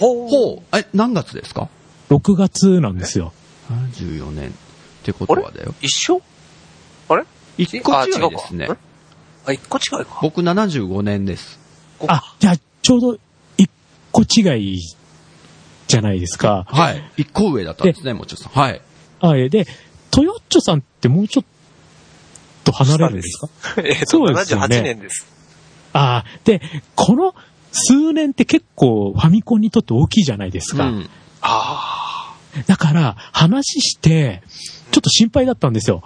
C: ほう。
B: ほう、え、何月ですか
E: 6月なんですよ。
B: ?74 年。ってこ
C: あ
B: と
C: れ
B: はだよ。
C: 一緒あれ
B: 一個
C: あ
B: 違いです
C: 違
B: ね
C: うか。あ、一個違いか。
B: 僕75年です。
E: あ、じゃあちょうど一個違いじゃないですか。
B: はい。一個上だったんですね、もちろんさん。はい。
E: あえで、トヨッチョさんってもうちょっと離れるんですか
C: えっと、
E: そうですよね
C: 78年です。
E: ああ、で、この数年って結構ファミコンにとって大きいじゃないです
B: う
E: か。
B: ん。
C: あ
E: だから、話して、ちょっと心配だったんですよ。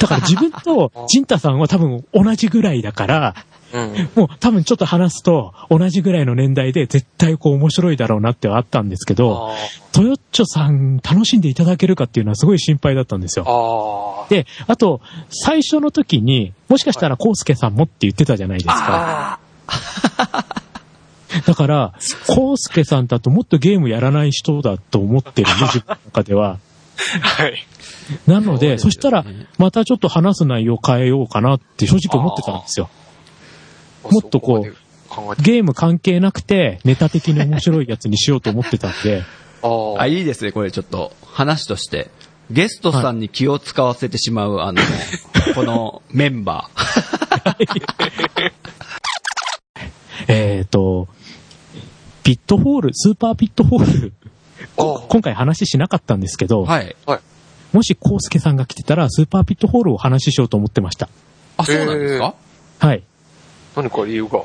E: だから自分とジンタさんは多分同じぐらいだから、
C: あ。うん。
E: もう多分ちょっと話すと同じぐらいの年代で絶対こう面白いだろうなってはあったんですけど、
C: あ
E: トヨッチョさん楽しんでいただけるかっていうのはすごい心配だったんです
C: あ。
E: よ。
C: あ
E: で、あと、最初の時に、もしかしたらコウスケさんもって言ってたじゃないですか。
C: あ。
E: だから、コウスケさんだともっとゲームやらない人だと 思ってるね、自分の中では。
C: はい。
E: な
B: そで
E: ので、そう
B: すよね
E: したら、またちょっと話す内容変えようかなって正直思ってたんですよ。もっとこう
C: そまで考えて。
E: ゲーム関係なくて、ネタ的に面白いやつにしようと思ってたん で、
C: ああ
B: あ、。いいですね、これちょっと、話として。ゲストさんに気を使わせてしまう、あ の、このメンバー。
E: えっ、と、ピットホール、スーパーピットホール、こ今回話しなかったんですけど、
B: はい。
E: もしコウスケさんが来てたら、スーパーピットホールをお話ししようと思ってました。
B: あ、そうなんですか、
E: はい。
C: 何か理由が。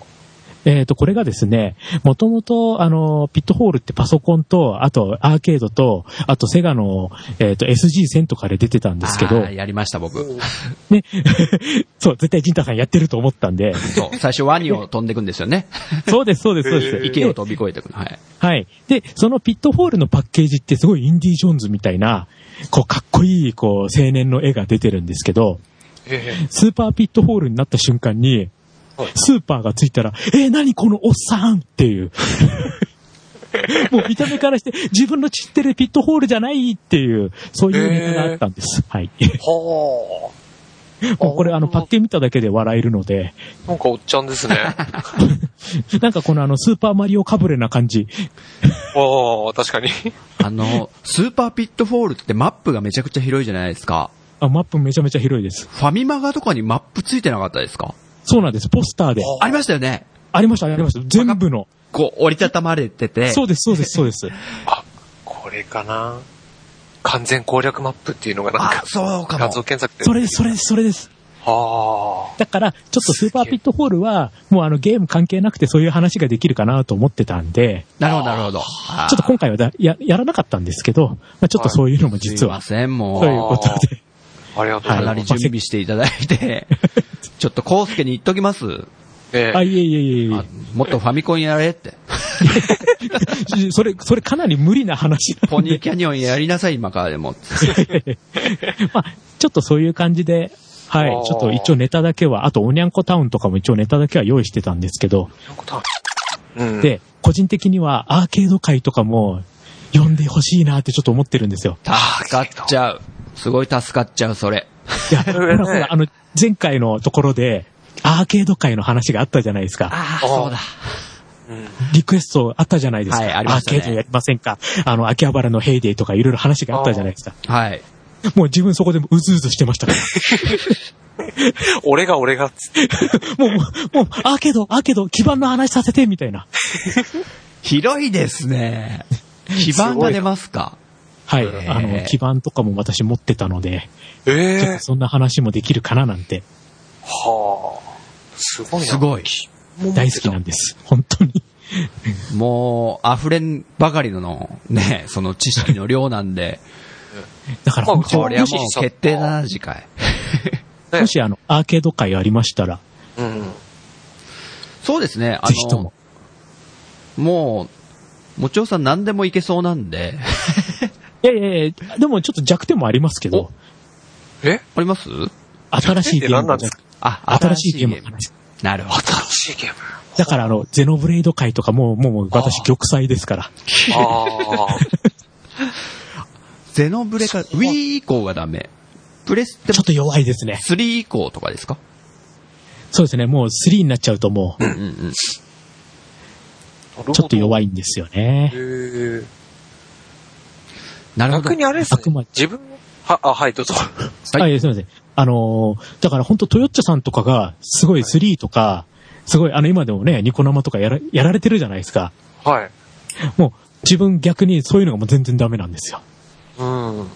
E: えっ、と、これがですね、もともと、あの、ピットホールってパソコンと、あとアーケードと、あとセガの、えっ、と、SG1000 とかで出てたんですけど
B: あー、やりました、僕。
E: ね、 そう、絶対ジンタさんやってると思った んで、
B: そう。最初ワニを飛んでいくんですよね。
E: そうです、そうです、そうです。
B: 池を飛び越えていくの。はい。
E: はい。で、そのピットホールのパッケージってすごいインディ・ジョーンズみたいな、こう、かっこいい、こう、青年の絵が出てるんですけど、
C: え
E: スーパーピットホールになった瞬間に
C: はい、
E: スーパーがついたら、えー、何このおっさんっ ていう。もう見た目からして、自分の知ってるピットホールじゃないっていう、そういうネタがあったんです。はい。
C: え。は
E: もうこれ、あの、パッケージ見ただけで笑えるので、
C: あ。なんかおっちゃんですね。
E: なんかこのあの、スーパーマリオかぶれな感じ。
C: おー、確かに。
B: あの、スーパーピットフォールってマップがめちゃくちゃ広いじゃないですか。
E: あ、マップめちゃめちゃ広いです。
B: ファミマガとかにマップついてなかったですか
E: そうなんです。ポスターで。
B: ありましたよね。
E: ありました、ありました。全部の。
B: こう、折りたたまれてて。
E: そうです、そうです、そ うです。
C: これかな完全攻略マップっていうのがなん
B: あ
C: か、、
B: そうか
C: 画
B: も。
C: 像検索で。
E: それです、それです、それです。
C: は
E: だから、ちょっとスーパーピットホールは、もうあのゲーム関係なくてそういう話ができるかなと思ってたんで、
B: なるほど、なるほど。
E: ちょっと今回はだややらなかったんですけど、まあ、ちょっとそういうのも実は、
B: すいません、も
E: という
B: う。
E: ことで。
C: あ。ありがとうご
B: か
C: ざ
B: ないり
C: ます。
B: 準備していただいて。 ちょっと、コウスケに言っときます。
C: え
E: あ、
C: え
E: いえいえいえい
B: あもっとファミコンやれって。
E: え。それ、それかなり無理な話なんで
B: ポニーキャニオンやりなさい、今からでも。
E: まあ、ちょっとそういう感じで、はい
C: あー。
E: ちょっと一応ネタだけは、あと、おにゃんこタウンとかも一応ネタだけは用意してたんですけど、
C: うん。
E: で、個人的にはアーケード界とかも、呼んでほしいなってちょっと思ってるんですよ。
B: 助かっちゃう。すごい助かっちゃう、それ。
E: いや、
C: そ
E: ほ
C: れね
E: らほら、あの、前回のところで、アーケード界の話があったじゃないですか。
B: あ
C: あーそうだ
B: だ。
C: うん
E: リクエストあったじゃないですか。
B: はいありましたね
E: アーケードやりませんか。あの、秋葉原のヘイデイとかいろいろ話があったじゃないですか。
B: はい。
E: もう自分そこでもうずうずしてまし たから。
C: 俺が俺が、つって
E: もう、もう、アーケード、アーケード、基盤の話させて、みたいな。
B: 広いですね。基盤が出ますか。
E: はい。
B: へー
E: あの、基盤とかも私持ってたので、
C: え
E: ちょっ
C: え
E: とそんな話もできるかななんて、
C: はあ。すごいな。
B: すごい。
E: 大好きなんです。本当に。
B: もう、溢れんばかりのね、その知識の量なんで、
E: だから
C: まあ
E: 本当
B: これは もう決定だな、次回。
C: ね
E: もしあの、アーケード会ありましたら、
C: うん。
B: そうですね、あ
E: ぜひとも
B: の、。もう、もちおさん何でもいけそうなんで、
E: いやいやいや、でもちょっと弱点もありますけど、
C: え
B: あります
E: 新しいゲーム
C: 弱点って何
E: の
C: なんですか
B: あ、
E: 新しいゲームの話。
B: なるほど。
C: 新しいゲーム。
E: だからあの、ゼノブレイド会とかもう、もうもう私玉砕ですから。
C: ああ。
B: ゼノブレか、Wii 以降がダメ。プレステ
E: ちょっと弱いですね。
B: 3以降とかですか
E: そうですね、もう3になっちゃうとも
B: うんうん。
E: う、ちょっと弱
C: い。
E: いんですよね
C: へ。え
B: なるほど
C: 逆。にあれです
E: あくま
C: ね
E: で。
C: 自分、は、あ、はい、どうぞ。
B: はい
E: はい、すみません。あのーだから本当トヨッチョさんとかが、すごい3とか、すごい、あの、今でもね、ニコ生とかやらやられてるじゃないですか。
C: はい。
E: もう、自分逆にそういうのがもう全然ダメなんですよ。
C: うん。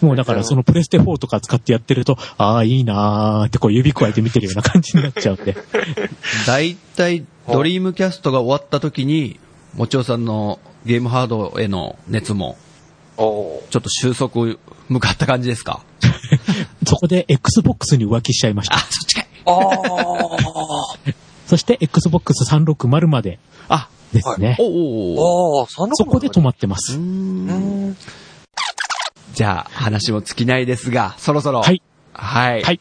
E: もうだからそのプレステ4とか使ってやってると、ああ、いいなーってこう指加えて見てるような感じになっちゃうんで。
B: 大体、ドリームキャストが終わった時に、もちおさんのゲームハードへの熱も、
C: おお
B: ちょっと収束向かった感じですか
E: そこで Xbox に浮気しちゃいまし
B: あ、
E: た。
B: そっちかい。
C: ー。ああ。
E: そして Xbox360 まで
B: あ、
E: ですね。
B: おうおうおう
C: おお、そんな
E: そこで止まってま
B: うー。
E: す。
C: うんん。
B: じゃあ、話も尽きないですが、そろそろ。
E: はい。
B: はい。
E: はい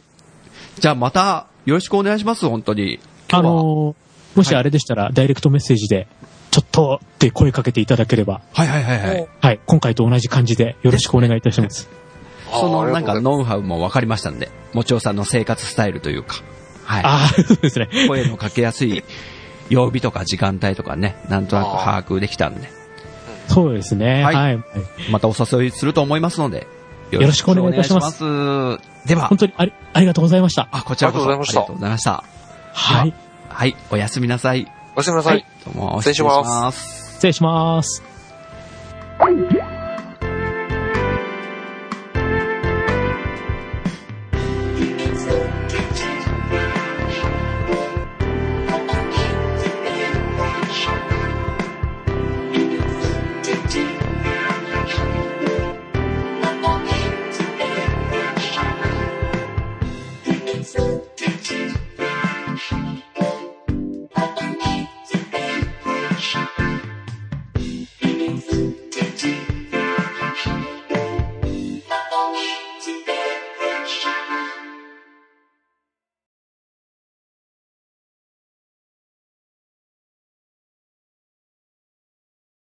B: じゃあ、また、よろしくお願いします、本当に。
E: あ
B: 今日は
E: のーもしあれでしたら、ダイレクトメッセージで、ちょっとって声かけていただければ、
B: はいはいはいはい。
E: はい、今回と同じ感じでよろしくお願いいたします。
B: そ
C: あ
B: の、
C: ー
B: なん
C: あ
B: か、
C: りがとうございます
B: ノウハウも分かりましたんで、もちおさんの生活スタイルというか、はい。
E: ああ、そうですね。
B: 声のかけやすい曜日とか時間帯とかね、なんとなく把握できたんで、
E: そうですね。
B: は
E: はいい。
B: またお誘いすると思いますので、よ
E: よろしくお願いいたします
B: お願いしますでは
E: 本、当にありありがとうございました。
B: あ、こちらこそ
C: ありがとうございました
B: ありがとうございました。
E: はい。
B: はい、おやすみなさい。
C: おやすみなさい。
B: どうも、
C: 失礼します
B: す。
E: 失礼します。